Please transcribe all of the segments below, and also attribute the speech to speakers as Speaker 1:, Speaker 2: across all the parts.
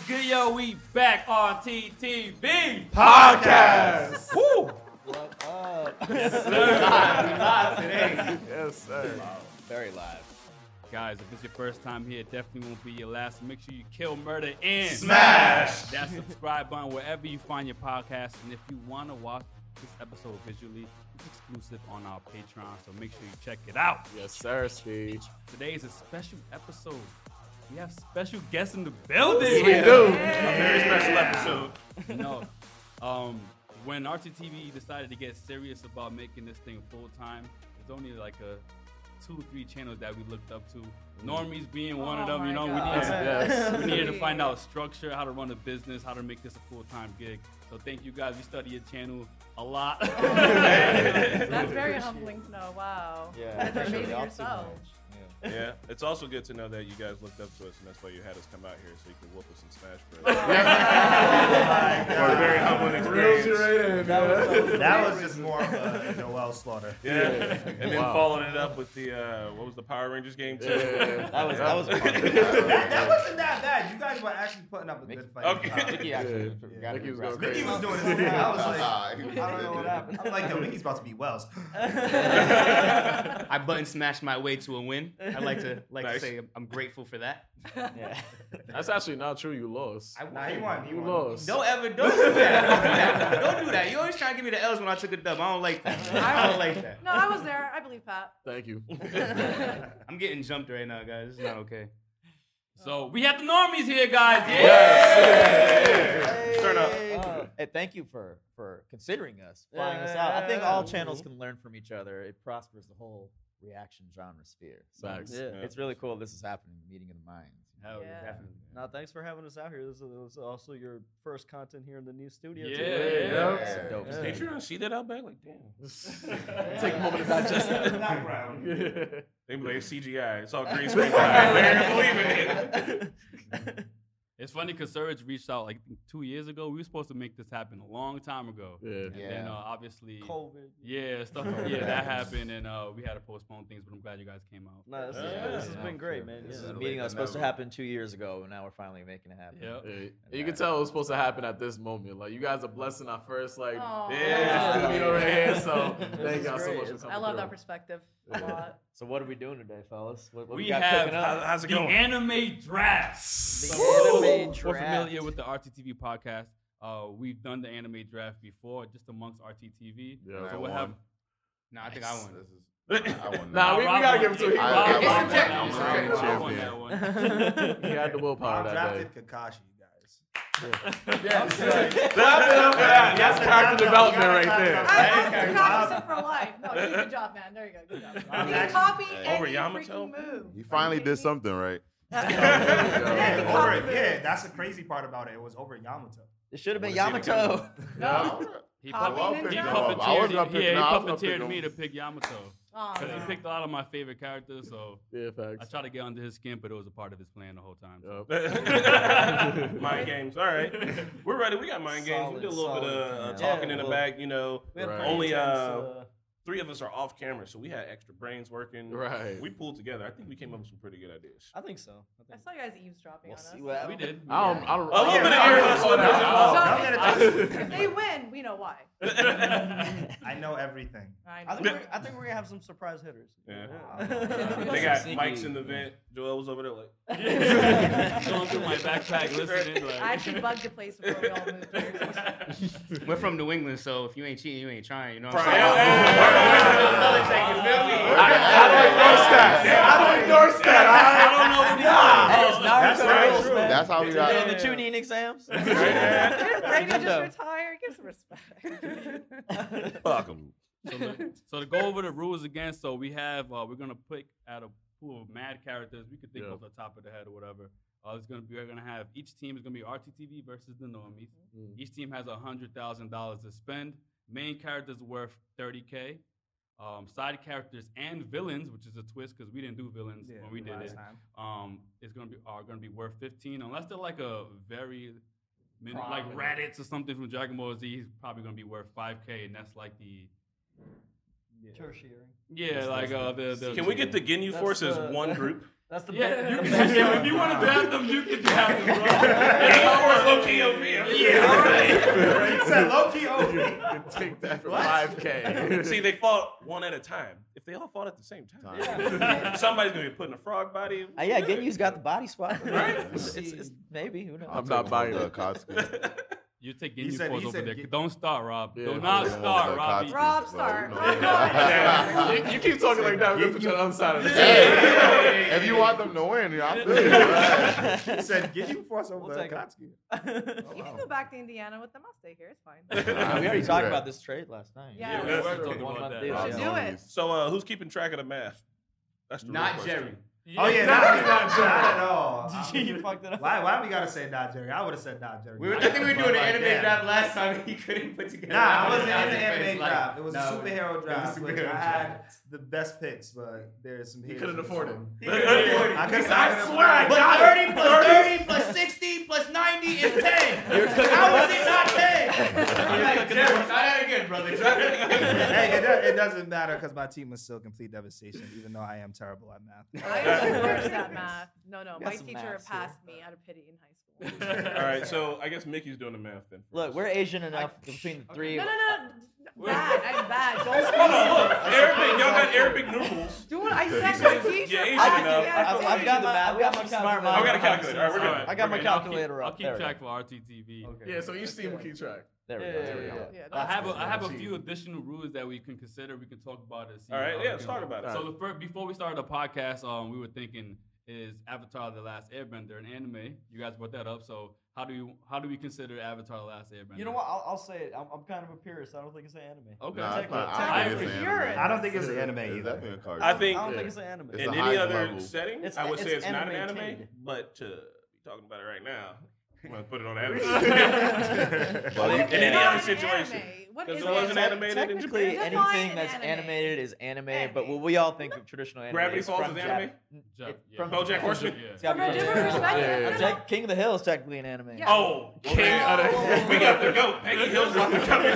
Speaker 1: video. We back on TTV.
Speaker 2: Podcast.
Speaker 1: Woo!
Speaker 2: Yes, sir.
Speaker 3: Very live.
Speaker 1: Guys, if it's your first time here, it definitely won't be your last. Make sure you kill murder in.
Speaker 2: Smash.
Speaker 1: That subscribe button wherever you find your podcast. And if you want to watch this episode visually, it's exclusive on our Patreon. So make sure you check it out.
Speaker 3: Yes, sir, Steve.
Speaker 1: Today is a special episode. We have special guests in the building.
Speaker 2: We do.
Speaker 4: A very special episode.
Speaker 1: no. Um, when RTTV decided to get serious about making this thing full time, there's only like a two, three channels that we looked up to. Normies being one of
Speaker 4: Oh
Speaker 1: them, you
Speaker 4: my
Speaker 1: know,
Speaker 4: God.
Speaker 3: Yes.
Speaker 1: we needed, we needed to find out structure, how to run a business, how to make this a full time gig. So thank you guys. We study your channel a lot.
Speaker 4: That's very humbling to know. Wow.
Speaker 3: Yeah,
Speaker 4: That's amazing
Speaker 3: y'all too
Speaker 4: yourself.
Speaker 5: Yeah, it's also good to know that you guys looked up to us, and that's why you had us come out here so you could whoop us in Smash Bros. For a very humbling
Speaker 2: Reels
Speaker 5: experience.
Speaker 2: you right in, man.
Speaker 6: That was just more of a Noel slaughter.
Speaker 5: Yeah, and then following it up with the uh, what was the Power Rangers game too?
Speaker 3: That was that was fun.
Speaker 6: That, that wasn't that bad. You guys were actually putting up a good fight.
Speaker 5: Okay.
Speaker 3: Mickey actually got
Speaker 2: Mickey was
Speaker 3: grasped.
Speaker 2: going
Speaker 6: Mickey was doing his thing. I was like, I don't know what happened. I'm like, yo, Mickey's about to be Wells.
Speaker 3: I button smashed my way to a win. I'd like to like to
Speaker 5: Nice.
Speaker 3: say I'm- I'm grateful for that. Yeah.
Speaker 2: That's actually not true. You lost.
Speaker 6: Nah, he won. He
Speaker 2: You
Speaker 6: won.
Speaker 2: lost.
Speaker 3: Don't ever don't do that. don't do that. You always try to give me the L's when I took a dub. I don't like that. I don't like that.
Speaker 4: No, I was there. I believe Pat.
Speaker 2: Thank you.
Speaker 3: I'm getting jumped right now, guys. It's not okay.
Speaker 1: so we have the normies here, guys. Yeah.
Speaker 5: Turn up.
Speaker 7: Uh, and thank you for for considering us, flying us out. I think all channels can learn from each other. It prospers the whole reaction genre sphere. So
Speaker 2: Facts.
Speaker 7: it's-
Speaker 5: Yeah.
Speaker 7: it's really cool. This is happening. the Meeting of the minds.
Speaker 1: Hell yeah.
Speaker 4: Yeah.
Speaker 1: definitely.
Speaker 8: No, thanks for having us out here. This is, this is also your first content here in the new studio.
Speaker 1: Yeah.
Speaker 8: today.
Speaker 1: Yeah.
Speaker 7: It's a dope
Speaker 8: Yeah.
Speaker 7: scene.
Speaker 5: Did you not see that out back? Like, damn.
Speaker 2: Take a moment to digest that.
Speaker 6: Background.
Speaker 5: They be like "It's CGI. It's all green screen. time. They're gonna believe it.
Speaker 1: It's funny because Surge reached out like two years ago. We were supposed to make this happen a long time ago.
Speaker 2: Yeah.
Speaker 1: And then uh, obviously
Speaker 8: COVID.
Speaker 1: Yeah, stuff. like- yeah, that happened, and uh, we had to postpone things. But I'm glad you guys came out.
Speaker 8: No, this,
Speaker 5: Yeah.
Speaker 8: is, this has
Speaker 7: Yeah.
Speaker 8: been great, man.
Speaker 7: This
Speaker 8: Yeah.
Speaker 7: is a
Speaker 6: Yeah.
Speaker 7: meeting that was
Speaker 6: Later than
Speaker 7: supposed to
Speaker 6: never.
Speaker 7: happen two years ago, and now we're finally making it happen.
Speaker 1: Yep.
Speaker 2: Yeah. You can tell it was supposed to happen at this moment. Like you guys are blessing our first like
Speaker 4: Aw.
Speaker 5: Yeah,
Speaker 2: studio right here. So
Speaker 8: This
Speaker 2: thank
Speaker 8: is
Speaker 2: y'all so
Speaker 8: great.
Speaker 2: much for coming
Speaker 4: I love
Speaker 2: through.
Speaker 4: that perspective a lot.
Speaker 7: So what are we doing today, fellas? What, what
Speaker 1: We
Speaker 7: we, got
Speaker 1: have-
Speaker 7: cooking
Speaker 5: How-
Speaker 7: up?
Speaker 5: How's it
Speaker 1: The
Speaker 5: going?
Speaker 1: anime drafts.
Speaker 7: The
Speaker 1: Woo!
Speaker 7: anime
Speaker 1: We're
Speaker 7: draft.
Speaker 1: familiar with the RTTV podcast. Uh, we've done the anime draft before, just amongst RTTV.
Speaker 2: Yeah.
Speaker 1: So we'll have.
Speaker 3: No, I think I won.
Speaker 2: Nah, we, we gotta give it to him. He
Speaker 1: Rob
Speaker 2: robbed
Speaker 3: It's
Speaker 1: won
Speaker 3: a
Speaker 2: us.
Speaker 1: that
Speaker 3: technical
Speaker 1: one.
Speaker 3: round.
Speaker 1: Rob won that one.
Speaker 2: He had the willpower that day.
Speaker 6: drafted Kakashi, you guys.
Speaker 2: Clap it up for that. That's character development right
Speaker 4: I,
Speaker 2: there.
Speaker 4: I,
Speaker 6: Hey,
Speaker 4: I,
Speaker 6: Bob.
Speaker 4: practiced it for life. No, you did a good job, man. There you go. Good job.
Speaker 6: Bob,
Speaker 4: You
Speaker 6: actually-
Speaker 4: Copy
Speaker 5: Over
Speaker 4: over
Speaker 5: Yamato?
Speaker 4: Yamato. Move.
Speaker 9: He finally did something right.
Speaker 4: Yeah, you
Speaker 6: Over
Speaker 4: copied
Speaker 6: it.
Speaker 4: it.
Speaker 6: Yeah, that's the crazy part about it. It was over Yamato.
Speaker 7: It should have been
Speaker 5: Wanna see the
Speaker 7: Yamato.
Speaker 4: No.
Speaker 1: He,
Speaker 4: Copy
Speaker 1: puppet-
Speaker 4: and
Speaker 1: he
Speaker 4: draft.
Speaker 9: up. I was
Speaker 1: puppeteered,
Speaker 9: up
Speaker 1: yeah,
Speaker 9: picking-
Speaker 1: he
Speaker 9: I was up
Speaker 1: puppeteered
Speaker 9: picking
Speaker 1: me
Speaker 9: him.
Speaker 1: to pick Yamato
Speaker 4: Oh,
Speaker 1: because
Speaker 4: no.
Speaker 1: he picked a lot of my favorite characters. So
Speaker 2: Yeah,
Speaker 1: I
Speaker 2: facts.
Speaker 1: tried to get under his skin, but it was a part of his plan the whole time. so.
Speaker 2: Yup.
Speaker 5: mind games. All right, we're ready. We got mind games. We did a little bit of uh,
Speaker 7: Solid, solid.
Speaker 5: talking
Speaker 8: Yeah,
Speaker 5: in the
Speaker 8: well-
Speaker 5: back. You know,
Speaker 8: We had
Speaker 2: Right.
Speaker 8: pretty
Speaker 5: Only,
Speaker 8: intense,
Speaker 5: uh, three of us are off camera, so we had extra brains working.
Speaker 2: Right.
Speaker 5: We pulled together. I think we came up with some pretty good ideas.
Speaker 8: I think so. I
Speaker 4: I
Speaker 8: think
Speaker 4: saw you guys eavesdropping
Speaker 7: We'll
Speaker 4: on
Speaker 7: see
Speaker 4: us.
Speaker 7: what
Speaker 1: We did. Oh,
Speaker 2: I don't. I don't.
Speaker 5: A little bit of
Speaker 2: I don't-
Speaker 5: ear hustle
Speaker 2: I don't-
Speaker 5: now.
Speaker 2: I don't-
Speaker 4: So,
Speaker 6: Don't get attached.
Speaker 4: if they win, we know why.
Speaker 6: I know everything.
Speaker 4: I
Speaker 8: I
Speaker 4: know.
Speaker 8: think, we're, I think we're gonna have some surprise hitters.
Speaker 5: Yeah.
Speaker 6: Wow.
Speaker 5: They got
Speaker 3: Sneaky.
Speaker 5: mics in the vent. Joel was over there like,
Speaker 1: Going through my backpack, listening. Like,
Speaker 4: I actually bugged a place before we all moved here.
Speaker 3: We're from New England, so if you ain't cheating, you ain't trying. You know what I'm
Speaker 5: Try
Speaker 3: saying?
Speaker 5: out.
Speaker 2: I don't endorse that. I don't endorse that.
Speaker 1: I don't know what he's
Speaker 7: That is Naruto
Speaker 6: right.
Speaker 7: rules, man.
Speaker 9: That's how we
Speaker 7: And
Speaker 9: got.
Speaker 7: the
Speaker 2: E
Speaker 7: Chunin exams.
Speaker 4: Brady
Speaker 7: Nintendo.
Speaker 4: just retire. Give some respect.
Speaker 5: "Fuck them."
Speaker 1: So, the, so to go over the rules again, so we have uh, we're gonna pick out a pool of mad characters. We could think
Speaker 2: Yeah.
Speaker 1: off the top of the head or whatever. Uh, it's gonna be we're gonna have each team is gonna be RTTV versus the normies.
Speaker 2: Mm.
Speaker 1: Each team has hundred thousand dollars to spend. Main characters worth thirty k. Um, side characters and villains, which is a twist because we didn't do villains when we did it.
Speaker 6: time.
Speaker 1: Um, is gonna be are gonna be worth fifteen unless they're like a very min- like Raditz or something from Dragon Ball Z. He's probably gonna be worth five k, and that's like the
Speaker 8: Tertiary.
Speaker 1: yeah, like uh, the, the
Speaker 5: Can we get the Ginyu
Speaker 8: That's
Speaker 5: Force as
Speaker 8: the-
Speaker 5: one group?
Speaker 8: That's the
Speaker 1: yeah?
Speaker 8: best.
Speaker 1: You
Speaker 8: the
Speaker 1: can,
Speaker 8: best
Speaker 1: yeah, if you want to draft them, you can draft them. Bro.
Speaker 5: Ginyu Force
Speaker 3: Yeah. Said low key
Speaker 2: You
Speaker 3: open.
Speaker 2: can take that for
Speaker 3: What?
Speaker 2: 5K.
Speaker 5: See, they fought one at a time. If they all fought at the same time, somebody's gonna be putting a frog body.
Speaker 7: Uh, yeah, Gideon's got the body swap.
Speaker 5: Right?
Speaker 7: It's, it's, it's- maybe. Who knows?
Speaker 2: I'm not buying
Speaker 6: the
Speaker 2: it.
Speaker 6: Kotsky.
Speaker 1: You're taking
Speaker 6: He
Speaker 1: you
Speaker 6: said-
Speaker 1: for
Speaker 6: he
Speaker 1: over
Speaker 6: said
Speaker 1: there.
Speaker 6: get-
Speaker 1: Don't start, Rob.
Speaker 2: Yeah,
Speaker 1: Do
Speaker 2: I'm
Speaker 1: not
Speaker 2: going
Speaker 1: start,
Speaker 6: with
Speaker 1: Robbie.
Speaker 6: Kotsky.
Speaker 4: Rob
Speaker 6: Well, you
Speaker 4: Star.
Speaker 6: know.
Speaker 4: Rob, go ahead.
Speaker 2: You, you keep talking like that. We're gonna put you on the other side of the table.
Speaker 6: Hey, if you want them to win, yeah, I feel you.
Speaker 3: He said, "Get you force over
Speaker 8: We'll
Speaker 3: the
Speaker 8: take it.
Speaker 3: Kotsky."
Speaker 4: You
Speaker 5: Oh,
Speaker 4: can go back to Indiana with them. I'll stay here. It's fine.
Speaker 7: Uh, we already talked about this trade last night.
Speaker 4: Yeah. Yeah,
Speaker 5: we were
Speaker 1: talking about
Speaker 7: One-month
Speaker 1: that.
Speaker 7: deal.
Speaker 4: Should do it.
Speaker 5: So, uh, who's keeping track of the math? That's the real
Speaker 3: Not
Speaker 5: question.
Speaker 3: Jerry. Oh yeah,
Speaker 2: Definitely
Speaker 3: not,
Speaker 2: not
Speaker 3: not,
Speaker 2: Jerry.
Speaker 3: at all.
Speaker 8: you fucked it up.
Speaker 6: Why, why we gotta say not Jerry? I would have said not Jerry.
Speaker 3: We were, I think we were
Speaker 6: But
Speaker 3: doing an
Speaker 6: like,
Speaker 3: anime
Speaker 6: damn.
Speaker 3: draft last time. He couldn't put together.
Speaker 6: Nah, I wasn't in
Speaker 3: Dodger
Speaker 6: the anime
Speaker 3: fans, like,
Speaker 6: draft. It was a
Speaker 3: no.
Speaker 6: superhero draft. which
Speaker 3: superhero
Speaker 6: I had
Speaker 3: draft.
Speaker 6: the best picks, but there's some.
Speaker 2: You couldn't afford it.
Speaker 3: He couldn't afford it.
Speaker 6: I couldn't-
Speaker 3: But
Speaker 6: I
Speaker 3: swear I
Speaker 6: couldn't-
Speaker 3: got it. 30 plus 30 plus 60 plus 90 is 10.
Speaker 7: You're cooking
Speaker 3: How
Speaker 7: up.
Speaker 3: is it not 10? I'm like, Jerry, try that again, brother.
Speaker 6: hey, it, do- it doesn't matter because my team was still complete devastation, even though I am terrible at math.
Speaker 4: I was the worst at math. No, no.
Speaker 7: Got
Speaker 4: My
Speaker 7: some
Speaker 4: teacher
Speaker 7: maths here.
Speaker 4: passed me out of pity in high school.
Speaker 5: All right, so I guess Mickey's doing the math then. for
Speaker 7: Look,
Speaker 5: us.
Speaker 7: we're Asian enough between the three.
Speaker 4: No, no, no. Bad. I'm bad. Don't
Speaker 5: Hold on, look, Arabic, y'all got Arabic numerals.
Speaker 4: do it. I said my
Speaker 5: Yeah,
Speaker 4: teacher.
Speaker 5: Asian
Speaker 4: passed me
Speaker 5: enough.
Speaker 4: out of
Speaker 7: I've, I've
Speaker 4: pity.
Speaker 7: got my,
Speaker 8: I've
Speaker 7: I've got my smart mom.
Speaker 5: I got a calculator. All right, we're
Speaker 1: All
Speaker 5: good.
Speaker 1: right,
Speaker 7: I got my
Speaker 1: we're good. I'll keep-
Speaker 7: calculator
Speaker 1: I'll
Speaker 7: up.
Speaker 1: keep,
Speaker 7: There we
Speaker 1: track for RTTV.
Speaker 2: Yeah, so each team will keep track.
Speaker 7: There we
Speaker 8: Yeah,
Speaker 7: go.
Speaker 8: yeah,
Speaker 7: There we
Speaker 8: yeah.
Speaker 7: go.
Speaker 4: Yeah,
Speaker 1: I have a, I have a
Speaker 2: Jeez.
Speaker 1: few additional rules that we can consider. We can talk about it. see
Speaker 5: All right,
Speaker 1: how
Speaker 5: yeah,
Speaker 1: it
Speaker 5: let's
Speaker 1: goes.
Speaker 5: talk about it.
Speaker 1: So the first, before we started the podcast, um, we were thinking is Avatar: The Last Airbender an anime? You guys brought that up. So how do you how do we consider Avatar: The Last Airbender?
Speaker 8: You know what? I'll, I'll say it. I'm, I'm kind of a purist. I don't think it's an anime.
Speaker 1: Okay.
Speaker 6: Nah, it's not-
Speaker 1: I
Speaker 6: I don't think
Speaker 1: agree.
Speaker 6: it's an
Speaker 4: You're
Speaker 6: anime.
Speaker 4: an-
Speaker 6: I don't think it's an anime
Speaker 9: It's
Speaker 6: either.
Speaker 9: definitely a cartoon.
Speaker 5: I think
Speaker 8: I don't
Speaker 6: Yeah.
Speaker 8: think it's an anime.
Speaker 9: It's
Speaker 5: in
Speaker 9: a
Speaker 5: any
Speaker 9: high
Speaker 5: other
Speaker 9: level.
Speaker 5: setting,
Speaker 7: It's-
Speaker 5: I would
Speaker 7: it's
Speaker 5: say it's not an anime,
Speaker 7: anime tainted.
Speaker 5: but to be talking about it right now, I'm gonna put it on anime.
Speaker 9: But you
Speaker 4: It's
Speaker 5: in any
Speaker 4: not
Speaker 5: other
Speaker 4: an
Speaker 5: situation.
Speaker 4: anime. What
Speaker 5: 'Cause
Speaker 4: is
Speaker 5: it wasn't
Speaker 4: it?
Speaker 5: animated in
Speaker 7: Technically,
Speaker 4: Japan. Define
Speaker 7: anything that's
Speaker 4: anime.
Speaker 7: animated is anime, but
Speaker 4: Anime.
Speaker 7: what we all think of traditional anime.
Speaker 5: Gravity
Speaker 7: is
Speaker 5: Falls
Speaker 7: from
Speaker 5: is
Speaker 7: Jap-
Speaker 5: anime?
Speaker 7: N-
Speaker 1: Jap-
Speaker 7: it-
Speaker 1: yeah.
Speaker 7: From
Speaker 5: BoJack
Speaker 7: Japan.
Speaker 5: Horseman?
Speaker 1: Yeah.
Speaker 7: It's gotta
Speaker 4: From
Speaker 7: be
Speaker 4: a different
Speaker 2: Yeah, yeah,
Speaker 4: perspective.
Speaker 2: yeah.
Speaker 4: No, no.
Speaker 7: Jack- King of the Hill is technically an anime.
Speaker 4: Yeah.
Speaker 5: Oh, King of the- we got the goat. Peggy Hill's on the cover.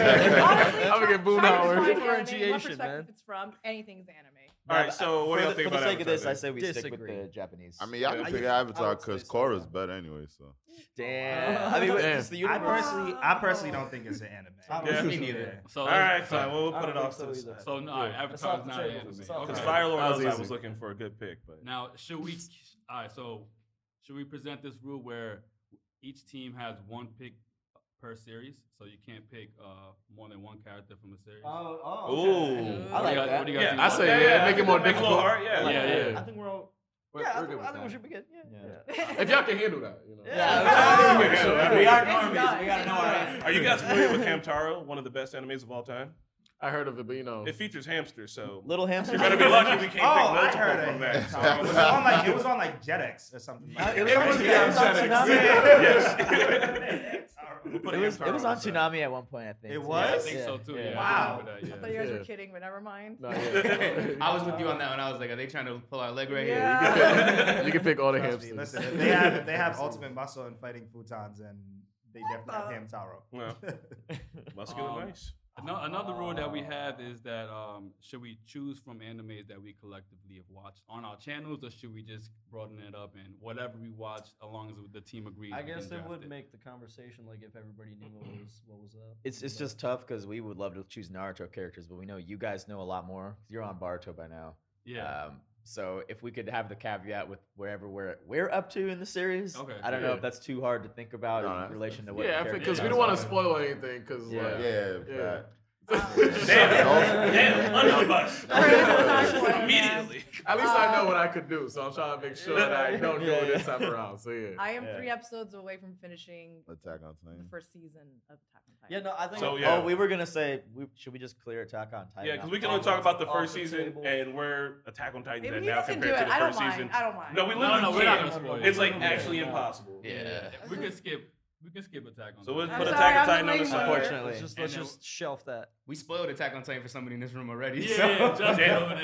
Speaker 4: Honestly,
Speaker 2: I'm
Speaker 4: try-
Speaker 2: gonna get
Speaker 4: try to
Speaker 2: Boonhauer.
Speaker 4: define anime,
Speaker 8: Differentiation,
Speaker 4: What perspective
Speaker 8: man.
Speaker 4: it's from? Anything's anime.
Speaker 5: All right, so what
Speaker 7: for
Speaker 5: do y'all
Speaker 7: the,
Speaker 5: think
Speaker 7: for
Speaker 5: about
Speaker 7: the sake of
Speaker 5: Avatar
Speaker 7: this, I
Speaker 5: then?
Speaker 7: say we stick with
Speaker 8: Disagree.
Speaker 7: the Japanese.
Speaker 9: I mean, y'all
Speaker 5: I-
Speaker 9: can pick Avatar
Speaker 8: would say
Speaker 9: because
Speaker 8: so.
Speaker 9: Korra's better anyway. So
Speaker 7: damn. I mean, what-
Speaker 2: Damn.
Speaker 7: just the
Speaker 6: I
Speaker 7: universe.
Speaker 6: personally, I personally don't think it's an
Speaker 8: I
Speaker 6: anime.
Speaker 8: don't
Speaker 5: Yeah.
Speaker 8: think
Speaker 6: Me
Speaker 8: so.
Speaker 6: neither.
Speaker 1: So
Speaker 5: All
Speaker 7: uh,
Speaker 5: right,
Speaker 1: so,
Speaker 5: fine. Well, we'll
Speaker 8: I
Speaker 5: put it
Speaker 8: don't
Speaker 5: off to
Speaker 8: think
Speaker 5: the
Speaker 8: so
Speaker 5: side.
Speaker 8: either.
Speaker 1: so no, all right,
Speaker 8: Yeah. It's
Speaker 1: Avatar
Speaker 8: off
Speaker 1: is
Speaker 8: the
Speaker 1: not an
Speaker 8: table.
Speaker 1: anime.
Speaker 8: It's off the
Speaker 1: Okay.
Speaker 5: Because
Speaker 8: table.
Speaker 5: Fire Lord
Speaker 2: That was
Speaker 5: knows I
Speaker 2: easy.
Speaker 5: was looking for a good pick, but
Speaker 1: Now, should we? All right. So, should we present this rule where each team has one pick per series, so you can't pick uh, more than one character from a series?
Speaker 8: Oh, oh, okay.
Speaker 5: ooh.
Speaker 7: I like
Speaker 1: what do you guys-
Speaker 7: that.
Speaker 1: What do you guys
Speaker 5: Yeah,
Speaker 1: think
Speaker 2: I
Speaker 1: about
Speaker 2: say,
Speaker 1: that?
Speaker 2: yeah, make it more
Speaker 5: Make a little
Speaker 2: difficult.
Speaker 5: art, yeah.
Speaker 2: I like
Speaker 1: Yeah,
Speaker 2: that.
Speaker 1: yeah.
Speaker 8: I think we're all.
Speaker 2: We're,
Speaker 8: yeah, I
Speaker 2: we're
Speaker 8: think, I
Speaker 2: good
Speaker 8: think we
Speaker 2: with
Speaker 8: should be good. Yeah.
Speaker 7: Yeah.
Speaker 2: that. If y'all can handle that, you know.
Speaker 7: Yeah,
Speaker 5: we should. I mean-
Speaker 7: we are
Speaker 4: It's not.
Speaker 7: normies. We gotta know our
Speaker 4: It's
Speaker 7: anime.
Speaker 5: Oh, Are you guys familiar with Hamtaro, one of the best animes of all time?
Speaker 2: I heard of it, but you know.
Speaker 5: It features hamsters, so
Speaker 7: Little hamster.
Speaker 5: you better be lucky we
Speaker 6: Oh,
Speaker 5: can't
Speaker 6: I
Speaker 5: pick
Speaker 6: heard
Speaker 5: multiple
Speaker 6: of
Speaker 5: from that.
Speaker 6: it.
Speaker 5: So-
Speaker 6: It was on like it was on like Jetix or something.
Speaker 7: Uh,
Speaker 6: Like
Speaker 7: it was
Speaker 6: that.
Speaker 7: on-
Speaker 5: was-
Speaker 7: it
Speaker 5: yeah,
Speaker 7: was
Speaker 5: it
Speaker 7: on
Speaker 5: was
Speaker 7: Tsunami.
Speaker 5: Yes. We'll put
Speaker 7: It was,
Speaker 5: Hamtaro
Speaker 7: it was on
Speaker 5: the side.
Speaker 7: Tsunami at one point, I think.
Speaker 6: It
Speaker 7: too.
Speaker 1: Yeah, I
Speaker 6: was?
Speaker 1: think so too.
Speaker 7: Yeah.
Speaker 1: Yeah.
Speaker 6: Wow.
Speaker 1: I
Speaker 4: I
Speaker 1: remember
Speaker 4: thought
Speaker 1: that,
Speaker 4: you guys
Speaker 2: Yeah.
Speaker 4: were kidding, but never mind.
Speaker 2: No,
Speaker 3: I
Speaker 2: yeah.
Speaker 3: was with you on that one. I was like, are they trying to pull our leg right
Speaker 4: Yeah.
Speaker 3: here?
Speaker 2: you can pick all the
Speaker 6: Trust me,
Speaker 2: hamsters.
Speaker 6: Listen, if they have if they have ultimate muscle and fighting futons, and they definitely have Hamtaro.
Speaker 5: Well, muscular
Speaker 1: Um,
Speaker 5: nice.
Speaker 1: Ano- Another rule that we have is that um, should we choose from animes that we collectively have watched on our channels, or should we just broaden it up and whatever we watch, as long as the team agrees?
Speaker 8: I
Speaker 1: we can
Speaker 8: guess it
Speaker 1: draft
Speaker 8: would make the conversation like if everybody knew what was what was up.
Speaker 7: It's, it's just tough because we would love to choose Naruto characters, but we know you guys know a lot more. You're on Baruto by now.
Speaker 1: Yeah.
Speaker 7: Um, so if we could have the caveat with wherever we're we're up to in the series,
Speaker 1: Okay.
Speaker 7: I don't know
Speaker 2: Yeah.
Speaker 7: if that's too hard to think about
Speaker 9: No,
Speaker 7: in
Speaker 9: that's-
Speaker 7: relation to what.
Speaker 2: Yeah,
Speaker 7: the
Speaker 2: because we
Speaker 7: characters
Speaker 2: don't want
Speaker 7: are.
Speaker 2: to spoil anything. Because
Speaker 7: Yeah.
Speaker 2: like,
Speaker 9: yeah,
Speaker 2: Yeah.
Speaker 9: but-
Speaker 5: Damn, damn, under the bus.
Speaker 4: Yeah.
Speaker 5: Immediately.
Speaker 2: At least I know what I could do, so I'm trying to make sure that I don't do
Speaker 7: Yeah,
Speaker 2: it this
Speaker 7: yeah.
Speaker 2: time around. So yeah.
Speaker 4: I am
Speaker 5: Yeah.
Speaker 4: three episodes away from finishing
Speaker 9: Attack on
Speaker 4: the
Speaker 9: Titan.
Speaker 4: first season of Attack on Titan.
Speaker 8: yeah, no, I think
Speaker 5: So,
Speaker 7: Oh,
Speaker 5: yeah.
Speaker 7: we were gonna say, we, should we just clear Attack on Titan?
Speaker 5: Yeah, because we
Speaker 7: off
Speaker 5: can
Speaker 7: the
Speaker 5: only talk
Speaker 7: table?
Speaker 5: about the
Speaker 8: Off
Speaker 5: first
Speaker 8: the
Speaker 5: season
Speaker 8: table.
Speaker 5: and where Attack on Titan
Speaker 4: Maybe
Speaker 5: is
Speaker 4: you
Speaker 5: now
Speaker 4: guys can do it.
Speaker 5: compared to the
Speaker 4: I don't
Speaker 5: first
Speaker 4: mind.
Speaker 5: season.
Speaker 4: I don't mind.
Speaker 5: No, we
Speaker 1: no, no,
Speaker 5: literally
Speaker 1: we're not gonna
Speaker 5: can't.
Speaker 1: spoil it.
Speaker 5: It's like actually impossible.
Speaker 7: Yeah.
Speaker 1: we can skip. We can skip Attack on.
Speaker 5: So we'll
Speaker 4: I'm
Speaker 1: Titan.
Speaker 5: put
Speaker 4: sorry,
Speaker 5: Attack on
Speaker 4: I'm
Speaker 5: Titan on the
Speaker 4: leaving.
Speaker 5: side.
Speaker 7: Unfortunately,
Speaker 8: Let's just let's
Speaker 1: And it-
Speaker 8: just shelf that.
Speaker 3: We spoiled Attack on Titan for somebody in this room already.
Speaker 1: Yeah,
Speaker 3: so.
Speaker 1: yeah, Justin
Speaker 5: Damn.
Speaker 1: over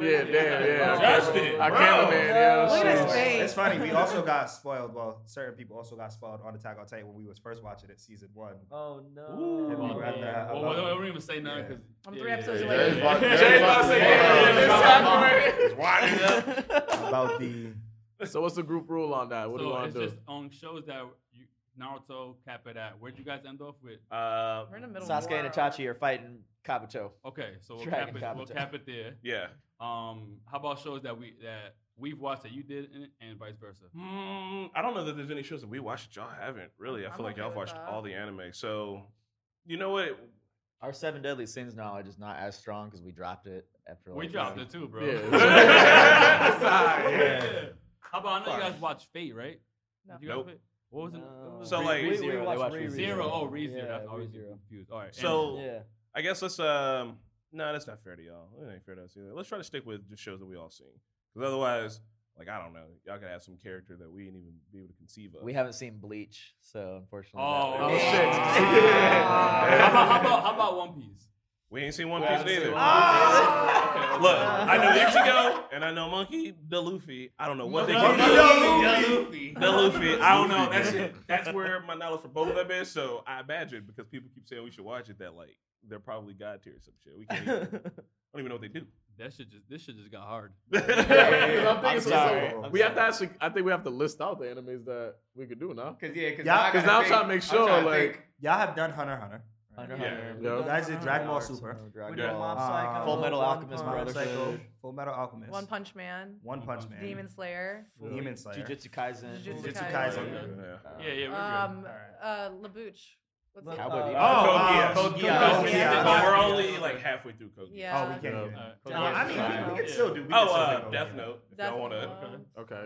Speaker 1: there.
Speaker 2: Yeah, damn, yeah.
Speaker 5: Justin,
Speaker 2: I
Speaker 5: bro.
Speaker 2: can't, man. Yeah,
Speaker 4: Look at his
Speaker 2: shit.
Speaker 4: face.
Speaker 6: It's funny. We also got spoiled. Well, certain people also got spoiled on Attack on Titan when we was first watching it, season one.
Speaker 8: Oh no.
Speaker 6: Ooh.
Speaker 1: Well,
Speaker 6: We're at that.
Speaker 1: well, we don't even say nothing
Speaker 6: Yeah.
Speaker 1: because
Speaker 4: I'm three episodes
Speaker 9: Yeah,
Speaker 4: away.
Speaker 9: James Bond-
Speaker 2: Jay's
Speaker 9: James
Speaker 2: about to
Speaker 9: Bond-
Speaker 2: say, yeah, yeah,
Speaker 9: James
Speaker 2: this
Speaker 9: Bond-
Speaker 2: happened right
Speaker 5: Winding up.
Speaker 6: About the
Speaker 2: here. So what's the group rule on that? What do
Speaker 1: so
Speaker 2: you want
Speaker 1: it's
Speaker 2: to do?
Speaker 1: just on shows that you Naruto, cap it at. Where'd you guys end off with?
Speaker 3: Uh,
Speaker 4: We're in the middle of
Speaker 7: Sasuke and
Speaker 4: war.
Speaker 7: Itachi are fighting Kabuto.
Speaker 1: Okay, so we'll cap,
Speaker 7: Dragon
Speaker 1: it, we'll
Speaker 7: Kabuto.
Speaker 1: cap it there.
Speaker 5: Yeah.
Speaker 1: Um, how about shows that we that we've watched that you did and, and vice versa?
Speaker 5: Mm, I don't know that there's any shows that we watched that y'all haven't really. I
Speaker 4: I'm
Speaker 5: feel like
Speaker 4: okay
Speaker 5: y'all
Speaker 4: with
Speaker 5: watched
Speaker 4: that.
Speaker 5: all the anime. So, you know what?
Speaker 7: Our seven deadly sins knowledge is not as strong because we dropped it after.
Speaker 1: We
Speaker 7: like,
Speaker 1: dropped
Speaker 7: one-
Speaker 1: it too, bro.
Speaker 2: Yeah.
Speaker 5: Yeah.
Speaker 1: How about I know you guys
Speaker 5: Fine.
Speaker 1: watch Fate, right?
Speaker 4: No.
Speaker 1: Did you guys
Speaker 5: Nope.
Speaker 1: play- What was it?
Speaker 8: No.
Speaker 5: So,
Speaker 8: we,
Speaker 5: like-
Speaker 8: we
Speaker 2: Re-Zero, they watch
Speaker 8: watched
Speaker 2: Re-Zero.
Speaker 8: Re-Zero.
Speaker 1: zero. Oh, re-zero.
Speaker 8: Yeah,
Speaker 1: That's always
Speaker 8: Re-Zero.
Speaker 1: confused. All right. and-
Speaker 5: So-
Speaker 8: Yeah.
Speaker 5: I guess let's um no, that's not fair to y'all. It ain't fair to us either. Let's try to stick with the shows that we all seen. Because otherwise, like I don't know, y'all could have some character that we didn't even be able to conceive of.
Speaker 7: We haven't seen Bleach, so unfortunately.
Speaker 1: Oh,
Speaker 7: that-
Speaker 2: Oh, shit.
Speaker 1: how, about, how about how about One Piece?
Speaker 5: we ain't seen One
Speaker 2: We
Speaker 5: Piece
Speaker 2: haven't seen
Speaker 5: either.
Speaker 2: One
Speaker 5: Okay, Look, I know Ichigo and I know Monkey the Luffy. I don't know what they
Speaker 1: No,
Speaker 5: call
Speaker 1: no,
Speaker 5: Luffy. The Luffy. I don't know. That's it. That's where my knowledge for both of them is. So I imagine because people keep saying we should watch it that like they're probably god tier or some shit. We can't. Even, I don't even know what they do.
Speaker 1: That shit just this shit just got hard.
Speaker 2: Yeah, I'm
Speaker 7: I'm
Speaker 2: thinking so-
Speaker 7: sorry.
Speaker 2: so
Speaker 6: I'm
Speaker 2: we have to actually. I think we have to list out the animes that we could do now.
Speaker 3: Cause yeah, cause
Speaker 6: Yeah,
Speaker 3: I
Speaker 6: 'cause
Speaker 3: gotta
Speaker 2: now I'm
Speaker 3: think-
Speaker 2: trying to make sure,
Speaker 3: trying to
Speaker 2: like-
Speaker 3: think.
Speaker 6: Y'all have done Hunter x Hunter.
Speaker 7: Hunter,
Speaker 5: Yeah.
Speaker 7: Hunter.
Speaker 2: Yeah.
Speaker 6: Guys did Dragon Ball
Speaker 7: Naruto,
Speaker 6: Super.
Speaker 7: Dragon
Speaker 8: We did
Speaker 5: Yeah.
Speaker 8: Mob
Speaker 6: Uh,
Speaker 8: Psycho,
Speaker 7: Full Metal
Speaker 8: One
Speaker 7: Alchemist
Speaker 8: Punch
Speaker 6: Mob
Speaker 7: Brotherhood.
Speaker 6: Psycho, Full Metal Alchemist,
Speaker 4: One Punch Man,
Speaker 6: One Punch Man,
Speaker 4: Demon Slayer,
Speaker 6: Demon Slayer,
Speaker 7: Jujutsu Kaisen.
Speaker 4: Jujutsu
Speaker 6: Jujutsu
Speaker 4: Kaisen.
Speaker 6: Kaisen.
Speaker 1: Yeah, yeah, we're good.
Speaker 4: um, uh,
Speaker 6: Alright.
Speaker 4: Labouche. What's it
Speaker 7: Cowboy
Speaker 5: Uh,
Speaker 4: called?
Speaker 7: Bebop.
Speaker 6: Oh,
Speaker 5: Code
Speaker 6: wow.
Speaker 5: Geass.
Speaker 6: Code
Speaker 4: Geass.
Speaker 5: We
Speaker 4: Code
Speaker 5: did
Speaker 4: Geass.
Speaker 5: that, but we're only like halfway through Code Geass.
Speaker 4: Yeah.
Speaker 6: Oh, we can't.
Speaker 1: Uh,
Speaker 6: hear you.
Speaker 1: uh,
Speaker 6: Well, I mean, we- we, could still do. We could
Speaker 5: Oh,
Speaker 6: still
Speaker 5: uh,
Speaker 6: do
Speaker 5: Death
Speaker 6: it.
Speaker 5: Note. If
Speaker 4: Death
Speaker 5: y'all want to.
Speaker 4: Note.
Speaker 2: Okay.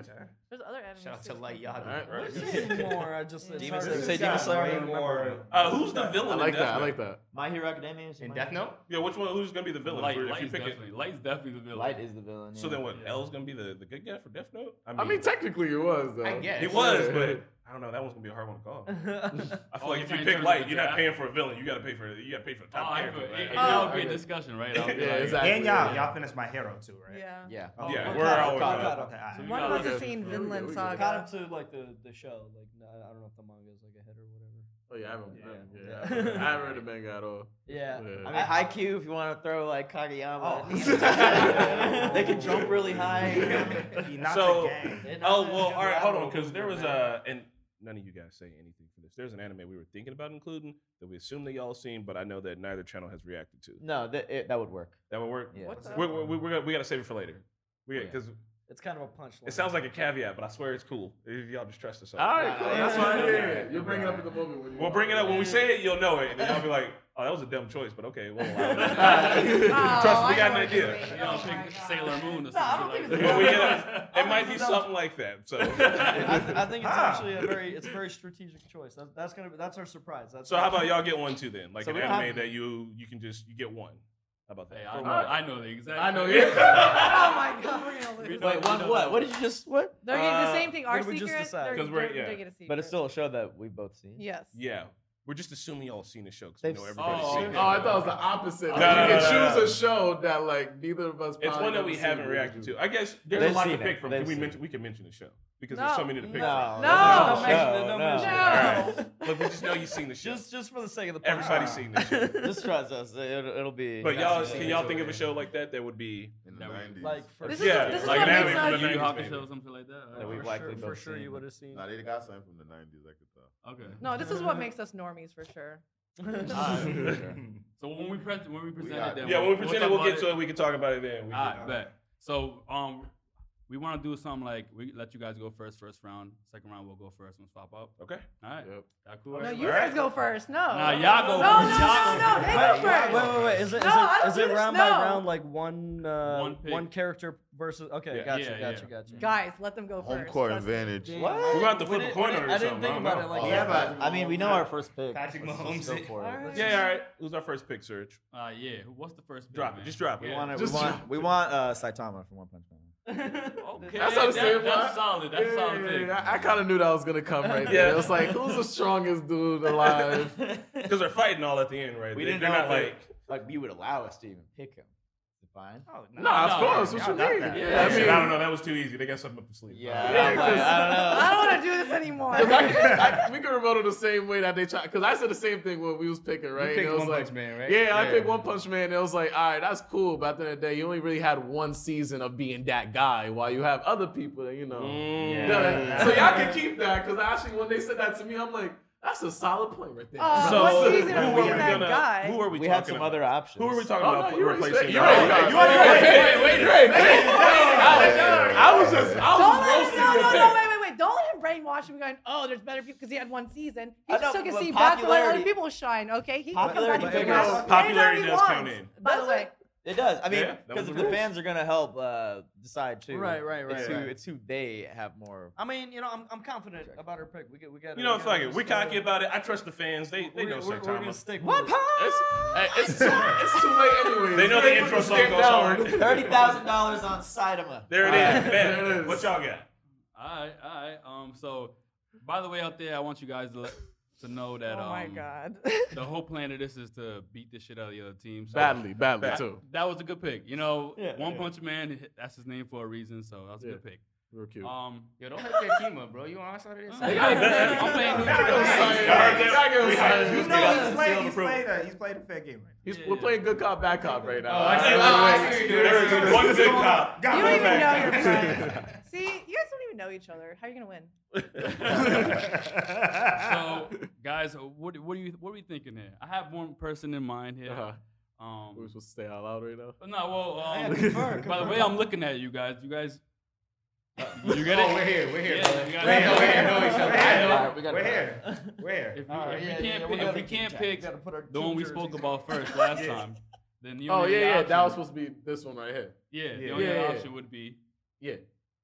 Speaker 4: There's other anime.
Speaker 3: Shout out to Light
Speaker 4: Yaga.
Speaker 2: All right.
Speaker 8: There's just more. I just it's
Speaker 7: Demon
Speaker 8: hard to
Speaker 7: Slayer. Say
Speaker 8: decide.
Speaker 7: Demon Slayer.
Speaker 8: Way
Speaker 7: I remember.
Speaker 8: more.
Speaker 5: Uh, who's the villain?
Speaker 2: I
Speaker 5: in
Speaker 2: like
Speaker 5: Death
Speaker 2: that. I
Speaker 5: Note?
Speaker 2: like that.
Speaker 7: My Hero Academia is
Speaker 3: In
Speaker 7: my-
Speaker 3: Death Note?
Speaker 5: Yeah, which one? Who's gonna be the villain?
Speaker 1: Light,
Speaker 5: for- if
Speaker 1: light
Speaker 5: you
Speaker 1: is
Speaker 5: pick it.
Speaker 1: definitely, light's definitely the villain.
Speaker 7: Light is the villain.
Speaker 5: So then, what?
Speaker 1: Yeah.
Speaker 5: L's gonna be the, the good guy for Death Note?
Speaker 2: I mean, technically it was though.
Speaker 3: I guess.
Speaker 5: he was, but I don't know. That one's gonna be a hard one to call. I feel
Speaker 1: Oh,
Speaker 5: like
Speaker 1: you're
Speaker 5: if you
Speaker 1: trying to
Speaker 5: pick
Speaker 1: turn
Speaker 5: Light,
Speaker 1: the
Speaker 5: you're not
Speaker 1: draft?
Speaker 5: paying for a villain. You gotta pay for you gotta pay for the
Speaker 1: Oh,
Speaker 5: top
Speaker 1: I
Speaker 5: character.
Speaker 1: feel-
Speaker 5: right?
Speaker 1: it-
Speaker 5: Yeah,
Speaker 1: that would be
Speaker 2: I
Speaker 1: a
Speaker 2: get it.
Speaker 1: discussion, right? That would be
Speaker 2: Oh, Yeah,
Speaker 1: like-
Speaker 2: exactly.
Speaker 6: And y'all, y'all finished my hero too, right? Oh,
Speaker 4: Yeah.
Speaker 7: Yeah.
Speaker 8: Oh,
Speaker 6: Okay.
Speaker 5: Yeah,
Speaker 6: Okay.
Speaker 5: we're all
Speaker 6: Okay,
Speaker 5: caught
Speaker 6: okay,
Speaker 5: up.
Speaker 6: okay, all right.
Speaker 1: So we
Speaker 4: One
Speaker 1: got
Speaker 4: of us
Speaker 1: like
Speaker 2: okay.
Speaker 1: a-
Speaker 4: has seen
Speaker 6: oh,
Speaker 2: Yeah, we good,
Speaker 4: Vinland
Speaker 2: we good.
Speaker 8: I
Speaker 4: Saga.
Speaker 8: caught up to like the, the show. Like no, I don't know if the manga is like ahead or whatever.
Speaker 2: Oh yeah, I haven't.
Speaker 8: Yeah.
Speaker 2: I haven't- Yeah. I haven't- I haven't read the manga at all.
Speaker 8: Yeah.
Speaker 7: I mean, high Q if you want to throw like Kageyama.
Speaker 2: Oh.
Speaker 7: they can jump really high.
Speaker 6: He not
Speaker 5: So-
Speaker 6: the gang.
Speaker 5: Oh well, all right, hold on, because there was a and none of you guys say anything for this. There's an anime we were thinking about including that we assume that y'all seen, but I know that neither channel has reacted to.
Speaker 7: No, that it, that would work.
Speaker 5: That would work.
Speaker 7: Yeah.
Speaker 4: What the-
Speaker 5: We're, we're, we're, gonna, we gotta save it for later. We
Speaker 7: Yeah.
Speaker 5: because
Speaker 8: It's kind of a punchline.
Speaker 5: it sounds like a caveat, but I swear it's cool. If y'all just trust us. on it.
Speaker 2: All right, cool.
Speaker 7: Nah,
Speaker 2: That's
Speaker 7: nah,
Speaker 2: fine.
Speaker 7: nah,
Speaker 2: Yeah,
Speaker 7: nah,
Speaker 2: yeah,
Speaker 5: nah,
Speaker 2: You'll bring it
Speaker 5: nah.
Speaker 2: up in the moment when you.
Speaker 5: We'll bring it up when we say it. You'll know it, and then y'all be like, "Oh, that was a dumb choice," but okay, we'll allow it.
Speaker 4: Oh,
Speaker 5: Trust me,
Speaker 4: I
Speaker 5: we got
Speaker 4: know
Speaker 5: an
Speaker 4: what you
Speaker 5: idea.
Speaker 4: mean.
Speaker 1: You know,
Speaker 4: Oh my
Speaker 1: pick
Speaker 4: God.
Speaker 1: Sailor Moon or something.
Speaker 7: No, I don't
Speaker 1: like
Speaker 7: think
Speaker 1: that.
Speaker 5: But we get- it might
Speaker 8: think
Speaker 5: be
Speaker 8: so.
Speaker 5: something like that. So,
Speaker 8: I, th- I think it's
Speaker 6: Ah.
Speaker 8: actually a very it's a very strategic choice. That's, that's gonna be that's our surprise. That's
Speaker 5: so how about y'all get one too then? Like
Speaker 7: So
Speaker 5: an
Speaker 7: we don't
Speaker 5: anime
Speaker 7: have-
Speaker 5: that you you can just you get one. How about that?
Speaker 1: Hey,
Speaker 5: For
Speaker 1: I know,
Speaker 5: one.
Speaker 1: I know the exact.
Speaker 2: I know. Yeah.
Speaker 4: Oh my god, we're gonna lose.
Speaker 1: We
Speaker 7: Wait, one what? What did you just what?
Speaker 4: They're getting the
Speaker 5: Uh,
Speaker 4: same thing.
Speaker 8: what
Speaker 4: Our
Speaker 8: did we
Speaker 4: secret.
Speaker 8: just decide?
Speaker 4: they're-
Speaker 5: 'Cause we're-
Speaker 4: they're-
Speaker 5: yeah.
Speaker 4: they're getting a
Speaker 7: But it's
Speaker 4: secret.
Speaker 7: still a show that we've both seen.
Speaker 4: Yes.
Speaker 5: Yeah, we're just assuming y'all seen the show because we
Speaker 7: They've
Speaker 5: know
Speaker 7: seen
Speaker 5: everybody's
Speaker 1: it.
Speaker 5: seen
Speaker 2: Oh, I
Speaker 5: it.
Speaker 2: thought it was the opposite.
Speaker 5: No,
Speaker 2: Like,
Speaker 5: no,
Speaker 2: you
Speaker 5: no,
Speaker 2: can
Speaker 5: no,
Speaker 2: choose
Speaker 5: no.
Speaker 2: a show that like neither of us.
Speaker 5: it's
Speaker 2: probably
Speaker 5: one that
Speaker 2: never
Speaker 5: we
Speaker 2: seen
Speaker 5: haven't
Speaker 2: before.
Speaker 5: reacted to. I guess there's
Speaker 7: They've
Speaker 5: a lot to
Speaker 7: seen it.
Speaker 5: pick from.
Speaker 7: They've
Speaker 5: Can we
Speaker 7: seen
Speaker 5: mention we can mention the show because there's so
Speaker 4: No.
Speaker 5: many to pick
Speaker 7: No,
Speaker 5: from.
Speaker 4: No,
Speaker 8: no,
Speaker 4: no,
Speaker 8: mention it,
Speaker 7: no, no.
Speaker 8: no, mention it.
Speaker 5: All
Speaker 4: No.
Speaker 5: right. Look, we just know you've seen the show.
Speaker 8: Just just for the sake of the
Speaker 5: Everybody's
Speaker 8: punchline.
Speaker 5: seen the show.
Speaker 7: Just trust us. It'll, it'll be.
Speaker 5: But y'all,
Speaker 2: seen
Speaker 5: can
Speaker 2: it.
Speaker 5: y'all think of a show like that that would be?
Speaker 2: In
Speaker 1: the 90s.
Speaker 8: Like for
Speaker 4: This is-
Speaker 8: sure.
Speaker 5: yeah,
Speaker 4: this is
Speaker 5: like
Speaker 4: what
Speaker 5: an
Speaker 4: makes
Speaker 5: anime
Speaker 4: us-
Speaker 5: from the
Speaker 1: Yu Yu
Speaker 5: 90s,
Speaker 1: Hakusho
Speaker 5: maybe.
Speaker 1: or something like that.
Speaker 7: That
Speaker 1: Alright.
Speaker 7: we've
Speaker 8: uh, for
Speaker 7: likely
Speaker 8: sure,
Speaker 7: both
Speaker 8: for sure
Speaker 7: seen.
Speaker 8: you would have seen.
Speaker 9: Nah, they got something from the nineties. I could tell.
Speaker 1: Okay.
Speaker 4: No, this is what makes us normies for sure.
Speaker 1: Alright.
Speaker 2: Sure.
Speaker 1: So when we pre- when we present
Speaker 9: got
Speaker 1: it,
Speaker 9: it.
Speaker 1: then
Speaker 5: Yeah, when we present it, we'll
Speaker 1: talk
Speaker 5: get
Speaker 1: about
Speaker 5: to it. We can talk about it then. We
Speaker 1: All
Speaker 5: can-
Speaker 1: right, bet. So um, we want to do something like we let you guys go first, first round, second round we'll go first and swap up.
Speaker 5: Okay.
Speaker 1: All right,
Speaker 2: Yep.
Speaker 1: that cool.
Speaker 4: No,
Speaker 1: Alright.
Speaker 4: you guys go first. No.
Speaker 1: Nah, y'all go
Speaker 4: No, no,
Speaker 1: first.
Speaker 4: no, no, they go
Speaker 8: Wait, wait,
Speaker 4: first.
Speaker 8: wait, wait, wait. Is it,
Speaker 4: No,
Speaker 8: is
Speaker 4: I
Speaker 8: it,
Speaker 4: don't
Speaker 8: is
Speaker 4: do
Speaker 8: it
Speaker 4: this,
Speaker 8: round
Speaker 4: no.
Speaker 8: by round like one uh,
Speaker 1: One
Speaker 8: one,
Speaker 1: pick.
Speaker 8: character versus? Okay,
Speaker 5: Yeah.
Speaker 8: gotcha,
Speaker 1: Yeah,
Speaker 8: gotcha,
Speaker 1: yeah.
Speaker 8: gotcha.
Speaker 4: Guys, let them go first.
Speaker 9: Home court
Speaker 4: Trust me.
Speaker 9: advantage.
Speaker 8: Damn,
Speaker 7: What?
Speaker 8: I-
Speaker 5: We're about to
Speaker 8: we
Speaker 5: flip a
Speaker 8: didn't-
Speaker 5: coin or
Speaker 8: I didn't
Speaker 5: something,
Speaker 8: think
Speaker 5: I don't
Speaker 8: about
Speaker 5: know.
Speaker 8: it like
Speaker 9: Oh,
Speaker 8: that.
Speaker 9: yeah,
Speaker 8: but-
Speaker 7: I mean, we know our first pick.
Speaker 3: Patrick
Speaker 7: Let's just go
Speaker 3: Mahomes.
Speaker 7: for it.
Speaker 4: Alright.
Speaker 5: Yeah. All right. Who's our first pick, Serge?
Speaker 1: Uh, yeah. What's the first? pick,
Speaker 5: Drop it.
Speaker 1: man?
Speaker 5: Just drop it.
Speaker 1: Yeah.
Speaker 7: We want, we
Speaker 2: Just-
Speaker 7: want, we want uh, Saitama from One Punch Man.
Speaker 1: Okay,
Speaker 2: That's how the
Speaker 1: that-
Speaker 2: same
Speaker 1: That's
Speaker 2: one.
Speaker 1: solid. That's
Speaker 2: Yeah,
Speaker 1: solid.
Speaker 2: yeah,
Speaker 1: pick.
Speaker 2: yeah. I, kind of knew that was gonna come right there.
Speaker 5: Yeah.
Speaker 2: It was like, who's the strongest dude alive?
Speaker 5: Because they're fighting all at the end, right?
Speaker 7: We
Speaker 5: They-
Speaker 7: didn't
Speaker 5: they're
Speaker 7: know
Speaker 5: not
Speaker 7: if
Speaker 5: like.
Speaker 7: it- like you would allow us to even pick him. The fine.
Speaker 6: Oh, no,
Speaker 2: Nah, of
Speaker 1: no,
Speaker 2: course. What
Speaker 6: y'all
Speaker 2: you
Speaker 6: got
Speaker 2: mean?
Speaker 6: that.
Speaker 2: Yeah,
Speaker 5: Shit, I don't know. That was too easy. They got something up their sleeve.
Speaker 7: Yeah, I
Speaker 2: Yeah,
Speaker 7: don't, like, I don't know.
Speaker 4: I don't want to do this anymore.
Speaker 2: Cause I, I, we can remote it the same way that they try. Because I said the same thing when we was picking, right?
Speaker 6: picked
Speaker 2: and it was
Speaker 6: One
Speaker 2: like,
Speaker 6: Punch Man, right?
Speaker 2: Yeah, I
Speaker 5: Yeah.
Speaker 2: picked One Punch Man. And it was like, all right, that's cool. But at the end of the day, you only really had one season of being that guy, while you have other people that you know.
Speaker 5: Mm.
Speaker 2: Yeah. So y'all can keep that. Because actually, when they said that to me, I'm like, that's a solid point right there.
Speaker 4: Uh,
Speaker 5: So
Speaker 4: what
Speaker 5: who
Speaker 4: season
Speaker 5: are
Speaker 4: of
Speaker 5: we
Speaker 4: Being That
Speaker 5: gonna-
Speaker 4: Guy?
Speaker 5: Who are we?
Speaker 7: We have
Speaker 5: talking
Speaker 7: some
Speaker 5: about?
Speaker 7: other options.
Speaker 5: Who are we talking
Speaker 2: Oh,
Speaker 5: about
Speaker 2: no, you already
Speaker 5: replacing?
Speaker 2: said- you
Speaker 5: Ryan?
Speaker 2: already got-
Speaker 5: You already-
Speaker 2: you already-
Speaker 5: wait, wait,
Speaker 2: Wait, wait, wait. I was just, I was
Speaker 4: Don't
Speaker 2: just
Speaker 4: let him,
Speaker 2: roasting
Speaker 4: no,
Speaker 2: your
Speaker 4: no,
Speaker 2: pick.
Speaker 4: no, wait, wait, wait. Don't let him brainwash him going, oh, there's better people because he had one season. He
Speaker 7: I
Speaker 4: just
Speaker 7: know,
Speaker 4: took a
Speaker 7: but
Speaker 4: seat back to let other
Speaker 7: popularity-
Speaker 4: people shine, okay? He
Speaker 7: Popularity
Speaker 4: can come
Speaker 6: figures-
Speaker 4: back and
Speaker 5: popularity does count in.
Speaker 4: By the
Speaker 7: Does
Speaker 4: way,
Speaker 7: it? It does. I mean,
Speaker 5: Yeah, that
Speaker 7: because
Speaker 5: was
Speaker 7: if
Speaker 5: the
Speaker 7: the fans are gonna help uh, decide too.
Speaker 8: Right, right,
Speaker 7: It's
Speaker 8: right,
Speaker 7: who,
Speaker 8: right.
Speaker 7: it's who they have more.
Speaker 8: I mean, you know, I'm, I'm confident about her pick. We get, Uh, we got.
Speaker 5: You know, fuck it. We're cocky about it. I trust the fans. They they know
Speaker 8: we're,
Speaker 5: Sir
Speaker 8: we're gonna
Speaker 5: Thomas.
Speaker 8: stick.
Speaker 7: What?
Speaker 8: With it.
Speaker 2: It's, hey, it's too, it's too late anyway.
Speaker 5: They know the intro song goes hard.
Speaker 7: Thirty thousand dollars on Sidema.
Speaker 5: There it
Speaker 2: Alright,
Speaker 5: is. Bet.
Speaker 2: there it is.
Speaker 5: What y'all got?
Speaker 1: All right, all right. Um, so by the way, out there, I want you guys to let, to know that
Speaker 4: oh
Speaker 1: um,
Speaker 4: my God.
Speaker 1: the whole plan of this is to beat the shit out of the other team. So
Speaker 2: Badly, badly
Speaker 5: Bad.
Speaker 2: too.
Speaker 1: That was a good pick. You know,
Speaker 8: Yeah,
Speaker 1: One
Speaker 8: yeah.
Speaker 1: Punch Man, that's his name for a reason, so that was a good pick.
Speaker 2: Real cute.
Speaker 1: Um,
Speaker 3: Yo, don't hurt their team up, bro. You honest out of this?
Speaker 1: I'm playing neutral.
Speaker 6: You know he's played, he's played, a, he's played a fair game. Right
Speaker 2: He's,
Speaker 1: Yeah,
Speaker 2: we're
Speaker 1: yeah.
Speaker 2: playing good cop, bad cop right now.
Speaker 6: Oh, I see. Oh, I see.
Speaker 5: There it is. One good cop.
Speaker 4: you don't
Speaker 5: One
Speaker 4: even know
Speaker 5: bad
Speaker 4: your
Speaker 5: cop.
Speaker 4: friends. See, you guys don't even know each other. How are you going to win?
Speaker 1: so guys, uh, what what do you what are we thinking here? I have one person in mind here.
Speaker 2: Uh-huh. We're
Speaker 1: Um, Uh,
Speaker 2: supposed to stay out loud right now.
Speaker 1: no, well,
Speaker 7: Yeah,
Speaker 1: um,
Speaker 7: confer,
Speaker 1: by the
Speaker 7: confer.
Speaker 1: way, I'm looking at you guys. You guys, you get it?
Speaker 3: Oh, we're here. We're here.
Speaker 1: Yeah,
Speaker 3: brother.
Speaker 1: you
Speaker 3: We're
Speaker 1: got it.
Speaker 3: here. We're here. No, each other. I
Speaker 6: now.
Speaker 3: know.
Speaker 6: We're here. We're here.
Speaker 1: If we, if we can't pick, if we can't pick the one we spoke about first last time, then you
Speaker 2: Oh
Speaker 1: only
Speaker 2: yeah, yeah. That was
Speaker 1: option-
Speaker 2: supposed to be this one right here.
Speaker 1: yeah. The
Speaker 6: Yeah,
Speaker 1: only
Speaker 2: yeah, yeah.
Speaker 1: option would be
Speaker 2: Yeah,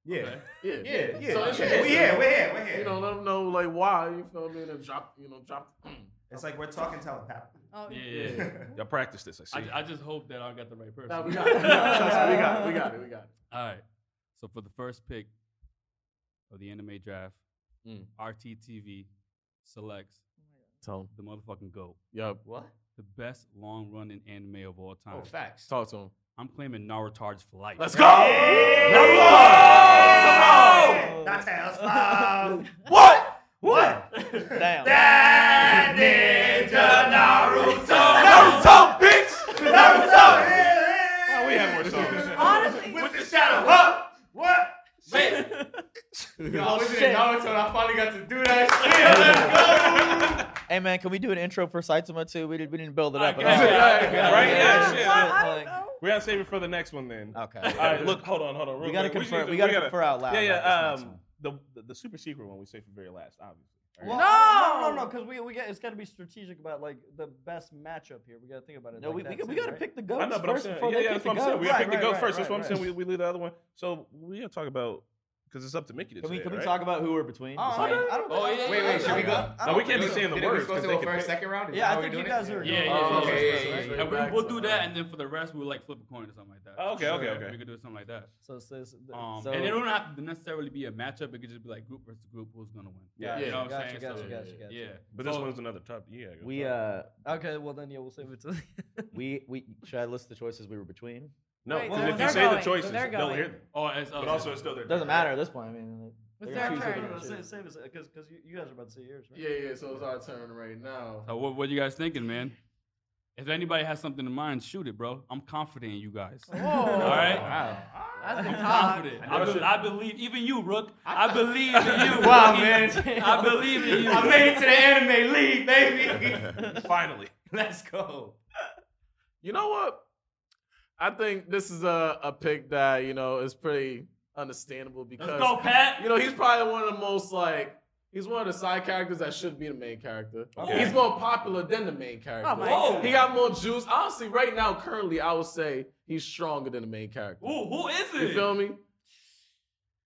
Speaker 6: Yeah.
Speaker 1: okay.
Speaker 2: yeah,
Speaker 6: Yeah, yeah.
Speaker 2: So
Speaker 6: So
Speaker 2: it's-
Speaker 6: We're here. We're here. We're
Speaker 2: You know,
Speaker 6: here.
Speaker 2: let them know like why. You feel me? And drop, you know, drop.
Speaker 6: It's like we're talking telepathically.
Speaker 4: Oh,
Speaker 1: Yeah, yeah. yeah.
Speaker 5: Y'all practice this. I see.
Speaker 1: I, I just hope that I got the right person.
Speaker 2: Nah, we got, it. we got, it. we got, it. we got it. We got it.
Speaker 1: All right. So for the first pick of the anime draft,
Speaker 2: Mm.
Speaker 1: RTTV selects
Speaker 2: Tell him.
Speaker 1: the motherfucking goat,
Speaker 2: Yup.
Speaker 3: What?
Speaker 1: the best long running anime of all time.
Speaker 3: Oh, facts.
Speaker 2: Talk to him.
Speaker 1: I'm claiming Naruto's for life.
Speaker 2: Let's go. Number one.
Speaker 6: That's how it's found.
Speaker 2: What?
Speaker 6: What?
Speaker 7: Damn.
Speaker 6: That ninja Naruto.
Speaker 2: Naruto, bitch. Naruto.
Speaker 5: Oh, we have more songs.
Speaker 4: Honestly,
Speaker 6: With the shadow, huh? What?
Speaker 2: Oh, shit.
Speaker 6: I finally got to do that
Speaker 7: Hey man, can we do an intro for Saitama too? We didn't we didn't build it
Speaker 5: I
Speaker 7: up. at
Speaker 5: got
Speaker 7: all.
Speaker 5: it, I got it. Right, yeah,
Speaker 4: yeah,
Speaker 5: shit.
Speaker 4: I don't
Speaker 7: Like-
Speaker 4: know.
Speaker 5: We gotta save it for the next one then.
Speaker 7: Okay.
Speaker 5: All right, look, hold on, hold on. real
Speaker 7: We gotta
Speaker 5: quick.
Speaker 7: confer.
Speaker 5: should-
Speaker 7: We gotta confer out loud.
Speaker 5: Yeah, yeah.
Speaker 7: about this next
Speaker 5: Um,
Speaker 7: one.
Speaker 5: the, the the super secret one we save for very last, obviously. All
Speaker 8: Well,
Speaker 5: right.
Speaker 8: no, no, no, because we we got it's got to be strategic about like the best matchup here. We got to think about it.
Speaker 7: No,
Speaker 8: like
Speaker 7: we,
Speaker 8: that
Speaker 7: we, got- we
Speaker 8: too,
Speaker 7: gotta
Speaker 8: right?
Speaker 7: pick the
Speaker 5: I
Speaker 7: goats
Speaker 5: know, but I'm
Speaker 7: first
Speaker 5: saying,
Speaker 7: before
Speaker 5: yeah,
Speaker 7: they
Speaker 5: yeah,
Speaker 7: pick
Speaker 5: that's
Speaker 7: the
Speaker 5: what I'm saying. We
Speaker 7: goats.
Speaker 8: Right,
Speaker 5: gotta pick the
Speaker 8: right,
Speaker 5: goat
Speaker 8: right,
Speaker 5: first. That's what I'm
Speaker 8: right,
Speaker 5: saying. We
Speaker 8: right.
Speaker 5: we leave the other one. So we gotta talk about because it's up to Mickey to
Speaker 7: Can we
Speaker 5: say,
Speaker 7: can we
Speaker 5: right?
Speaker 7: talk about who we're between?
Speaker 8: Oh, I don't- I don't
Speaker 1: Oh,
Speaker 8: think-
Speaker 1: yeah, yeah,
Speaker 8: I don't-
Speaker 1: yeah,
Speaker 8: I
Speaker 1: yeah.
Speaker 8: don't- I
Speaker 5: No, we
Speaker 8: don't-
Speaker 5: can't be saying the
Speaker 3: Didn't we
Speaker 5: words
Speaker 3: supposed
Speaker 5: because
Speaker 3: to
Speaker 5: they
Speaker 3: go
Speaker 5: can.
Speaker 3: first, second round? Is that
Speaker 8: Yeah,
Speaker 3: how
Speaker 8: I
Speaker 3: we
Speaker 8: think you
Speaker 3: doing it?
Speaker 8: guys are.
Speaker 1: Yeah, yeah,
Speaker 8: Oh,
Speaker 1: yeah,
Speaker 8: okay,
Speaker 1: yeah,
Speaker 8: okay,
Speaker 1: yeah,
Speaker 8: okay.
Speaker 1: yeah. And we, we'll do that, and then for the rest, we'll like flip a coin or something like that.
Speaker 5: Oh, okay, okay, okay.
Speaker 1: We could do something like that.
Speaker 8: So, so, so-
Speaker 1: Um,
Speaker 8: so-
Speaker 1: and it don't have to necessarily be a matchup. It could just be like group versus group, who's gonna win.
Speaker 5: Yeah.
Speaker 1: you know what I'm
Speaker 8: Gotcha,
Speaker 1: saying?
Speaker 8: gotcha,
Speaker 1: so,
Speaker 8: gotcha, gotcha.
Speaker 1: yeah.
Speaker 5: But this
Speaker 1: So-
Speaker 5: one's another top. Yeah. go
Speaker 7: We
Speaker 5: for it.
Speaker 7: uh
Speaker 8: Okay, well then yeah, we'll save it to.
Speaker 7: we we should I list the choices we were between?
Speaker 5: no.
Speaker 4: Wait,
Speaker 5: 'cause
Speaker 4: no,
Speaker 5: if you
Speaker 4: they're
Speaker 5: say the
Speaker 4: going,
Speaker 5: choices,
Speaker 4: they're
Speaker 5: they'll
Speaker 4: going.
Speaker 5: hear them.
Speaker 1: Oh, it's
Speaker 5: But also, it's still there.
Speaker 7: Doesn't matter at this point. I mean,
Speaker 4: It's
Speaker 7: they're
Speaker 4: their
Speaker 7: gonna choose
Speaker 4: turn.
Speaker 7: who they're
Speaker 8: Save,
Speaker 7: gonna
Speaker 8: save it because you, you guys are about to say yours, right?
Speaker 2: Yeah, yeah. So it's our turn right now.
Speaker 1: So
Speaker 7: Oh,
Speaker 1: what, what you guys thinking, man? If anybody has something in mind, shoot it, bro. I'm confident in you guys. All right.
Speaker 4: That's the
Speaker 1: I'm
Speaker 4: top.
Speaker 1: confident. I, be- I believe, even you, Rook. I believe in you.
Speaker 6: Wow,
Speaker 1: Rookie.
Speaker 6: man.
Speaker 1: I believe in you.
Speaker 6: I made it to the anime league, baby.
Speaker 5: Finally.
Speaker 6: Let's go.
Speaker 2: You know what? I think this is a, a pick that, you know, is pretty understandable because
Speaker 1: Let's go, Pat.
Speaker 2: you know, he's probably one of the most like he's one of the side characters that should be the main character.
Speaker 5: Okay.
Speaker 2: He's more popular than the main character.
Speaker 4: Oh my
Speaker 1: Whoa.
Speaker 2: He got more juice. Honestly, right now, currently, I would say he's stronger than the main character.
Speaker 1: Ooh, who is it?
Speaker 2: You feel me?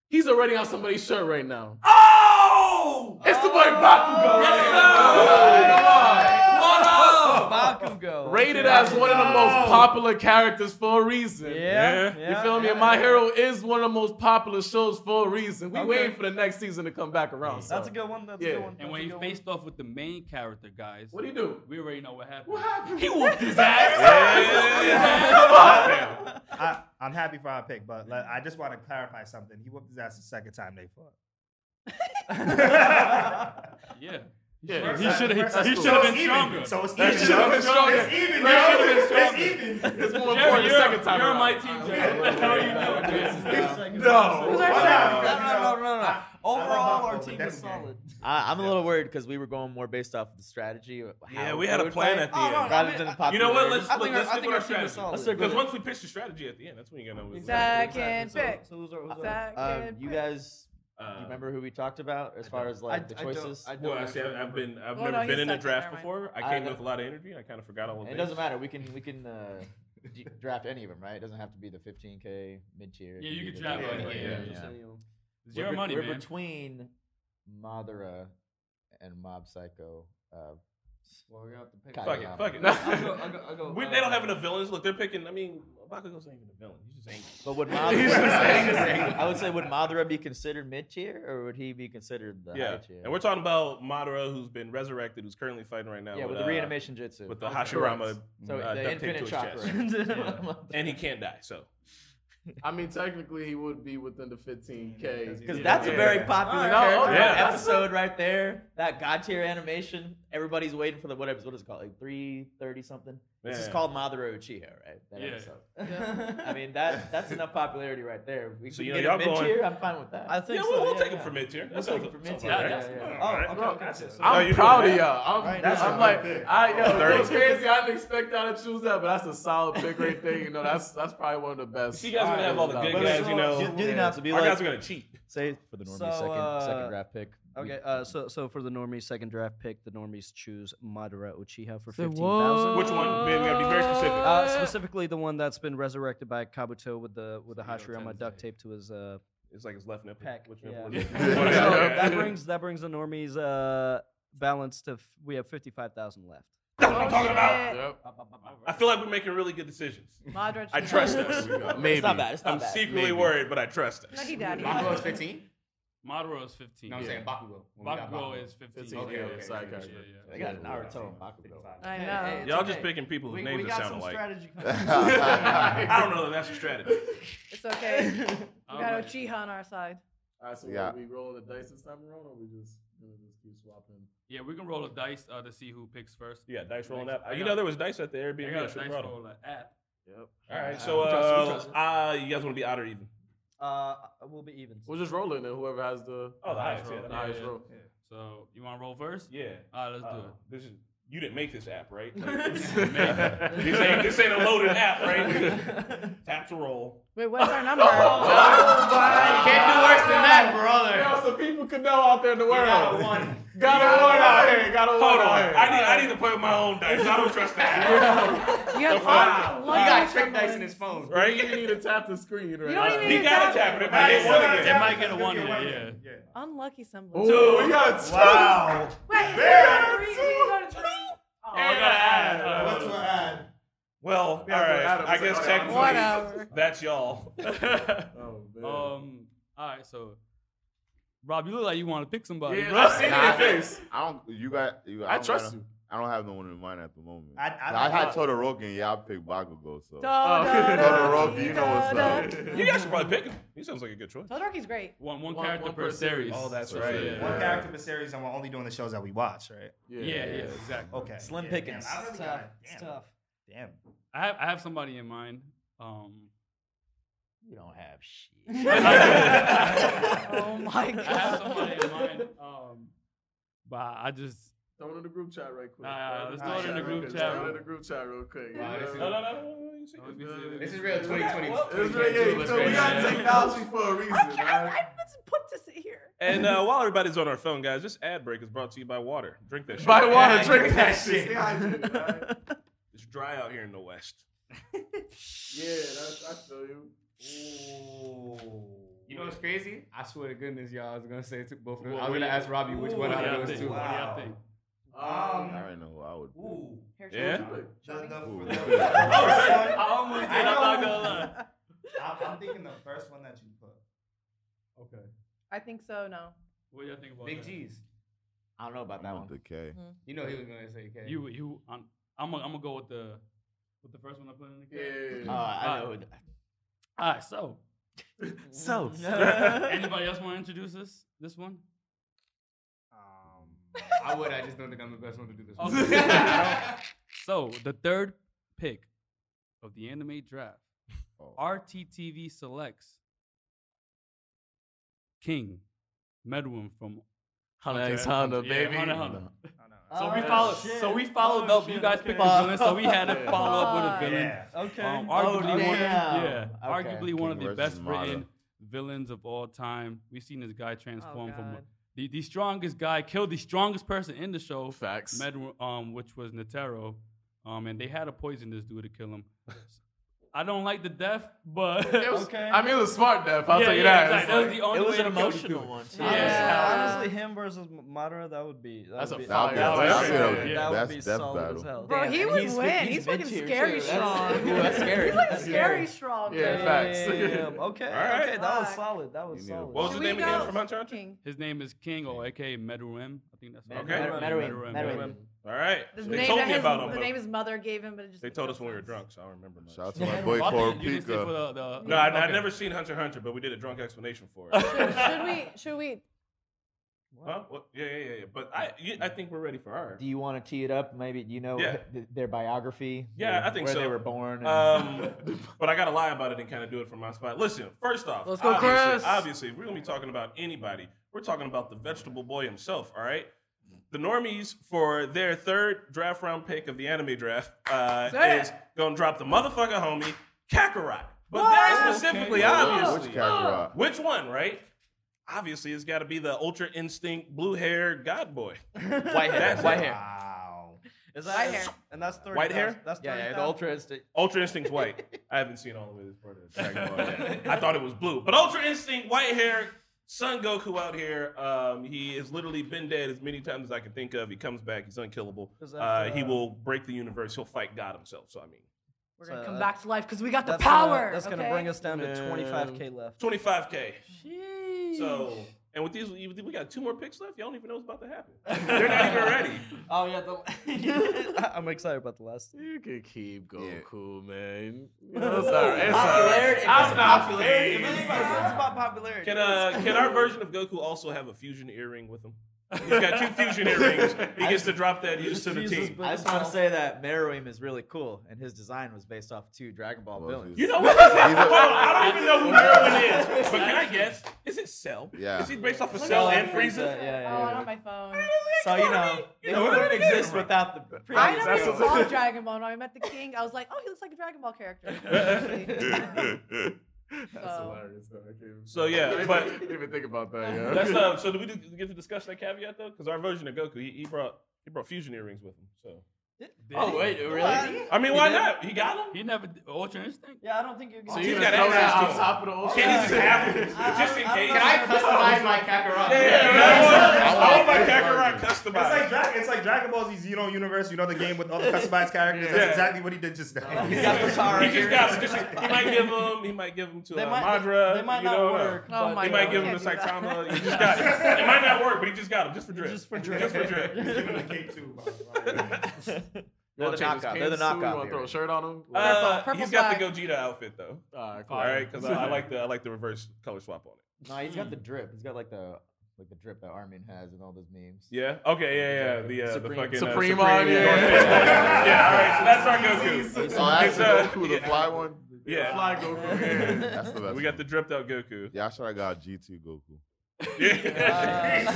Speaker 2: He's already on somebody's shirt right now.
Speaker 1: Oh!
Speaker 2: It's the boy Bakugo.
Speaker 1: Yes, sir.
Speaker 2: Come on.
Speaker 1: What up?
Speaker 8: Bakugo.
Speaker 2: Rated rated as one of the most popular characters for a reason.
Speaker 8: Oh. Yeah.
Speaker 5: Yeah.
Speaker 8: yeah.
Speaker 2: You feel me? And My Hero is one of the most popular shows for a reason. We waiting for the next season to come back around. So.
Speaker 8: That's a good one. That's
Speaker 2: Yeah.
Speaker 8: a good one.
Speaker 1: And when he faced off with the main character, guys,
Speaker 2: what do you do?
Speaker 1: we already know what happened.
Speaker 2: What happened?
Speaker 1: He whooped his ass.
Speaker 6: I, I'm happy for our pick, but let, I just want to clarify something. He whooped his ass the second time they fought.
Speaker 1: Yeah.
Speaker 2: Yeah.
Speaker 1: He should have. He
Speaker 6: So
Speaker 1: should have
Speaker 6: it's
Speaker 1: been
Speaker 6: even.
Speaker 1: stronger.
Speaker 6: So it's
Speaker 2: That
Speaker 6: even.
Speaker 2: should have been stronger.
Speaker 6: It's even.
Speaker 2: That
Speaker 6: yo.
Speaker 2: should have been
Speaker 6: It's even.
Speaker 2: It's more
Speaker 1: Jerry,
Speaker 2: important the
Speaker 1: you're,
Speaker 2: second time.
Speaker 1: you're on
Speaker 2: around.
Speaker 1: my team, Jerry. What the hell are you doing?
Speaker 6: No.
Speaker 8: No,
Speaker 6: Wow.
Speaker 8: no, no, no, no. Overall, our
Speaker 6: Buffalo,
Speaker 8: team
Speaker 6: but
Speaker 8: was
Speaker 6: that's okay.
Speaker 8: solid.
Speaker 7: I, I'm a little worried because we were going more based off of the strategy. of how
Speaker 5: Yeah, we had a
Speaker 7: would
Speaker 5: plan
Speaker 7: play,
Speaker 5: at the end.
Speaker 7: rather
Speaker 8: Oh, I mean,
Speaker 7: than
Speaker 8: I-
Speaker 7: popularity.
Speaker 5: You know what? Let's
Speaker 8: I think
Speaker 5: let's
Speaker 8: our- I
Speaker 5: stick
Speaker 8: think
Speaker 5: with our
Speaker 8: our team is
Speaker 5: strategy.
Speaker 8: solid.
Speaker 7: Let's stick
Speaker 5: Because
Speaker 7: with it.
Speaker 5: once we pitch the strategy at the end, that's when you're gonna know. who's
Speaker 4: Exactly.
Speaker 5: winning.
Speaker 4: Second
Speaker 8: So-
Speaker 4: pick.
Speaker 8: So who's our- who's our-
Speaker 7: Um,
Speaker 4: Second
Speaker 7: you
Speaker 4: pick.
Speaker 7: guys
Speaker 5: Uh,
Speaker 7: you remember who we talked about as far as
Speaker 8: I-
Speaker 7: like the
Speaker 8: I don't-
Speaker 7: choices?
Speaker 8: I don't
Speaker 5: Well, actually,
Speaker 8: remember.
Speaker 5: I- I've been I've
Speaker 4: Oh,
Speaker 5: never
Speaker 4: no,
Speaker 5: been
Speaker 4: he
Speaker 5: in a
Speaker 4: sucked it,
Speaker 5: draft
Speaker 4: never
Speaker 5: before. I
Speaker 7: I
Speaker 5: came
Speaker 7: know.
Speaker 5: in with a lot of energy. I kind of forgot all of
Speaker 7: It doesn't matter. We can we can uh, d- draft any of them, right? It doesn't have to be the 15k mid tier.
Speaker 1: Yeah, you can draft
Speaker 5: anybody. Yeah,
Speaker 8: just
Speaker 7: yeah.
Speaker 8: any of 'em.
Speaker 1: It's your
Speaker 7: we're,
Speaker 1: money,
Speaker 7: we're
Speaker 1: man.
Speaker 7: between Madara and Mob Psycho. Uh,
Speaker 8: Well, we got the pick.
Speaker 7: Fuck
Speaker 5: Fuck
Speaker 7: it.
Speaker 5: it,
Speaker 7: Yeah.
Speaker 5: fuck it.
Speaker 8: I'll go, I'll go, I'll go, uh,
Speaker 5: We, they don't have enough villains. Look, they're picking. I mean, Bakugo's not even a villain. He's just angry.
Speaker 7: but would
Speaker 2: He's just
Speaker 7: Madara?
Speaker 2: saying-
Speaker 7: I would say would Madara be considered mid tier or would he be considered the high
Speaker 5: yeah,
Speaker 7: tier?
Speaker 5: and we're talking about Madara, who's been resurrected, who's currently fighting right now.
Speaker 7: yeah with,
Speaker 5: uh,
Speaker 7: the reanimation jutsu.
Speaker 5: with the
Speaker 7: Okay.
Speaker 5: Hashirama,
Speaker 7: So
Speaker 5: uh, duct
Speaker 7: the
Speaker 5: tape
Speaker 7: infinite
Speaker 5: to his
Speaker 7: chakra.
Speaker 5: chest.
Speaker 7: Yeah.
Speaker 5: and he can't die. So
Speaker 2: I mean, technically, he would be within the 15K.
Speaker 7: Because
Speaker 6: Yeah.
Speaker 7: that's a very
Speaker 6: Yeah.
Speaker 7: popular
Speaker 2: No,
Speaker 7: character
Speaker 5: okay. Yeah.
Speaker 7: episode right there. That god tier animation. Everybody's waiting for the what episode is it called? Like three thirty something. This is
Speaker 5: Yeah.
Speaker 7: called Madara Uchiha, right? That
Speaker 1: Yeah.
Speaker 7: episode. I mean that that's enough popularity right there. We
Speaker 5: So,
Speaker 7: can
Speaker 5: you
Speaker 7: get
Speaker 5: know,
Speaker 7: a
Speaker 5: y'all going-
Speaker 7: mid-tier, I'm fine with that.
Speaker 8: I think
Speaker 5: yeah,
Speaker 8: so.
Speaker 5: we'll, we'll
Speaker 8: yeah,
Speaker 5: take
Speaker 8: yeah.
Speaker 5: him for mid tier.
Speaker 7: We'll take him for mid-tier.
Speaker 1: Yeah,
Speaker 7: Yeah,
Speaker 1: that's-
Speaker 7: yeah.
Speaker 5: All right.
Speaker 8: Oh, okay, okay.
Speaker 6: That's it.
Speaker 5: Oh,
Speaker 2: I'm
Speaker 5: you
Speaker 2: proud
Speaker 5: doing
Speaker 2: of y'all. I'm,
Speaker 8: Right,
Speaker 2: that's,
Speaker 8: that's
Speaker 2: I'm
Speaker 8: a
Speaker 2: like,
Speaker 6: good pick.
Speaker 2: I yo,
Speaker 5: Thirty.
Speaker 2: it's crazy. I didn't expect y'all to choose that, but that's a solid pick right there. You know, that's that's probably one of the best.
Speaker 5: You guys are gonna have all the good
Speaker 7: But
Speaker 5: guys,
Speaker 8: so-
Speaker 5: you know.
Speaker 7: You, you didn't have to be
Speaker 5: Our
Speaker 7: like
Speaker 5: guys are gonna cheat.
Speaker 7: say for the normie
Speaker 8: So,
Speaker 7: second second
Speaker 8: uh,
Speaker 7: draft pick. we-
Speaker 8: Okay, uh, so so for the normies second draft pick, the normies choose Madara Uchiha for
Speaker 4: Say
Speaker 8: fifteen thousand.
Speaker 5: Which one? We gotta be very specific.
Speaker 8: Uh, specifically, the one that's been resurrected by Kabuto with the with the
Speaker 1: So you don't
Speaker 8: Hashirama
Speaker 1: tend to
Speaker 8: duct
Speaker 1: say.
Speaker 8: tape to his uh.
Speaker 5: eh? It's like his left nipple.
Speaker 8: Peck,
Speaker 5: Which
Speaker 8: yeah.
Speaker 5: nipple?
Speaker 8: so
Speaker 5: Is it?
Speaker 8: that brings that brings the normies uh balance to f- we have fifty five thousand left.
Speaker 5: That's what I'm talking about.
Speaker 2: Yep.
Speaker 5: I feel like we're making really good decisions.
Speaker 4: Modric.
Speaker 5: I trust us.
Speaker 2: Maybe.
Speaker 7: It's not bad. It's not
Speaker 5: I'm
Speaker 7: bad.
Speaker 5: secretly worried, but I trust us.
Speaker 4: Lucky daddy.
Speaker 3: Bakugo is 15?
Speaker 1: Madara is 15.
Speaker 3: No, I'm saying Bakugo. When we got
Speaker 1: Bakugo is 15.
Speaker 2: 15,
Speaker 1: Yeah,
Speaker 2: yeah,
Speaker 1: yeah, yeah,
Speaker 2: side
Speaker 1: yeah,
Speaker 2: character.
Speaker 1: yeah,
Speaker 7: They got Naruto and Bakugo.
Speaker 4: I know.
Speaker 8: Hey,
Speaker 5: Y'all
Speaker 8: It's
Speaker 5: just
Speaker 8: okay.
Speaker 5: picking people whose
Speaker 8: We,
Speaker 5: names
Speaker 8: we
Speaker 5: that
Speaker 8: got
Speaker 5: sound
Speaker 8: some
Speaker 5: alike.
Speaker 8: strategy
Speaker 5: I don't know that that's a strategy.
Speaker 4: It's okay. We
Speaker 1: All
Speaker 4: got
Speaker 1: right.
Speaker 4: Uchiha on our side.
Speaker 2: All right, so
Speaker 9: Yeah.
Speaker 2: are we rolling the dice this time around, or we just gonna just keep swapping?
Speaker 1: Yeah, we can roll a dice uh, to see who picks first.
Speaker 5: Yeah, dice rolling
Speaker 1: Thanks.
Speaker 5: up.
Speaker 1: I
Speaker 5: You
Speaker 1: got-
Speaker 5: know there was dice at the
Speaker 1: I
Speaker 5: Airbnb. I
Speaker 1: got a
Speaker 5: should've
Speaker 1: dice
Speaker 5: brought 'em.
Speaker 1: roller app.
Speaker 5: All right,
Speaker 7: Uh,
Speaker 5: so
Speaker 7: we trust you, we
Speaker 5: uh,
Speaker 7: trust you.
Speaker 5: uh, you guys want to be odd or even?
Speaker 8: uh, we'll be even.
Speaker 2: We're just rolling it. Whoever has the
Speaker 5: Oh, the highest,
Speaker 1: roll.
Speaker 5: yeah, the
Speaker 2: the highest
Speaker 1: Yeah.
Speaker 2: roll.
Speaker 1: So you want to roll first?
Speaker 5: Yeah.
Speaker 1: All right, let's do
Speaker 5: Uh,
Speaker 1: it.
Speaker 5: This is you didn't make this app, right? Like, this, ain't, this ain't a loaded app, right? Tap to roll.
Speaker 4: Wait, what's our
Speaker 2: Oh
Speaker 4: number?
Speaker 5: Oh
Speaker 3: You can't do worse than that, brother.
Speaker 2: Yo, so people could know out there in the world.
Speaker 3: Got one.
Speaker 2: Got a one out here. Got a one
Speaker 5: Hold on,
Speaker 2: out here.
Speaker 5: I need I need to play with my own dice. I don't trust that.
Speaker 4: You have
Speaker 5: Wow.
Speaker 4: one,
Speaker 3: He
Speaker 4: one
Speaker 3: got
Speaker 4: dice
Speaker 3: trick
Speaker 4: number.
Speaker 3: dice in his phone.
Speaker 2: Right? You need to tap the screen right
Speaker 4: You
Speaker 2: now.
Speaker 4: don't even
Speaker 5: He
Speaker 4: need that
Speaker 5: got a tap,
Speaker 4: one.
Speaker 5: it might get one
Speaker 1: It
Speaker 5: again.
Speaker 1: might get a one
Speaker 6: one.
Speaker 1: there, yeah.
Speaker 4: Unlucky semblance.
Speaker 2: Ooh, we got two.
Speaker 3: Wow.
Speaker 4: Wait,
Speaker 2: Very
Speaker 4: you got a three?
Speaker 1: Oh, I gotta add.
Speaker 6: What's one add?
Speaker 5: Well, all
Speaker 2: Yeah, but
Speaker 5: right.
Speaker 2: Adam
Speaker 5: I
Speaker 2: was
Speaker 5: guess
Speaker 2: like,
Speaker 5: technically
Speaker 4: Whatever.
Speaker 5: that's y'all.
Speaker 2: Oh, man.
Speaker 1: Um. All right. So, Rob, you look like you want to pick somebody.
Speaker 2: yeah,
Speaker 1: bro.
Speaker 2: I've seen it in
Speaker 9: Nah,
Speaker 2: your face.
Speaker 9: I don't. You got. You,
Speaker 2: I
Speaker 9: don't
Speaker 2: trust
Speaker 9: gotta-
Speaker 2: you.
Speaker 9: I don't have no one in mind at the moment.
Speaker 6: I-
Speaker 9: I,
Speaker 6: I-
Speaker 9: had Todoroki. Yeah, I picked Bakugo. So
Speaker 4: Da,
Speaker 1: Oh.
Speaker 4: da, da,
Speaker 9: Todoroki, you know what's
Speaker 4: da,
Speaker 9: up.
Speaker 4: da.
Speaker 5: You guys should probably pick him. He sounds like a good choice.
Speaker 4: Todoroki's great.
Speaker 1: One, one
Speaker 2: One-
Speaker 1: character
Speaker 2: one
Speaker 1: per,
Speaker 2: per
Speaker 1: series.
Speaker 2: series.
Speaker 5: Oh, that's
Speaker 1: So,
Speaker 5: right.
Speaker 1: Yeah.
Speaker 6: One character per series, and we're only doing the shows that we watch, right?
Speaker 1: Yeah. yeah, exactly.
Speaker 6: Okay.
Speaker 7: Slim
Speaker 6: yeah,
Speaker 7: pickings.
Speaker 6: Damn, I
Speaker 8: It's
Speaker 6: really
Speaker 8: tough.
Speaker 6: got
Speaker 8: It's
Speaker 6: it.
Speaker 8: tough.
Speaker 6: Damn.
Speaker 1: I have I have somebody in mind. Um,
Speaker 7: You don't have shit.
Speaker 4: Oh my
Speaker 1: I have
Speaker 4: god.
Speaker 1: somebody in mind. Um, but I just
Speaker 2: Throw it in the group chat right quick.
Speaker 1: Nah,
Speaker 2: Throw
Speaker 1: let's
Speaker 2: it
Speaker 6: throw it in the
Speaker 2: real
Speaker 6: group
Speaker 2: quick.
Speaker 1: chat.
Speaker 2: Throw it in the group chat real quick.
Speaker 5: No,
Speaker 2: Yeah.
Speaker 5: no, no, no, no.
Speaker 1: let me see.
Speaker 3: This is real 2020.
Speaker 2: It's really, yeah, you feel me? we got technology for a reason.
Speaker 4: I, can't, I,
Speaker 2: man.
Speaker 4: I was put to sit here.
Speaker 5: And uh, while everybody's on our phone, guys, this ad break is brought to you by water. Drink that shit.
Speaker 2: Buy water,
Speaker 3: Yeah,
Speaker 2: drink
Speaker 3: drink that
Speaker 2: that shit.
Speaker 3: shit.
Speaker 2: Stay hydrated, alright?
Speaker 5: It's dry out here in the West.
Speaker 2: Yeah, that's, I feel you.
Speaker 3: You know what's crazy? I swear to goodness, y'all, I was gonna say to both of them.
Speaker 1: What-
Speaker 3: I was
Speaker 1: what
Speaker 3: gonna
Speaker 1: do you-
Speaker 3: ask Robbie which
Speaker 1: What
Speaker 3: one
Speaker 1: do
Speaker 3: out
Speaker 1: y'all
Speaker 3: of those
Speaker 1: think?
Speaker 3: two.
Speaker 4: Um,
Speaker 1: What do y'all think?
Speaker 6: Wow.
Speaker 9: I already know who I would. Pick.
Speaker 3: Ooh.
Speaker 4: Here Eric.
Speaker 5: Yeah?
Speaker 4: Should we-
Speaker 6: The,
Speaker 4: should we-
Speaker 6: the,
Speaker 9: Ooh.
Speaker 6: the-
Speaker 9: Oh, shit.
Speaker 1: I almost did. I'm not gonna lie.
Speaker 6: I'm, I'm thinking the first one that you put.
Speaker 1: Okay.
Speaker 4: I think so. No.
Speaker 1: What y'all think about
Speaker 3: Big
Speaker 1: that?
Speaker 3: G's.
Speaker 7: I don't know about that
Speaker 9: I'm with
Speaker 7: one.
Speaker 9: the K.
Speaker 3: You know he was gonna say K.
Speaker 1: You you I'm I'm gonna, I'm gonna go with the with the first one I put in the
Speaker 2: Yeah.
Speaker 7: Uh, I know.
Speaker 1: Alright. All right, so
Speaker 7: So
Speaker 1: anybody else want to introduce this this one?
Speaker 6: Um,
Speaker 3: I would. I just don't think I'm the best one to do this. one.
Speaker 1: Okay. I So the third pick of the anime draft,
Speaker 9: Oh.
Speaker 1: RTTV selects King Medwin from
Speaker 2: Hunter X
Speaker 1: Hunter Hunter,
Speaker 2: Hunter,
Speaker 1: yeah,
Speaker 2: baby.
Speaker 1: Hunter
Speaker 6: I
Speaker 1: Hunter.
Speaker 6: don't know.
Speaker 1: So we
Speaker 8: Oh,
Speaker 1: followed.
Speaker 8: shit.
Speaker 1: So we followed
Speaker 8: Oh,
Speaker 1: up.
Speaker 8: shit,
Speaker 1: you guys
Speaker 8: okay.
Speaker 1: picked a villain, so we had to
Speaker 2: Yeah.
Speaker 1: follow up with a villain.
Speaker 6: Yeah.
Speaker 8: Okay.
Speaker 1: Um,
Speaker 7: Oh,
Speaker 1: arguably, one,
Speaker 7: damn.
Speaker 1: yeah,
Speaker 7: Okay.
Speaker 1: arguably one of
Speaker 9: King
Speaker 1: the
Speaker 9: versus
Speaker 1: best
Speaker 9: Mata.
Speaker 1: written villains of all time. We've seen this guy transform from
Speaker 4: God.
Speaker 1: the, the strongest guy, killed the strongest person in the show,
Speaker 2: Facts.
Speaker 1: Med, um, which was Natero, um, and they had to poison this dude to kill him. I don't like the death, but
Speaker 2: It was,
Speaker 8: Okay.
Speaker 2: I mean, it was a smart death. I'll
Speaker 1: Yeah,
Speaker 2: tell
Speaker 1: yeah,
Speaker 2: you that. It's
Speaker 1: exactly. That was
Speaker 2: like-
Speaker 1: the only
Speaker 7: it was
Speaker 1: way
Speaker 7: an
Speaker 1: to kill the
Speaker 7: emotional
Speaker 1: dude.
Speaker 7: one. Too.
Speaker 8: Honestly,
Speaker 4: Yeah.
Speaker 8: honestly, him versus Madara, that would be. That
Speaker 2: That's
Speaker 8: would
Speaker 2: a
Speaker 8: be,
Speaker 2: fire.
Speaker 8: That would,
Speaker 1: That's- yeah,
Speaker 8: be- that
Speaker 1: yeah.
Speaker 8: would
Speaker 9: That's
Speaker 8: be
Speaker 9: death
Speaker 8: solid as
Speaker 9: battle.
Speaker 8: hell.
Speaker 4: Bro,
Speaker 7: Damn,
Speaker 4: he
Speaker 7: and
Speaker 4: would
Speaker 7: he's-
Speaker 4: win.
Speaker 7: he's
Speaker 4: He's, fucking
Speaker 7: mid-tier,
Speaker 4: scary
Speaker 7: too. That's-
Speaker 4: strong.
Speaker 7: Ooh, that's scary.
Speaker 4: He's like
Speaker 7: That's
Speaker 4: scary
Speaker 7: scary.
Speaker 4: strong.
Speaker 2: Yeah,
Speaker 4: dude.
Speaker 2: facts.
Speaker 8: Damn, Okay.
Speaker 5: Alright.
Speaker 8: Okay. That was
Speaker 4: Fuck.
Speaker 8: solid. That was
Speaker 9: You need a-
Speaker 8: solid.
Speaker 5: What was
Speaker 4: Should
Speaker 5: his
Speaker 4: we
Speaker 5: name again
Speaker 4: go-
Speaker 5: from Hunter Hunter?
Speaker 4: King.
Speaker 1: His name is King, or aka Meruem. I think that's
Speaker 7: Med-
Speaker 5: Okay.
Speaker 7: Med- Meruem,
Speaker 1: Meruem,
Speaker 7: Meruem.
Speaker 1: Meruem.
Speaker 5: All right.
Speaker 4: The
Speaker 5: they
Speaker 4: name
Speaker 5: told
Speaker 4: that
Speaker 5: me
Speaker 4: his-
Speaker 5: about him.
Speaker 4: The
Speaker 5: but
Speaker 4: name his mother gave him, but it just.
Speaker 5: they
Speaker 4: makes
Speaker 5: told
Speaker 4: no
Speaker 5: us when we were
Speaker 4: sense.
Speaker 5: drunk, so I don't remember much.
Speaker 9: Shout out to my
Speaker 1: Yeah.
Speaker 9: boy
Speaker 1: Well, I
Speaker 9: Cole
Speaker 1: think you didn't say for
Speaker 9: Pika.
Speaker 1: the- the-
Speaker 5: No, I, I
Speaker 1: okay.
Speaker 5: never seen Hunter x Hunter, but we did a drunk explanation for it.
Speaker 4: Should, should we? Should we?
Speaker 5: Huh? What? Yeah, yeah, yeah, yeah. But I, you, I think we're ready for ours.
Speaker 7: Do you want to tee it up? Maybe you know
Speaker 5: Yeah.
Speaker 7: th- their biography.
Speaker 5: Yeah,
Speaker 7: their-
Speaker 5: I think
Speaker 7: where
Speaker 5: so.
Speaker 7: they were born. and-
Speaker 5: Um, but I gotta lie about it and kind of do it from my spot. Listen, first off,
Speaker 2: Let's go,
Speaker 5: obviously,
Speaker 2: Chris.
Speaker 5: obviously, if we're gonna be talking about anybody, we're talking about the vegetable boy himself. All right. The normies for their third draft round pick of the anime draft uh,
Speaker 4: Say it.
Speaker 5: is gonna drop the motherfucker homie Kakarot. But
Speaker 1: Whoa.
Speaker 5: very specifically,
Speaker 1: Okay.
Speaker 5: obviously,
Speaker 9: Which
Speaker 2: Oh.
Speaker 9: Kakarot?
Speaker 5: Which one, right? Obviously, it's got to be the Ultra Instinct blue hair god boy.
Speaker 7: white hair.
Speaker 5: that's
Speaker 7: White
Speaker 5: it.
Speaker 7: hair.
Speaker 6: Wow.
Speaker 8: Is
Speaker 4: White
Speaker 8: that
Speaker 4: hair.
Speaker 8: And that's thirty.
Speaker 5: White hair?
Speaker 8: That's
Speaker 7: Yeah,
Speaker 8: thirty.
Speaker 7: yeah. The ultra instinct.
Speaker 5: Ultra Instinct's white. I haven't seen all of it as part of Dragon Ball. yet. I thought it was blue, but Ultra Instinct white hair. Son Goku out here. Um, he has literally been dead as many times as I can think of. He comes back. He's unkillable.
Speaker 8: Is that,
Speaker 5: Uh, he
Speaker 8: uh,
Speaker 5: will break the universe. He'll fight God himself. So I mean,
Speaker 4: We're gonna
Speaker 8: So
Speaker 4: come
Speaker 5: uh,
Speaker 8: that-
Speaker 4: back to life because we got the
Speaker 8: That's
Speaker 4: power.
Speaker 8: Gonna, that's gonna
Speaker 4: okay?
Speaker 8: bring us down to
Speaker 2: Man.
Speaker 8: 25k left.
Speaker 5: 25k.
Speaker 4: Sheesh.
Speaker 5: So and with these, we got two more picks left. Y'all don't even know what's about to happen. They're not even ready.
Speaker 8: Oh yeah, the, I'm excited about the last.
Speaker 2: You can keep
Speaker 9: Yeah.
Speaker 2: Goku, man. It's all right. It's all right.
Speaker 7: Popularity.
Speaker 2: I'm not
Speaker 5: Popularity.
Speaker 2: phased.
Speaker 8: It's about popularity.
Speaker 5: Can uh can our version of Goku also have a fusion earring with him? He's got two fusion earrings. He gets to drop that just to the
Speaker 8: Jesus,
Speaker 5: team.
Speaker 8: but-
Speaker 7: I just want to say that Meruem is really cool, and his design was based off two Dragon Ball
Speaker 9: Well,
Speaker 7: villains.
Speaker 5: You know what? Hold on, I don't even know who Merlin is, but can I guess? Is it Cell?
Speaker 9: Yeah.
Speaker 5: Is he based off of
Speaker 4: Let me
Speaker 5: Cell
Speaker 4: look
Speaker 5: and
Speaker 4: at
Speaker 5: Frieza?
Speaker 4: this.
Speaker 7: Yeah, yeah,
Speaker 4: Oh,
Speaker 7: yeah.
Speaker 4: I'm on my phone.
Speaker 7: So you know,
Speaker 5: You
Speaker 7: they
Speaker 5: know,
Speaker 7: wouldn't
Speaker 5: it
Speaker 7: exist
Speaker 5: is.
Speaker 7: without the
Speaker 4: I
Speaker 7: previous
Speaker 4: never
Speaker 2: That's-
Speaker 7: villains.
Speaker 4: saw Dragon Ball. When I met the king, I was like, "Oh, he looks like a Dragon Ball character."
Speaker 2: That's
Speaker 4: So-
Speaker 2: hilarious, though. I can't even-
Speaker 5: So, yeah,
Speaker 2: I
Speaker 5: but-
Speaker 2: didn't even think about that. Yeah.
Speaker 5: That's uh, so. Do we do- get to discuss that caveat though? Because our version of Goku, he, he brought he brought fusion earrings with him. So
Speaker 1: Oh,
Speaker 7: wait,
Speaker 8: really?
Speaker 5: I mean, why not? He got them.
Speaker 1: He never did- Ultra Instinct.
Speaker 8: Yeah, I don't think you can.
Speaker 2: so
Speaker 5: he's
Speaker 2: you
Speaker 5: got
Speaker 2: just throw that
Speaker 5: access to
Speaker 2: on
Speaker 5: it.
Speaker 2: top of the old
Speaker 5: Can he just have them just in
Speaker 8: I- I-
Speaker 5: case?
Speaker 8: Can I
Speaker 3: customize my Kakarot?
Speaker 5: Yeah, yeah, yeah. I want my Kakarot
Speaker 6: It's
Speaker 5: customized.
Speaker 6: like, Dra- it's like Dragon Ball Z Xeno Universe. You know the game with all the customized characters.
Speaker 5: Yeah.
Speaker 6: That's exactly what he did just now.
Speaker 8: He's got the power
Speaker 5: He just got him. Just, he might give him. He might give him to
Speaker 8: They
Speaker 5: uh,
Speaker 8: might,
Speaker 5: Madra.
Speaker 8: they might
Speaker 5: you know,
Speaker 8: not
Speaker 5: uh,
Speaker 8: work.
Speaker 4: Oh
Speaker 8: but-
Speaker 4: my
Speaker 5: He
Speaker 4: God.
Speaker 5: might give him
Speaker 4: Can't
Speaker 5: to
Speaker 4: do that.
Speaker 5: Saitama. He just got it. It might not work, but he just got him just for drip.
Speaker 8: Just for drip.
Speaker 5: Just for drip.
Speaker 6: He's giving the cake too. by the way.
Speaker 7: They're the knockout. They're the
Speaker 2: You
Speaker 7: knockout.
Speaker 2: want to throw a
Speaker 7: period.
Speaker 2: shirt on him?
Speaker 5: Uh,
Speaker 4: Purple
Speaker 5: he's got the
Speaker 4: flag.
Speaker 5: Gogeta outfit though.
Speaker 2: all right,
Speaker 5: All
Speaker 2: cool.
Speaker 5: right, because I, I like the I like the reverse color swap on it.
Speaker 7: No, he's got the
Speaker 5: Hmm.
Speaker 7: drip. He's got like the like the drip that Armin has in all those memes.
Speaker 5: Yeah. Okay. Yeah. Yeah. The uh,
Speaker 7: Supreme-
Speaker 5: the fucking
Speaker 2: Supreme
Speaker 5: Uh,
Speaker 2: on, yeah.
Speaker 5: yeah. yeah. All right. So that's our Goku.
Speaker 9: Oh,
Speaker 5: It's,
Speaker 9: that's the
Speaker 5: uh,
Speaker 9: Goku, the
Speaker 5: yeah.
Speaker 9: fly one.
Speaker 5: Yeah.
Speaker 2: Fly Goku. Yeah.
Speaker 9: That's the best.
Speaker 5: We got the dripped out Goku.
Speaker 9: Yeah, I should have got GT Goku.
Speaker 5: Yeah.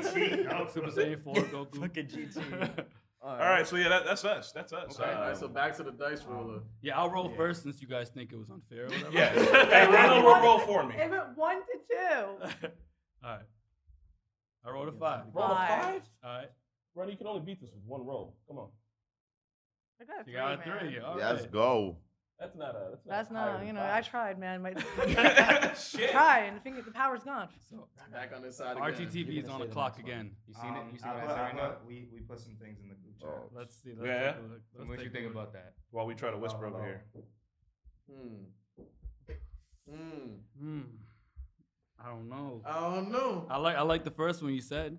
Speaker 1: Super Saiyan 4 Goku.
Speaker 7: Fucking GT.
Speaker 5: All right. So yeah, that, that's us. That's us.
Speaker 2: All
Speaker 5: Uh,
Speaker 2: right, so back to the dice roller.
Speaker 1: Yeah, I'll roll first since you guys think it was unfair. Or whatever.
Speaker 5: yeah. Hey, Ronald, will roll for me.
Speaker 4: It went one to two.
Speaker 1: All right. I rolled a five.
Speaker 5: Roll a
Speaker 4: Five.
Speaker 5: five.
Speaker 1: All right.
Speaker 5: Ronnie, you can only beat this with one roll. Come on.
Speaker 4: I got a
Speaker 1: You got a
Speaker 4: man.
Speaker 1: three. All right.
Speaker 9: Let's go.
Speaker 5: That's not a. That's not.
Speaker 4: That's
Speaker 5: a higher
Speaker 4: not,
Speaker 5: than
Speaker 4: you know, I
Speaker 5: five.
Speaker 4: tried, man. My,
Speaker 5: Shit.
Speaker 4: tried, and the finger, the power's gone.
Speaker 1: So
Speaker 2: Back on this side again.
Speaker 1: RTTV is on the clock again. Uh,
Speaker 3: You seen it?
Speaker 6: Um,
Speaker 3: You seen what
Speaker 6: I
Speaker 3: I
Speaker 6: put-
Speaker 3: said
Speaker 6: I
Speaker 3: right now?
Speaker 6: put- We, we put some things in the group chat.
Speaker 9: Oh.
Speaker 1: Let's see.
Speaker 5: let's Yeah. take a
Speaker 1: look.
Speaker 3: What you think about that?
Speaker 5: While we try to whisper over
Speaker 6: Oh,
Speaker 5: here.
Speaker 2: Hmm. Hmm.
Speaker 1: Hmm. I don't know.
Speaker 2: I don't know.
Speaker 1: I like I like the first one you said.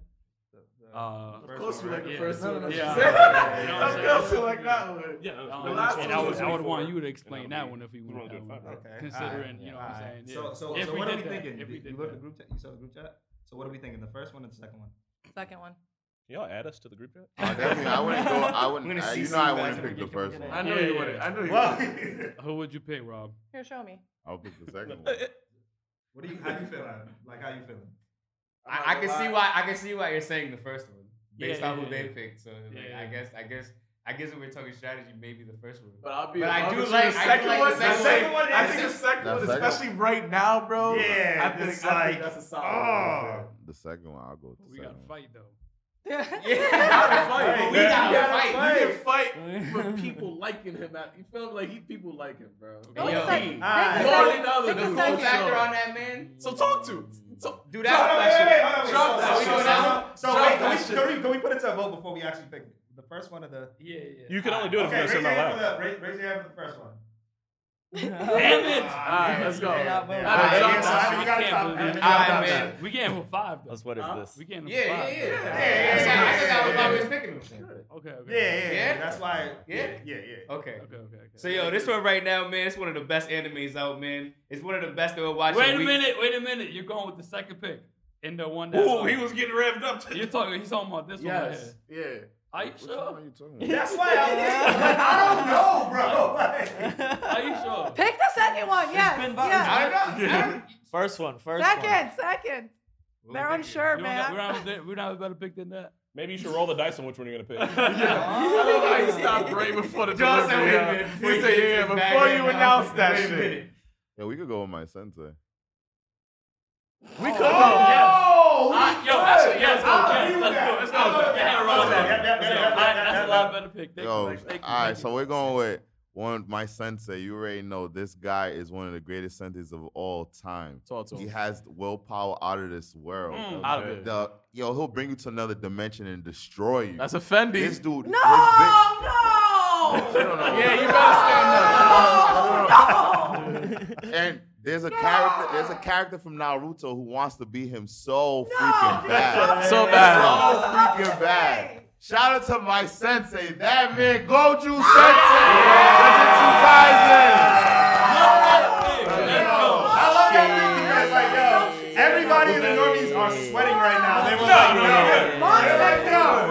Speaker 6: The- the-
Speaker 1: Uh,
Speaker 6: the
Speaker 2: Of
Speaker 6: first
Speaker 2: course, we
Speaker 6: one,
Speaker 2: like
Speaker 6: right?
Speaker 2: the
Speaker 1: yeah.
Speaker 2: first
Speaker 1: No, no,
Speaker 2: one.
Speaker 1: no,
Speaker 2: that you
Speaker 1: yeah.
Speaker 2: said.
Speaker 1: Yeah,
Speaker 2: Of
Speaker 1: yeah,
Speaker 2: course, we
Speaker 1: yeah.
Speaker 2: like that one.
Speaker 5: Yeah.
Speaker 1: I,
Speaker 2: The
Speaker 1: don't know.
Speaker 2: last
Speaker 1: And
Speaker 2: one
Speaker 1: I
Speaker 2: was
Speaker 1: would, I would
Speaker 5: before.
Speaker 1: want you to
Speaker 5: Another
Speaker 1: explain that
Speaker 5: week.
Speaker 1: one if we
Speaker 5: We're
Speaker 1: went
Speaker 5: gonna
Speaker 1: that
Speaker 5: do
Speaker 1: one.
Speaker 5: it.
Speaker 6: Okay.
Speaker 1: Considering,
Speaker 5: Ah,
Speaker 1: you know what
Speaker 6: Alright.
Speaker 1: I'm saying.
Speaker 6: So,
Speaker 1: yeah.
Speaker 6: so,
Speaker 1: If
Speaker 6: so
Speaker 1: we
Speaker 6: what are we
Speaker 1: did that,
Speaker 6: thinking?
Speaker 1: if
Speaker 6: Did-
Speaker 1: we
Speaker 6: you
Speaker 1: did
Speaker 6: look
Speaker 1: that.
Speaker 6: at group chat. You saw the group chat. So what are we thinking? The first one or the second one?
Speaker 4: Second one.
Speaker 5: Y'all add us to the group chat.
Speaker 9: Oh, definitely. I wouldn't go. I wouldn't.
Speaker 6: gonna
Speaker 9: I, you
Speaker 6: CC
Speaker 9: know, I
Speaker 6: you
Speaker 9: wouldn't
Speaker 6: guys
Speaker 9: pick the first one.
Speaker 2: I know
Speaker 1: Yeah,
Speaker 2: you
Speaker 1: yeah.
Speaker 2: would. I know you
Speaker 6: Well,
Speaker 2: would.
Speaker 1: Who would you pick, Rob?
Speaker 4: Here, show me.
Speaker 9: I'll pick the second one.
Speaker 6: what do you? How you feeling? Like how you feeling?
Speaker 2: I'm
Speaker 3: I, I
Speaker 2: not
Speaker 3: can
Speaker 2: gonna
Speaker 3: see
Speaker 2: lie.
Speaker 3: why I can see why you're saying the first one based
Speaker 1: Yeah,
Speaker 3: on
Speaker 1: yeah,
Speaker 3: who they
Speaker 1: yeah.
Speaker 3: picked. So like,
Speaker 1: Yeah,
Speaker 3: I
Speaker 1: yeah.
Speaker 3: guess I guess I guess if we're talking strategy, maybe the first one.
Speaker 2: But I'll be.
Speaker 3: But I
Speaker 2: I'll
Speaker 3: do
Speaker 2: be sure
Speaker 3: like- I
Speaker 2: the
Speaker 3: do
Speaker 2: second
Speaker 3: like the
Speaker 2: one.
Speaker 3: second
Speaker 2: one.
Speaker 3: one.
Speaker 2: I think the second
Speaker 9: That
Speaker 2: one,
Speaker 9: second one.
Speaker 2: especially right now, bro.
Speaker 6: Yeah,
Speaker 2: I think,
Speaker 6: it's
Speaker 2: I think
Speaker 6: like-
Speaker 2: that's a solid. one.
Speaker 6: Oh.
Speaker 9: Uh, The second one. I'll go with the
Speaker 1: We got
Speaker 9: second one.
Speaker 1: to fight though.
Speaker 2: Gotta fight.
Speaker 3: Right,
Speaker 2: We
Speaker 3: we
Speaker 2: gotta,
Speaker 3: gotta
Speaker 2: fight. You can fight
Speaker 1: fight.
Speaker 2: with people liking him. Out. You feel me? like he people like him, bro.
Speaker 1: Go
Speaker 3: Yo.
Speaker 4: the second.
Speaker 6: Ah.
Speaker 4: Take the
Speaker 2: More
Speaker 4: second.
Speaker 2: than the other
Speaker 4: Take
Speaker 3: the
Speaker 2: dudes.
Speaker 4: the
Speaker 3: cool
Speaker 4: second.
Speaker 3: factor on that man.
Speaker 2: So talk to. So
Speaker 3: Do
Speaker 6: No, no, wait, wait, wait,
Speaker 3: that.
Speaker 6: hold on, wait.
Speaker 2: Drop
Speaker 6: So-
Speaker 2: that
Speaker 6: so-
Speaker 2: shit.
Speaker 6: So so
Speaker 2: Drop
Speaker 6: wait, can
Speaker 2: that
Speaker 6: we,
Speaker 2: shit.
Speaker 6: can, we, can we put it to a vote before we actually pick the first one or the?
Speaker 1: Yeah, yeah.
Speaker 5: You can only do it
Speaker 6: okay,
Speaker 5: if
Speaker 6: raise
Speaker 5: you're
Speaker 6: your
Speaker 5: not
Speaker 6: hand for
Speaker 5: loud.
Speaker 6: the raise, raise your hand for the first one.
Speaker 1: Damn it!
Speaker 2: All right, let's go.
Speaker 6: Yeah,
Speaker 2: All
Speaker 6: yeah,
Speaker 2: right,
Speaker 6: yeah,
Speaker 2: drop
Speaker 6: so
Speaker 2: that
Speaker 6: I-
Speaker 2: shit.
Speaker 6: we gotta
Speaker 1: can't
Speaker 6: drop
Speaker 1: believe
Speaker 6: that.
Speaker 1: it.
Speaker 6: All right,
Speaker 3: Alright,
Speaker 6: man.
Speaker 3: man.
Speaker 1: We getting him for five though.
Speaker 7: That's what is
Speaker 2: Huh?
Speaker 7: this?
Speaker 1: We getting him
Speaker 3: Yeah,
Speaker 1: for
Speaker 3: yeah,
Speaker 1: five.
Speaker 3: yeah.
Speaker 1: though.
Speaker 3: Yeah,
Speaker 6: yeah,
Speaker 3: yeah, I think that was why we
Speaker 6: yeah.
Speaker 3: was picking him.
Speaker 1: Okay, okay.
Speaker 6: Yeah, yeah, yeah.
Speaker 3: Yeah?
Speaker 6: That's why.
Speaker 3: Yeah?
Speaker 6: yeah, yeah.
Speaker 3: Okay.
Speaker 1: Okay, okay, okay.
Speaker 3: So yo, this one right now, man, it's one of the best animes out, man. It's one of the best that we're watching.
Speaker 1: Wait a
Speaker 3: We-
Speaker 1: minute, wait a minute. You're going with the second pick. And the one that
Speaker 5: Ooh, he was getting revved up. To
Speaker 1: You're talking he's talking about this one right
Speaker 2: Yes.
Speaker 1: here.
Speaker 2: Yeah.
Speaker 1: Are you
Speaker 9: Which one
Speaker 1: sure?
Speaker 9: are you talking about?
Speaker 6: That's why I, I don't know, bro. Like,
Speaker 1: Are you sure?
Speaker 4: Pick the second one. Yes.
Speaker 7: been voted.
Speaker 4: yes.
Speaker 3: I don't know. I don't-
Speaker 7: First one, first one.
Speaker 4: Second, second. They're unsure,
Speaker 1: We don't have, we,
Speaker 4: man.
Speaker 1: don't have, a- we don't have a better pick than that.
Speaker 5: Maybe you should roll the dice on which one you're gonna pick.
Speaker 2: Yeah. I love how you stopped right before the
Speaker 3: John said, wait a
Speaker 2: delivery. yeah.
Speaker 3: minute.
Speaker 2: He Oh. said,
Speaker 3: get this back
Speaker 2: yeah, before
Speaker 3: right
Speaker 2: you
Speaker 3: now,
Speaker 2: announce
Speaker 3: wait
Speaker 2: that
Speaker 3: a
Speaker 2: shit.
Speaker 3: minute.
Speaker 9: Yeah, we could go with my sensei.
Speaker 2: We could
Speaker 6: Oh,
Speaker 1: Ah, yo, actually, yeah, let's go.
Speaker 6: I'll
Speaker 1: Yeah,
Speaker 6: agree with
Speaker 1: let's
Speaker 6: that.
Speaker 1: go. Let's go.
Speaker 6: I'll
Speaker 1: Yeah, yeah,
Speaker 6: agree
Speaker 1: Rob.
Speaker 6: with that. That- that-
Speaker 1: Let's go.
Speaker 6: that-
Speaker 1: Alright,
Speaker 6: that-
Speaker 1: That's a lot better pick. Thank
Speaker 9: Yo,
Speaker 1: you. Thank you.
Speaker 9: all right,
Speaker 1: Thank
Speaker 9: so
Speaker 1: you.
Speaker 9: we're going with one my sensei. You already know this guy is one of the greatest senseis of all time.
Speaker 2: Talk to
Speaker 9: He
Speaker 2: him.
Speaker 9: has willpower out of this world.
Speaker 1: Mm.
Speaker 2: Out of it.
Speaker 9: The- yo, he'll bring you to another dimension and destroy you.
Speaker 2: That's a Fendi.
Speaker 9: this dude.
Speaker 4: No,
Speaker 9: this
Speaker 4: no.
Speaker 9: bitch- I don't know.
Speaker 2: Yeah, you better stand up.
Speaker 9: And there's a character. There's a character from Naruto who wants to be him so freaking
Speaker 4: No.
Speaker 9: bad.
Speaker 2: So bad.
Speaker 9: So freaking bad. Shout out to my sensei, that man Goju Sensei. Look at you guys in. Love that pic.
Speaker 1: Let's
Speaker 9: Yo,
Speaker 1: go.
Speaker 9: I love that pic because, like, yo,
Speaker 6: Everybody in the normies are sweating right now. They were
Speaker 5: No,
Speaker 6: like,
Speaker 5: no,
Speaker 6: no, no, no,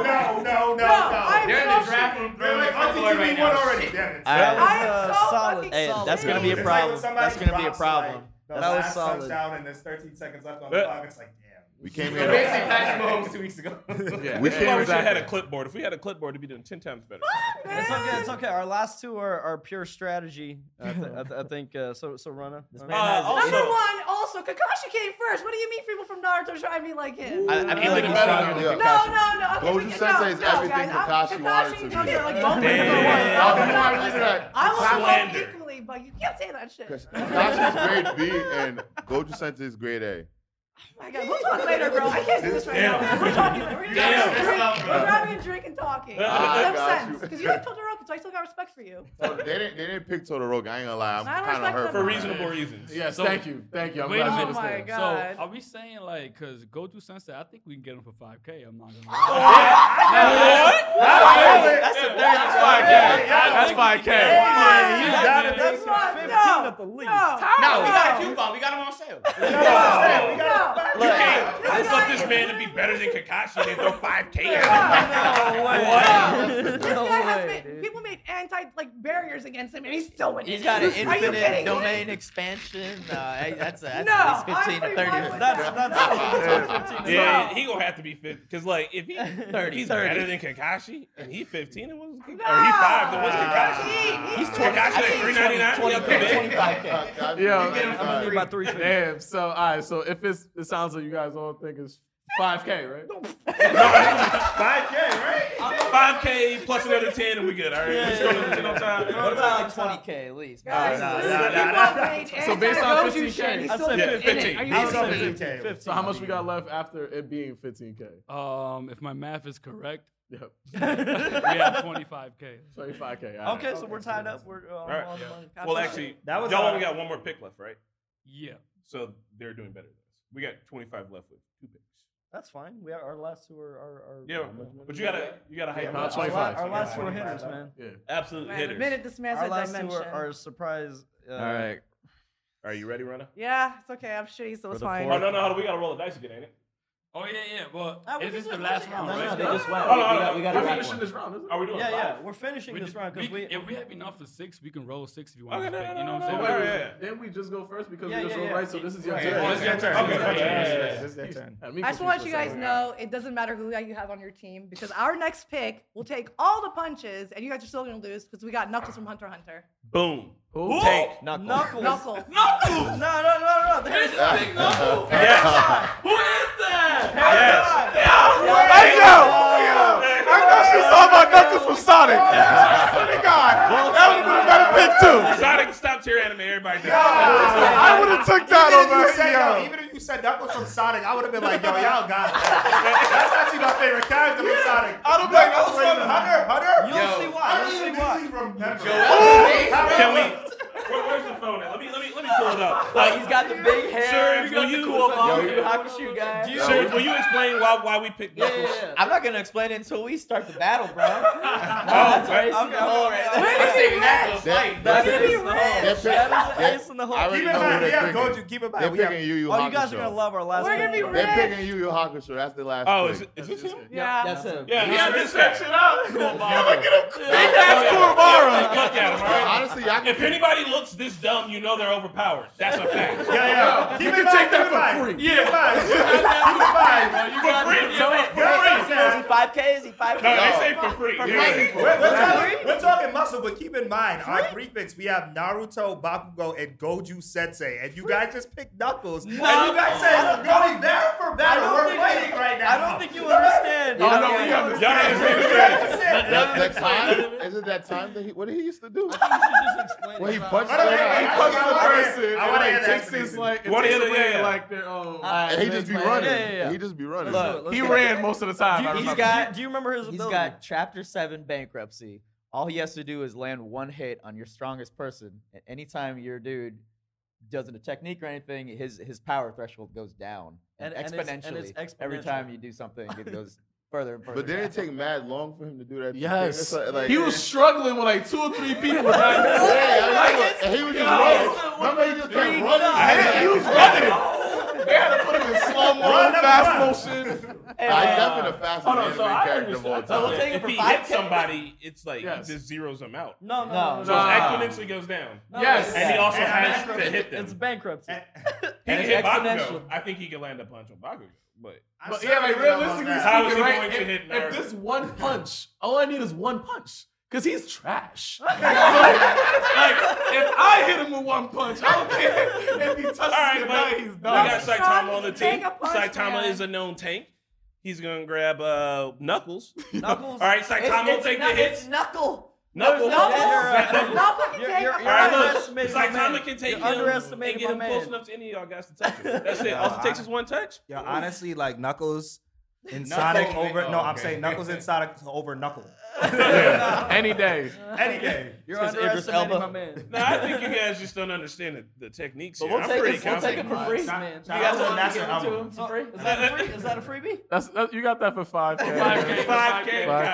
Speaker 6: no,
Speaker 4: No, I'm
Speaker 6: no,
Speaker 3: They're in
Speaker 4: so
Speaker 3: the draft room.
Speaker 6: They're like,
Speaker 3: throwing
Speaker 6: RTTV
Speaker 3: right
Speaker 6: won
Speaker 3: now.
Speaker 6: already. Damn it.
Speaker 7: All right, that was
Speaker 4: I am
Speaker 7: uh,
Speaker 4: so
Speaker 7: solid.
Speaker 4: fucking
Speaker 7: Hey, that's
Speaker 4: solid.
Speaker 7: gonna be a
Speaker 6: It's like
Speaker 7: problem.
Speaker 6: when somebody
Speaker 7: that's gonna be a
Speaker 6: drops,
Speaker 7: problem.
Speaker 6: like, the
Speaker 7: that was
Speaker 6: last
Speaker 7: solid.
Speaker 6: touchdown and there's 13 seconds left on the
Speaker 5: Yeah.
Speaker 6: clock. It's like, damn.
Speaker 9: We came
Speaker 3: So
Speaker 9: here.
Speaker 3: basically,
Speaker 9: to-
Speaker 3: Patrick Mahomes two weeks ago.
Speaker 2: Yeah,
Speaker 9: We
Speaker 5: This is why we should have had
Speaker 2: exactly.
Speaker 5: a clipboard. If we had a clipboard, it'd be doing ten times better.
Speaker 8: It's okay. It's okay. Our last two are, are pure strategy. I, th- I, th- I think uh, so. So Rana.
Speaker 7: This
Speaker 8: Rana?
Speaker 7: man has it.
Speaker 5: Uh, also-
Speaker 4: Number one, also Kakashi came first. What do you mean people from Naruto trying to be like him?
Speaker 7: I, I feel like he's
Speaker 9: Yeah.
Speaker 7: stronger
Speaker 9: Yeah.
Speaker 7: than
Speaker 4: no,
Speaker 7: Kakashi.
Speaker 4: no, no. Okay,
Speaker 9: Goju
Speaker 4: we can-
Speaker 9: Sensei
Speaker 4: no,
Speaker 9: is
Speaker 4: no,
Speaker 9: everything
Speaker 4: guys, I'm-
Speaker 9: Kakashi wanted to be.
Speaker 4: okay, like, both of them
Speaker 5: Damn.
Speaker 4: are
Speaker 9: Now,
Speaker 4: one.
Speaker 9: before I read that,
Speaker 4: I want
Speaker 5: Slander.
Speaker 4: them equally, but you can't say that shit.
Speaker 9: Because Kakashi's grade B and Goju Sensei is grade A.
Speaker 4: I got, we'll talk later, bro. I can't do this right now. We're talking later. We're, gonna
Speaker 5: Damn.
Speaker 4: grab a drink. We're grabbing a drink and talking.
Speaker 9: Ah, I
Speaker 4: Some
Speaker 9: got
Speaker 4: sense.
Speaker 9: you.
Speaker 4: Because you like Todoroki, so I still got respect for you.
Speaker 9: So they didn't. They didn't pick Todoroki. I ain't gonna lie. I'm
Speaker 4: I don't
Speaker 9: kind of
Speaker 4: respect
Speaker 9: hurt
Speaker 4: them.
Speaker 5: For
Speaker 9: that.
Speaker 5: reasonable reasons.
Speaker 2: Yes,
Speaker 1: So-
Speaker 2: thank you. Thank you. I'm
Speaker 1: Wait a
Speaker 2: glad you
Speaker 1: minute.
Speaker 4: Oh my
Speaker 2: understand.
Speaker 4: God. God.
Speaker 1: So are we saying like because go to Sunset? I think we can get him for five k. I'm not gonna.
Speaker 2: Oh,
Speaker 5: What?
Speaker 7: That's a
Speaker 5: That's five K.
Speaker 2: That's 5K. Yeah,
Speaker 4: you
Speaker 2: got it.
Speaker 4: That's
Speaker 8: That's
Speaker 4: fine.
Speaker 8: 15
Speaker 4: No.
Speaker 8: at the least.
Speaker 4: No.
Speaker 3: No, we got a
Speaker 4: No.
Speaker 3: coupon. We got them on sale.
Speaker 6: No, we got
Speaker 4: No.
Speaker 5: You can't
Speaker 4: This
Speaker 5: hype up
Speaker 4: guy-
Speaker 5: this man to be better than Kakashi and throw five K
Speaker 4: No.
Speaker 5: at him.
Speaker 4: No.
Speaker 8: No way.
Speaker 4: This guy has
Speaker 8: way,
Speaker 4: made,
Speaker 8: dude.
Speaker 4: people made anti like barriers against him, and he's still winning.
Speaker 7: He's got an
Speaker 4: Are you kidding
Speaker 7: infinite
Speaker 4: me?
Speaker 7: domain expansion. Uh, I- that's a, that's
Speaker 4: No,
Speaker 7: at least
Speaker 4: I'm
Speaker 7: 15 to
Speaker 4: pretty
Speaker 7: 30.
Speaker 4: much like
Speaker 7: That's
Speaker 8: That's that's that's 15.
Speaker 5: Yeah, he gonna have to be fifty. Cause like if he if
Speaker 7: 30,
Speaker 5: he's
Speaker 7: 30.
Speaker 5: better than Kakashi and he fifteen, it was or he
Speaker 4: No.
Speaker 5: five, then what's Kakashi?
Speaker 4: He- he's
Speaker 5: Kakashi
Speaker 7: I
Speaker 5: at
Speaker 7: think
Speaker 5: three ninety nine.
Speaker 7: 20, 20.
Speaker 2: Yeah.
Speaker 8: About three.
Speaker 2: Damn. So all right. So if it's it sounds like you guys all think it's Five K, right?
Speaker 6: 5K, right?
Speaker 5: 5K plus another 10 and we good. All right. Let's go to the 10 on time.
Speaker 7: What about like 20K at least?
Speaker 4: Guys,
Speaker 7: Nah, nah,
Speaker 4: listen,
Speaker 7: nah,
Speaker 4: you
Speaker 7: nah.
Speaker 4: won't wait. Every
Speaker 2: So based
Speaker 4: time
Speaker 2: on
Speaker 4: I go do
Speaker 2: 15K,
Speaker 4: shit, he's
Speaker 8: I
Speaker 4: still
Speaker 8: said
Speaker 4: in it.
Speaker 5: 15.
Speaker 4: Are you
Speaker 6: I
Speaker 4: kidding
Speaker 6: said
Speaker 4: me?
Speaker 6: 15. Okay.
Speaker 2: So how much we got left after it being 15K?
Speaker 1: Um, if my math is correct,
Speaker 2: Yep,
Speaker 1: we have 25k.
Speaker 2: 25K. all right.
Speaker 8: Okay, so we're tied up. We're uh,
Speaker 5: right,
Speaker 8: on
Speaker 5: yeah.
Speaker 8: the money.
Speaker 5: Well, actually,
Speaker 6: That was
Speaker 5: y'all
Speaker 6: our-
Speaker 5: only got one more pick left, right?
Speaker 1: Yeah.
Speaker 5: So they're doing better than us. We got 25 left with two picks.
Speaker 8: That's fine. We have our last two are are, are
Speaker 5: Yeah, but you gotta you gotta hype
Speaker 6: Yeah,
Speaker 5: it
Speaker 2: but
Speaker 5: up.
Speaker 2: it's
Speaker 8: Our,
Speaker 2: like-
Speaker 8: la- our
Speaker 2: 25.
Speaker 8: last two are
Speaker 6: 25.
Speaker 8: hitters, man.
Speaker 2: Yeah.
Speaker 5: Absolute
Speaker 4: Man, the
Speaker 5: hitters.
Speaker 4: minute this man
Speaker 8: Our
Speaker 4: said
Speaker 8: last two
Speaker 4: dimension.
Speaker 8: are, are surprise. Uh,
Speaker 7: All right.
Speaker 5: Are you ready, Rana?
Speaker 4: Yeah, it's okay. I'm shitty, so it's
Speaker 7: the
Speaker 4: fine.
Speaker 5: Oh no no, we gotta roll the dice again, ain't it?
Speaker 1: Oh yeah, yeah. Well,
Speaker 4: Oh, we
Speaker 1: is
Speaker 4: can
Speaker 1: this
Speaker 4: do
Speaker 1: the
Speaker 4: it
Speaker 1: last
Speaker 4: right
Speaker 1: round?
Speaker 4: now.
Speaker 7: No,
Speaker 1: right?
Speaker 7: no, they just went.
Speaker 5: Oh, no, no,
Speaker 7: we,
Speaker 5: no.
Speaker 7: got, we got
Speaker 2: We're
Speaker 7: to wrap
Speaker 2: finishing
Speaker 7: one.
Speaker 2: this round. isn't it?
Speaker 5: Are we doing
Speaker 8: Yeah,
Speaker 5: five?
Speaker 8: yeah. We're finishing
Speaker 1: We-
Speaker 8: this round
Speaker 1: we-
Speaker 8: because we.
Speaker 1: if we have enough for six, we can roll six if you want. to
Speaker 5: Okay, no,
Speaker 1: pick,
Speaker 5: no,
Speaker 1: you know
Speaker 5: no,
Speaker 1: what
Speaker 5: no,
Speaker 1: I'm
Speaker 5: no,
Speaker 1: saying?
Speaker 2: Wait,
Speaker 5: wait, yeah,
Speaker 2: wait,
Speaker 5: yeah,
Speaker 2: wait. Then we just go first because
Speaker 8: Yeah,
Speaker 2: we just
Speaker 8: yeah,
Speaker 2: roll
Speaker 8: yeah.
Speaker 2: right. So this is your
Speaker 6: Right,
Speaker 2: turn.
Speaker 5: yeah,
Speaker 6: it's your turn.
Speaker 5: Okay,
Speaker 6: It's your
Speaker 5: okay,
Speaker 6: turn.
Speaker 5: yeah, yeah,
Speaker 6: It's their turn.
Speaker 2: Had me
Speaker 4: I just
Speaker 2: confused
Speaker 4: want
Speaker 2: for
Speaker 4: you
Speaker 2: a
Speaker 4: guys
Speaker 2: second.
Speaker 4: know it doesn't matter who you have on your team because our next pick will take all the punches and you guys are still gonna lose because we got Knuckles from Hunter x Hunter.
Speaker 5: Boom.
Speaker 2: Who?
Speaker 5: Take.
Speaker 7: Knuckles.
Speaker 8: Knuckles.
Speaker 4: Knuckles.
Speaker 8: No, no, no, no. There's
Speaker 5: Yes. Who is that? Yes.
Speaker 9: Hey, yo! yo! I thought she saw my knuckles from Sonic. I swear to God, that would have been a better pick too.
Speaker 5: Sonic stopped tier anime. Everybody. did.
Speaker 9: I would have took that
Speaker 6: Even if
Speaker 9: over
Speaker 6: you said, yo,
Speaker 9: yo.
Speaker 6: even if you said that was from Sonic, I would have been like, yo, y'all got it. That's actually my favorite character from Sonic. I don't like, that was from Hunter, Hunter.
Speaker 8: You'll see why. You'll see why.
Speaker 5: Can we? Where, where's the phone at? Let me let me let me pull it up. Like,
Speaker 7: He's got the big hair.
Speaker 5: Sure,
Speaker 7: He's
Speaker 5: will
Speaker 7: got the
Speaker 5: you-
Speaker 7: cool
Speaker 5: Yo,
Speaker 7: mom.
Speaker 5: you-
Speaker 7: Hakushu guy.
Speaker 5: Sure, will you explain why why we picked
Speaker 7: Yeah,
Speaker 5: Knuckles? Oh,
Speaker 7: yeah, yeah. I'm not gonna explain it until we start the battle, bro. That's
Speaker 5: right.
Speaker 7: ace in the
Speaker 8: Okay,
Speaker 7: hole
Speaker 8: okay,
Speaker 7: right there.
Speaker 8: okay.
Speaker 4: Where is he red?
Speaker 7: That's
Speaker 4: Where did
Speaker 7: ace
Speaker 4: he
Speaker 7: in the
Speaker 4: red?
Speaker 7: hole.
Speaker 9: That pick-
Speaker 7: That
Speaker 9: that-
Speaker 7: is ace in the hole.
Speaker 9: I already
Speaker 6: Keep
Speaker 9: know
Speaker 6: in
Speaker 9: who
Speaker 6: mind, we
Speaker 9: they're
Speaker 6: have
Speaker 9: picking.
Speaker 6: Goju. Keep in
Speaker 9: They're
Speaker 6: mind, we have.
Speaker 9: picking Yu Yu
Speaker 8: Oh, you guys
Speaker 9: Hakusho.
Speaker 8: are gonna love our last.
Speaker 4: We're gonna
Speaker 8: pick,
Speaker 4: be
Speaker 8: bro.
Speaker 4: red.
Speaker 9: They're picking Yu Yu Hakusho. That's the last
Speaker 5: Oh, is,
Speaker 9: pick.
Speaker 5: it, is this him?
Speaker 4: Yeah.
Speaker 7: That's him.
Speaker 5: Yeah,
Speaker 9: Yeah,
Speaker 5: yeah, this section.
Speaker 9: That's
Speaker 5: Look at him, all right?
Speaker 9: Honestly, I can
Speaker 5: If anybody looks this dumb, you know they're overpowered. That's a fact.
Speaker 6: Yeah, yeah. Keep in mind, keep in mind. Keep in mind. Keep in mind.
Speaker 5: For free.
Speaker 7: So wait,
Speaker 5: for
Speaker 7: wait, so
Speaker 5: free.
Speaker 7: is he 5K? Is he 5K?
Speaker 5: No, they say for free.
Speaker 9: pay for
Speaker 6: We're,
Speaker 9: it.
Speaker 6: we're, talking, we're talking muscle, but keep in mind our three picks. We have Naruto, Bakugo, and Goju Sensei, and you guys just picked Knuckles. And you guys said we're going battle for battle. We're fighting right now.
Speaker 8: I don't think you understand.
Speaker 2: Oh, no,
Speaker 7: Yeah.
Speaker 2: we understand.
Speaker 5: Y'all ain't saying for free.
Speaker 9: That, that time, is it that time that he, what did he used to do? Well, he punched
Speaker 6: Hold on,
Speaker 9: the
Speaker 6: wait,
Speaker 9: guy.
Speaker 6: wait,
Speaker 2: He
Speaker 6: wait.
Speaker 2: punched
Speaker 6: I
Speaker 2: the
Speaker 6: wanna hear-
Speaker 2: person.
Speaker 6: I
Speaker 2: and,
Speaker 6: wanna
Speaker 2: like,
Speaker 6: hear that
Speaker 2: takes
Speaker 6: reason.
Speaker 2: his like, it
Speaker 5: What
Speaker 2: takes
Speaker 5: is it?
Speaker 2: away,
Speaker 5: Yeah, yeah.
Speaker 2: like oh, their own.
Speaker 9: And he just be running.
Speaker 8: Uh, Yeah, yeah, yeah.
Speaker 9: He just be running.
Speaker 8: Look, let's
Speaker 2: he
Speaker 8: go.
Speaker 2: ran most of the time. I
Speaker 8: Do you,
Speaker 2: remember.
Speaker 8: he's got, do you remember his
Speaker 7: He's
Speaker 8: ability?
Speaker 7: got Chapter 7 bankruptcy. All he has to do is land one hit on your strongest person. And anytime your dude doesn't a technique or anything, his his power threshold goes down and,
Speaker 8: And- and
Speaker 7: exponentially.
Speaker 8: it's- and it's
Speaker 7: Every
Speaker 8: exponential.
Speaker 7: time you do something, it goes further and further.
Speaker 9: But didn't it
Speaker 7: down.
Speaker 9: take mad long for him to do that?
Speaker 2: Yes.
Speaker 9: It's like-
Speaker 2: He was struggling with like two or three people. back
Speaker 9: Yeah,
Speaker 2: there.
Speaker 9: I like, and he was just running. Remember, he just kept running.
Speaker 2: Hey, he was running. They had to put him in slow mo,
Speaker 9: Run, that was
Speaker 2: fast motion.
Speaker 9: I
Speaker 7: uh,
Speaker 9: definitely the fastest
Speaker 5: Hold on,
Speaker 9: anime
Speaker 5: so I
Speaker 9: character of all
Speaker 5: understand.
Speaker 9: time.
Speaker 7: We'll take it
Speaker 5: if
Speaker 7: for
Speaker 5: he
Speaker 7: 5K.
Speaker 5: hits somebody, it's like
Speaker 2: Yes.
Speaker 5: this zeroes him out.
Speaker 8: no, no,
Speaker 7: No,
Speaker 8: no, no,
Speaker 5: So
Speaker 8: no.
Speaker 5: it
Speaker 2: Nah.
Speaker 5: exponentially goes down.
Speaker 2: Yes.
Speaker 5: And he also
Speaker 6: And
Speaker 5: has to
Speaker 6: bankruptcy.
Speaker 5: hit them.
Speaker 8: It's bankruptcy.
Speaker 5: he can
Speaker 7: it's
Speaker 5: hit Bakugo.
Speaker 7: exponential.
Speaker 5: I think he can land a punch on Bakugo. But
Speaker 2: But yeah, like realistically
Speaker 5: How is he
Speaker 2: speaking, right?
Speaker 5: going to
Speaker 2: If,
Speaker 5: hit
Speaker 2: if
Speaker 5: Naruto?
Speaker 2: this one punch, all I need is one punch, cause he's trash. like, if I hit him with one punch, I don't care if he touches
Speaker 5: All right,
Speaker 2: me or
Speaker 5: but
Speaker 2: not. He's
Speaker 5: we
Speaker 2: done.
Speaker 5: got Saitama on the
Speaker 4: Take
Speaker 5: team.
Speaker 4: a punch,
Speaker 5: Saitama
Speaker 4: man.
Speaker 5: is a known tank. He's gonna grab uh, Knuckles.
Speaker 8: Knuckles.
Speaker 5: All right, Saitama will take the hits.
Speaker 7: Knuckle.
Speaker 5: Knuckles.
Speaker 8: Knuckles.
Speaker 5: Saitama-
Speaker 4: Y'all fucking
Speaker 8: You're-
Speaker 4: take
Speaker 8: you're-
Speaker 4: a
Speaker 8: you're
Speaker 5: All right, look,
Speaker 8: underestimating my
Speaker 5: Saitama
Speaker 8: man.
Speaker 5: can take
Speaker 8: You're
Speaker 5: him and
Speaker 8: underestimating
Speaker 5: get him
Speaker 8: my
Speaker 5: close
Speaker 8: man.
Speaker 5: enough to any of y'all guys to touch him. That's it. Also
Speaker 6: No,
Speaker 5: takes
Speaker 6: I-
Speaker 5: his one touch.
Speaker 6: Yo, honestly, like Knuckles and
Speaker 5: Sonic
Speaker 6: Sonic
Speaker 5: Knuckles,
Speaker 6: over.
Speaker 5: over-
Speaker 6: no,
Speaker 5: oh,
Speaker 6: I'm
Speaker 5: okay.
Speaker 6: saying Knuckles and Sonic over Knuckle.
Speaker 2: Any day.
Speaker 6: Any day.
Speaker 7: You're
Speaker 8: It's 'cause Idris
Speaker 7: underestimating
Speaker 8: Elba.
Speaker 7: my man.
Speaker 5: No, I think you guys just don't understand the, the techniques.
Speaker 7: But
Speaker 5: here.
Speaker 7: we'll
Speaker 5: I'm
Speaker 7: take
Speaker 5: pretty
Speaker 7: it. We'll take it
Speaker 5: confident.
Speaker 7: for free.
Speaker 6: Nah,
Speaker 7: man.
Speaker 6: nah, I wouldn't ask
Speaker 7: give
Speaker 6: him, I
Speaker 7: it to him
Speaker 6: wouldn't.
Speaker 7: for free. Is
Speaker 5: Uh,
Speaker 7: that a free? Is that a freebie?
Speaker 2: That's, that, you got that for five.
Speaker 1: Five K.
Speaker 5: 5K. God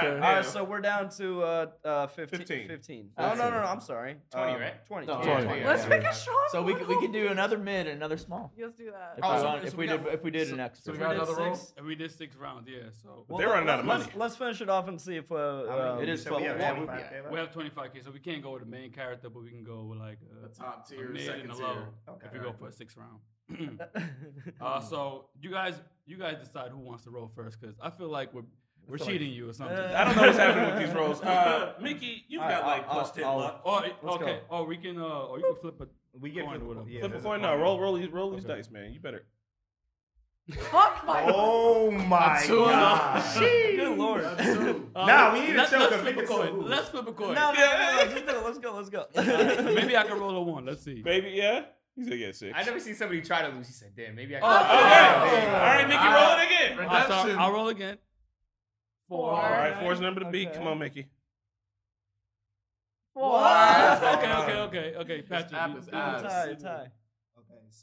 Speaker 2: All
Speaker 8: All right,
Speaker 5: damn.
Speaker 8: so we're down to uh, uh, 15.
Speaker 5: 15.
Speaker 8: 15. Oh, no, no, no. I'm sorry.
Speaker 5: 20,
Speaker 8: Um,
Speaker 5: right?
Speaker 8: 20.
Speaker 7: No,
Speaker 5: Yeah,
Speaker 2: Twenty.
Speaker 5: yeah,
Speaker 4: Let's
Speaker 5: yeah.
Speaker 4: pick a strong
Speaker 7: So we
Speaker 4: one.
Speaker 7: could, we could do another mid and another small.
Speaker 4: Let's do that.
Speaker 7: If,
Speaker 2: Oh,
Speaker 7: we
Speaker 2: so-
Speaker 7: want- if
Speaker 8: so
Speaker 7: we
Speaker 8: we got-
Speaker 7: did if we did an
Speaker 2: So
Speaker 7: extra.
Speaker 2: we got another roll.
Speaker 8: Six.
Speaker 1: And we did six rounds, yeah. So
Speaker 5: They're running out of
Speaker 8: let's-
Speaker 5: money.
Speaker 8: Let's finish it off and see if uh, uh,
Speaker 5: Um,
Speaker 7: It is
Speaker 6: So we
Speaker 7: 12.
Speaker 6: have
Speaker 7: Yeah,
Speaker 6: 25K
Speaker 7: we-
Speaker 6: left?
Speaker 1: we have 25k, so we can't go with the main character, but we can go with like uh,
Speaker 2: top
Speaker 1: a mid and a low
Speaker 6: Okay.
Speaker 1: if we go for a six round. uh, so you guys, you guys decide who wants to roll first, because I feel like we're we're cheating you or something.
Speaker 5: I don't know what's happening with these rolls. Uh, Mickey, you've got like plus 10 luck.
Speaker 1: Or
Speaker 8: Let's
Speaker 1: Oh, okay, or we can, uh, or you can flip a
Speaker 6: We get
Speaker 1: Coin
Speaker 6: for
Speaker 1: or
Speaker 6: the
Speaker 1: whatever.
Speaker 6: yeah,
Speaker 5: Flip a
Speaker 6: there's
Speaker 5: coin.
Speaker 6: coin.
Speaker 5: No, roll, roll, these- roll these dice, man. You better.
Speaker 4: Fuck my.
Speaker 6: Oh my
Speaker 2: two.
Speaker 6: god.
Speaker 8: Good lord.
Speaker 6: Nah, we need to
Speaker 1: Let's-
Speaker 6: chill
Speaker 1: let's
Speaker 6: 'cause
Speaker 1: flip
Speaker 6: niggas
Speaker 1: a coin.
Speaker 6: salute.
Speaker 1: Let's flip a coin.
Speaker 8: No, no, no, no, just do it. Let's go. Let's go.
Speaker 1: Maybe I can roll a one. Let's see.
Speaker 5: Maybe, yeah? He said, yeah, six.
Speaker 3: I never seen somebody try to lose. He said, "Damn, maybe I." Can
Speaker 1: Oh,
Speaker 5: Okay.
Speaker 1: Oh.
Speaker 5: All right, Mickey, roll it again.
Speaker 1: I'll, start- I'll roll again. Four.
Speaker 5: All right, four's the number to beat. Come on, Mickey.
Speaker 1: What? Okay, okay, okay, okay. Patrick,
Speaker 2: app
Speaker 1: you-
Speaker 2: is
Speaker 1: you-
Speaker 2: ass.
Speaker 8: tie, tie.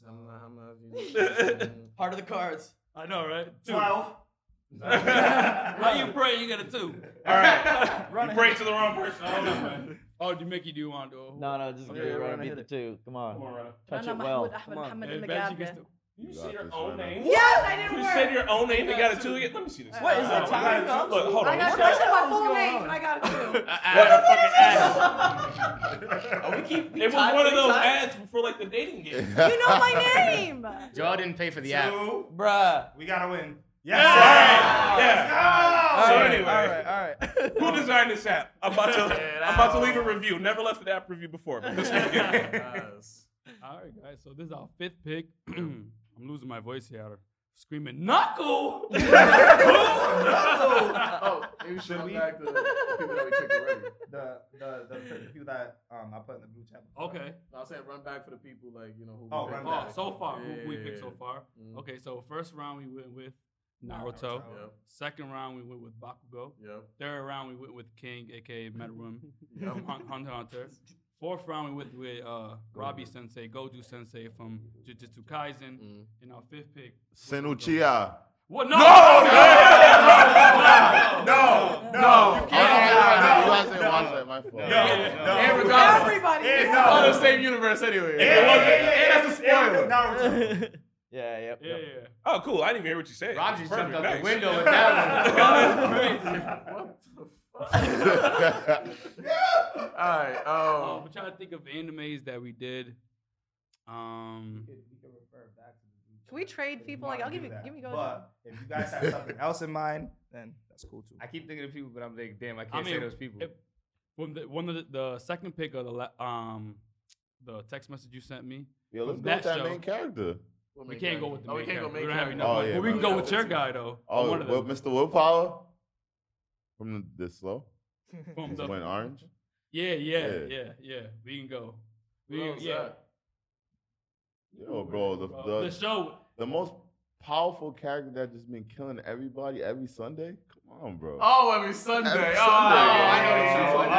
Speaker 7: Heart of the cards.
Speaker 1: I know, right? Two.
Speaker 6: Twelve.
Speaker 1: How you pray? You got a two.
Speaker 5: All right. you break to the wrong person. I don't know, man.
Speaker 1: Oh, do Mickey? Do you want to? do a-
Speaker 7: No, no, just
Speaker 5: Okay,
Speaker 7: get it
Speaker 5: we're
Speaker 7: right
Speaker 5: gonna
Speaker 7: beat
Speaker 5: hit
Speaker 7: the two. Come
Speaker 5: Come on,
Speaker 7: on.
Speaker 5: Ryan.
Speaker 7: Touch
Speaker 4: Rana
Speaker 7: it well.
Speaker 4: Mahmoud Ahmed
Speaker 8: Come on.
Speaker 4: Hamad
Speaker 1: Hey,
Speaker 4: Al
Speaker 1: Patrick, you
Speaker 4: Magabne.
Speaker 1: still-
Speaker 5: You
Speaker 9: got
Speaker 5: said your
Speaker 9: this,
Speaker 5: own
Speaker 9: Ryan.
Speaker 5: name.
Speaker 4: Yes, I didn't
Speaker 5: You
Speaker 4: work.
Speaker 5: said your own name. They
Speaker 1: You
Speaker 5: got
Speaker 1: got
Speaker 5: a
Speaker 1: two.
Speaker 5: two. Let me see this.
Speaker 4: What, is it
Speaker 5: Hold on,
Speaker 4: time
Speaker 5: we got a two. Look, hold
Speaker 4: I
Speaker 5: on.
Speaker 4: got questioned my full name, but I got it too.
Speaker 5: It was one of those ads before like the dating game.
Speaker 4: You know my name.
Speaker 3: Y'all didn't pay for the app.
Speaker 6: Two.
Speaker 7: Bruh.
Speaker 6: We gotta win.
Speaker 5: All
Speaker 6: Yes.
Speaker 5: right. Yeah.
Speaker 6: Oh!
Speaker 5: So
Speaker 8: All right,
Speaker 5: anyway.
Speaker 8: all right, all right.
Speaker 5: Who designed this app? I'm about to, I'm about to leave a review. Never left an app review before. but this one did.
Speaker 1: All right, guys. So this is our fifth pick. I'm losing my voice here. I'm Screaming knuckle.
Speaker 9: Oh, you should
Speaker 6: we-
Speaker 9: go back to the people that we picked already.
Speaker 6: The the the people that um I put in the blue chat.
Speaker 1: okay.
Speaker 9: No, I said run back for the people like you know who. we
Speaker 6: Oh,
Speaker 9: picked.
Speaker 6: run
Speaker 1: Oh,
Speaker 6: back.
Speaker 1: so far, who-
Speaker 9: Yeah,
Speaker 1: who we
Speaker 9: yeah,
Speaker 1: picked
Speaker 9: yeah.
Speaker 1: so far.
Speaker 2: Mm.
Speaker 9: Mhm.
Speaker 1: Okay, so first round we went with Naruto.
Speaker 6: Naruto.
Speaker 1: Second round we went with Bakugo.
Speaker 9: Yep.
Speaker 1: Third round we went with King, aka Metarum,
Speaker 9: Yep.
Speaker 1: from Hun- Hunter x Hunter. Fourth round we went with uh, Robbie Sensei, Goju Sensei from Jujutsu Kaisen.
Speaker 9: Mhm.
Speaker 1: And our fifth pick.
Speaker 9: Senuchia.
Speaker 1: What? No! no!
Speaker 6: No, no,
Speaker 9: Oh, no, no,
Speaker 6: no,
Speaker 9: no, no, no, no, no, my fault.
Speaker 6: no, no.
Speaker 3: And regardless,
Speaker 4: Everybody.
Speaker 6: And
Speaker 4: knows.
Speaker 6: no.
Speaker 9: same universe anyway.
Speaker 5: If it wasn't-
Speaker 6: that's a spoiler. Naruto.
Speaker 7: Yeah, yep.
Speaker 1: Yeah,
Speaker 7: yep.
Speaker 1: yeah.
Speaker 5: Oh, cool. I didn't even hear what you said.
Speaker 3: Rob just jumped
Speaker 5: Perfect.
Speaker 3: out
Speaker 5: Nice.
Speaker 3: the window with that one.
Speaker 9: All right.
Speaker 1: Oh,
Speaker 9: Um,
Speaker 1: I'm trying to think of animes that we did. Um,
Speaker 4: Can we trade people? Like, I'll give you, give me go.
Speaker 6: But if you guys have something else in mind, then that's cool too.
Speaker 3: I keep thinking of people, but I'm like, damn, I
Speaker 1: I
Speaker 3: can't
Speaker 1: mean,
Speaker 3: say those people.
Speaker 1: if- From the, one of the, the second pick of the la- um, the text message you sent me.
Speaker 9: Yo, let's
Speaker 1: From
Speaker 9: go with
Speaker 1: that
Speaker 9: that
Speaker 1: show.
Speaker 9: main character.
Speaker 1: We can't go with the
Speaker 9: Oh, we
Speaker 1: main
Speaker 9: can't go
Speaker 1: character.
Speaker 9: main
Speaker 1: we don't have
Speaker 9: character.
Speaker 1: enough
Speaker 9: Oh,
Speaker 1: money.
Speaker 9: yeah,
Speaker 1: but we
Speaker 9: no,
Speaker 1: can go
Speaker 9: yeah,
Speaker 1: with your
Speaker 9: that's it.
Speaker 1: guy though.
Speaker 9: Oh,
Speaker 1: one of
Speaker 9: Will-
Speaker 1: them.
Speaker 9: Mr. Willpower from the, this slow.
Speaker 1: From
Speaker 9: He's
Speaker 1: the-
Speaker 9: wearing orange.
Speaker 1: yeah, yeah,
Speaker 9: Yeah.
Speaker 1: yeah, yeah, We can go. We can, yeah.
Speaker 9: Yo, bro, the
Speaker 1: Bro,
Speaker 9: the,
Speaker 1: The show.
Speaker 9: the most powerful character that just been killing everybody every Sunday. Come on, bro.
Speaker 2: Oh, every Sunday.
Speaker 9: Every
Speaker 2: oh,
Speaker 9: Sunday.
Speaker 2: oh,
Speaker 9: Oh,
Speaker 6: Ah!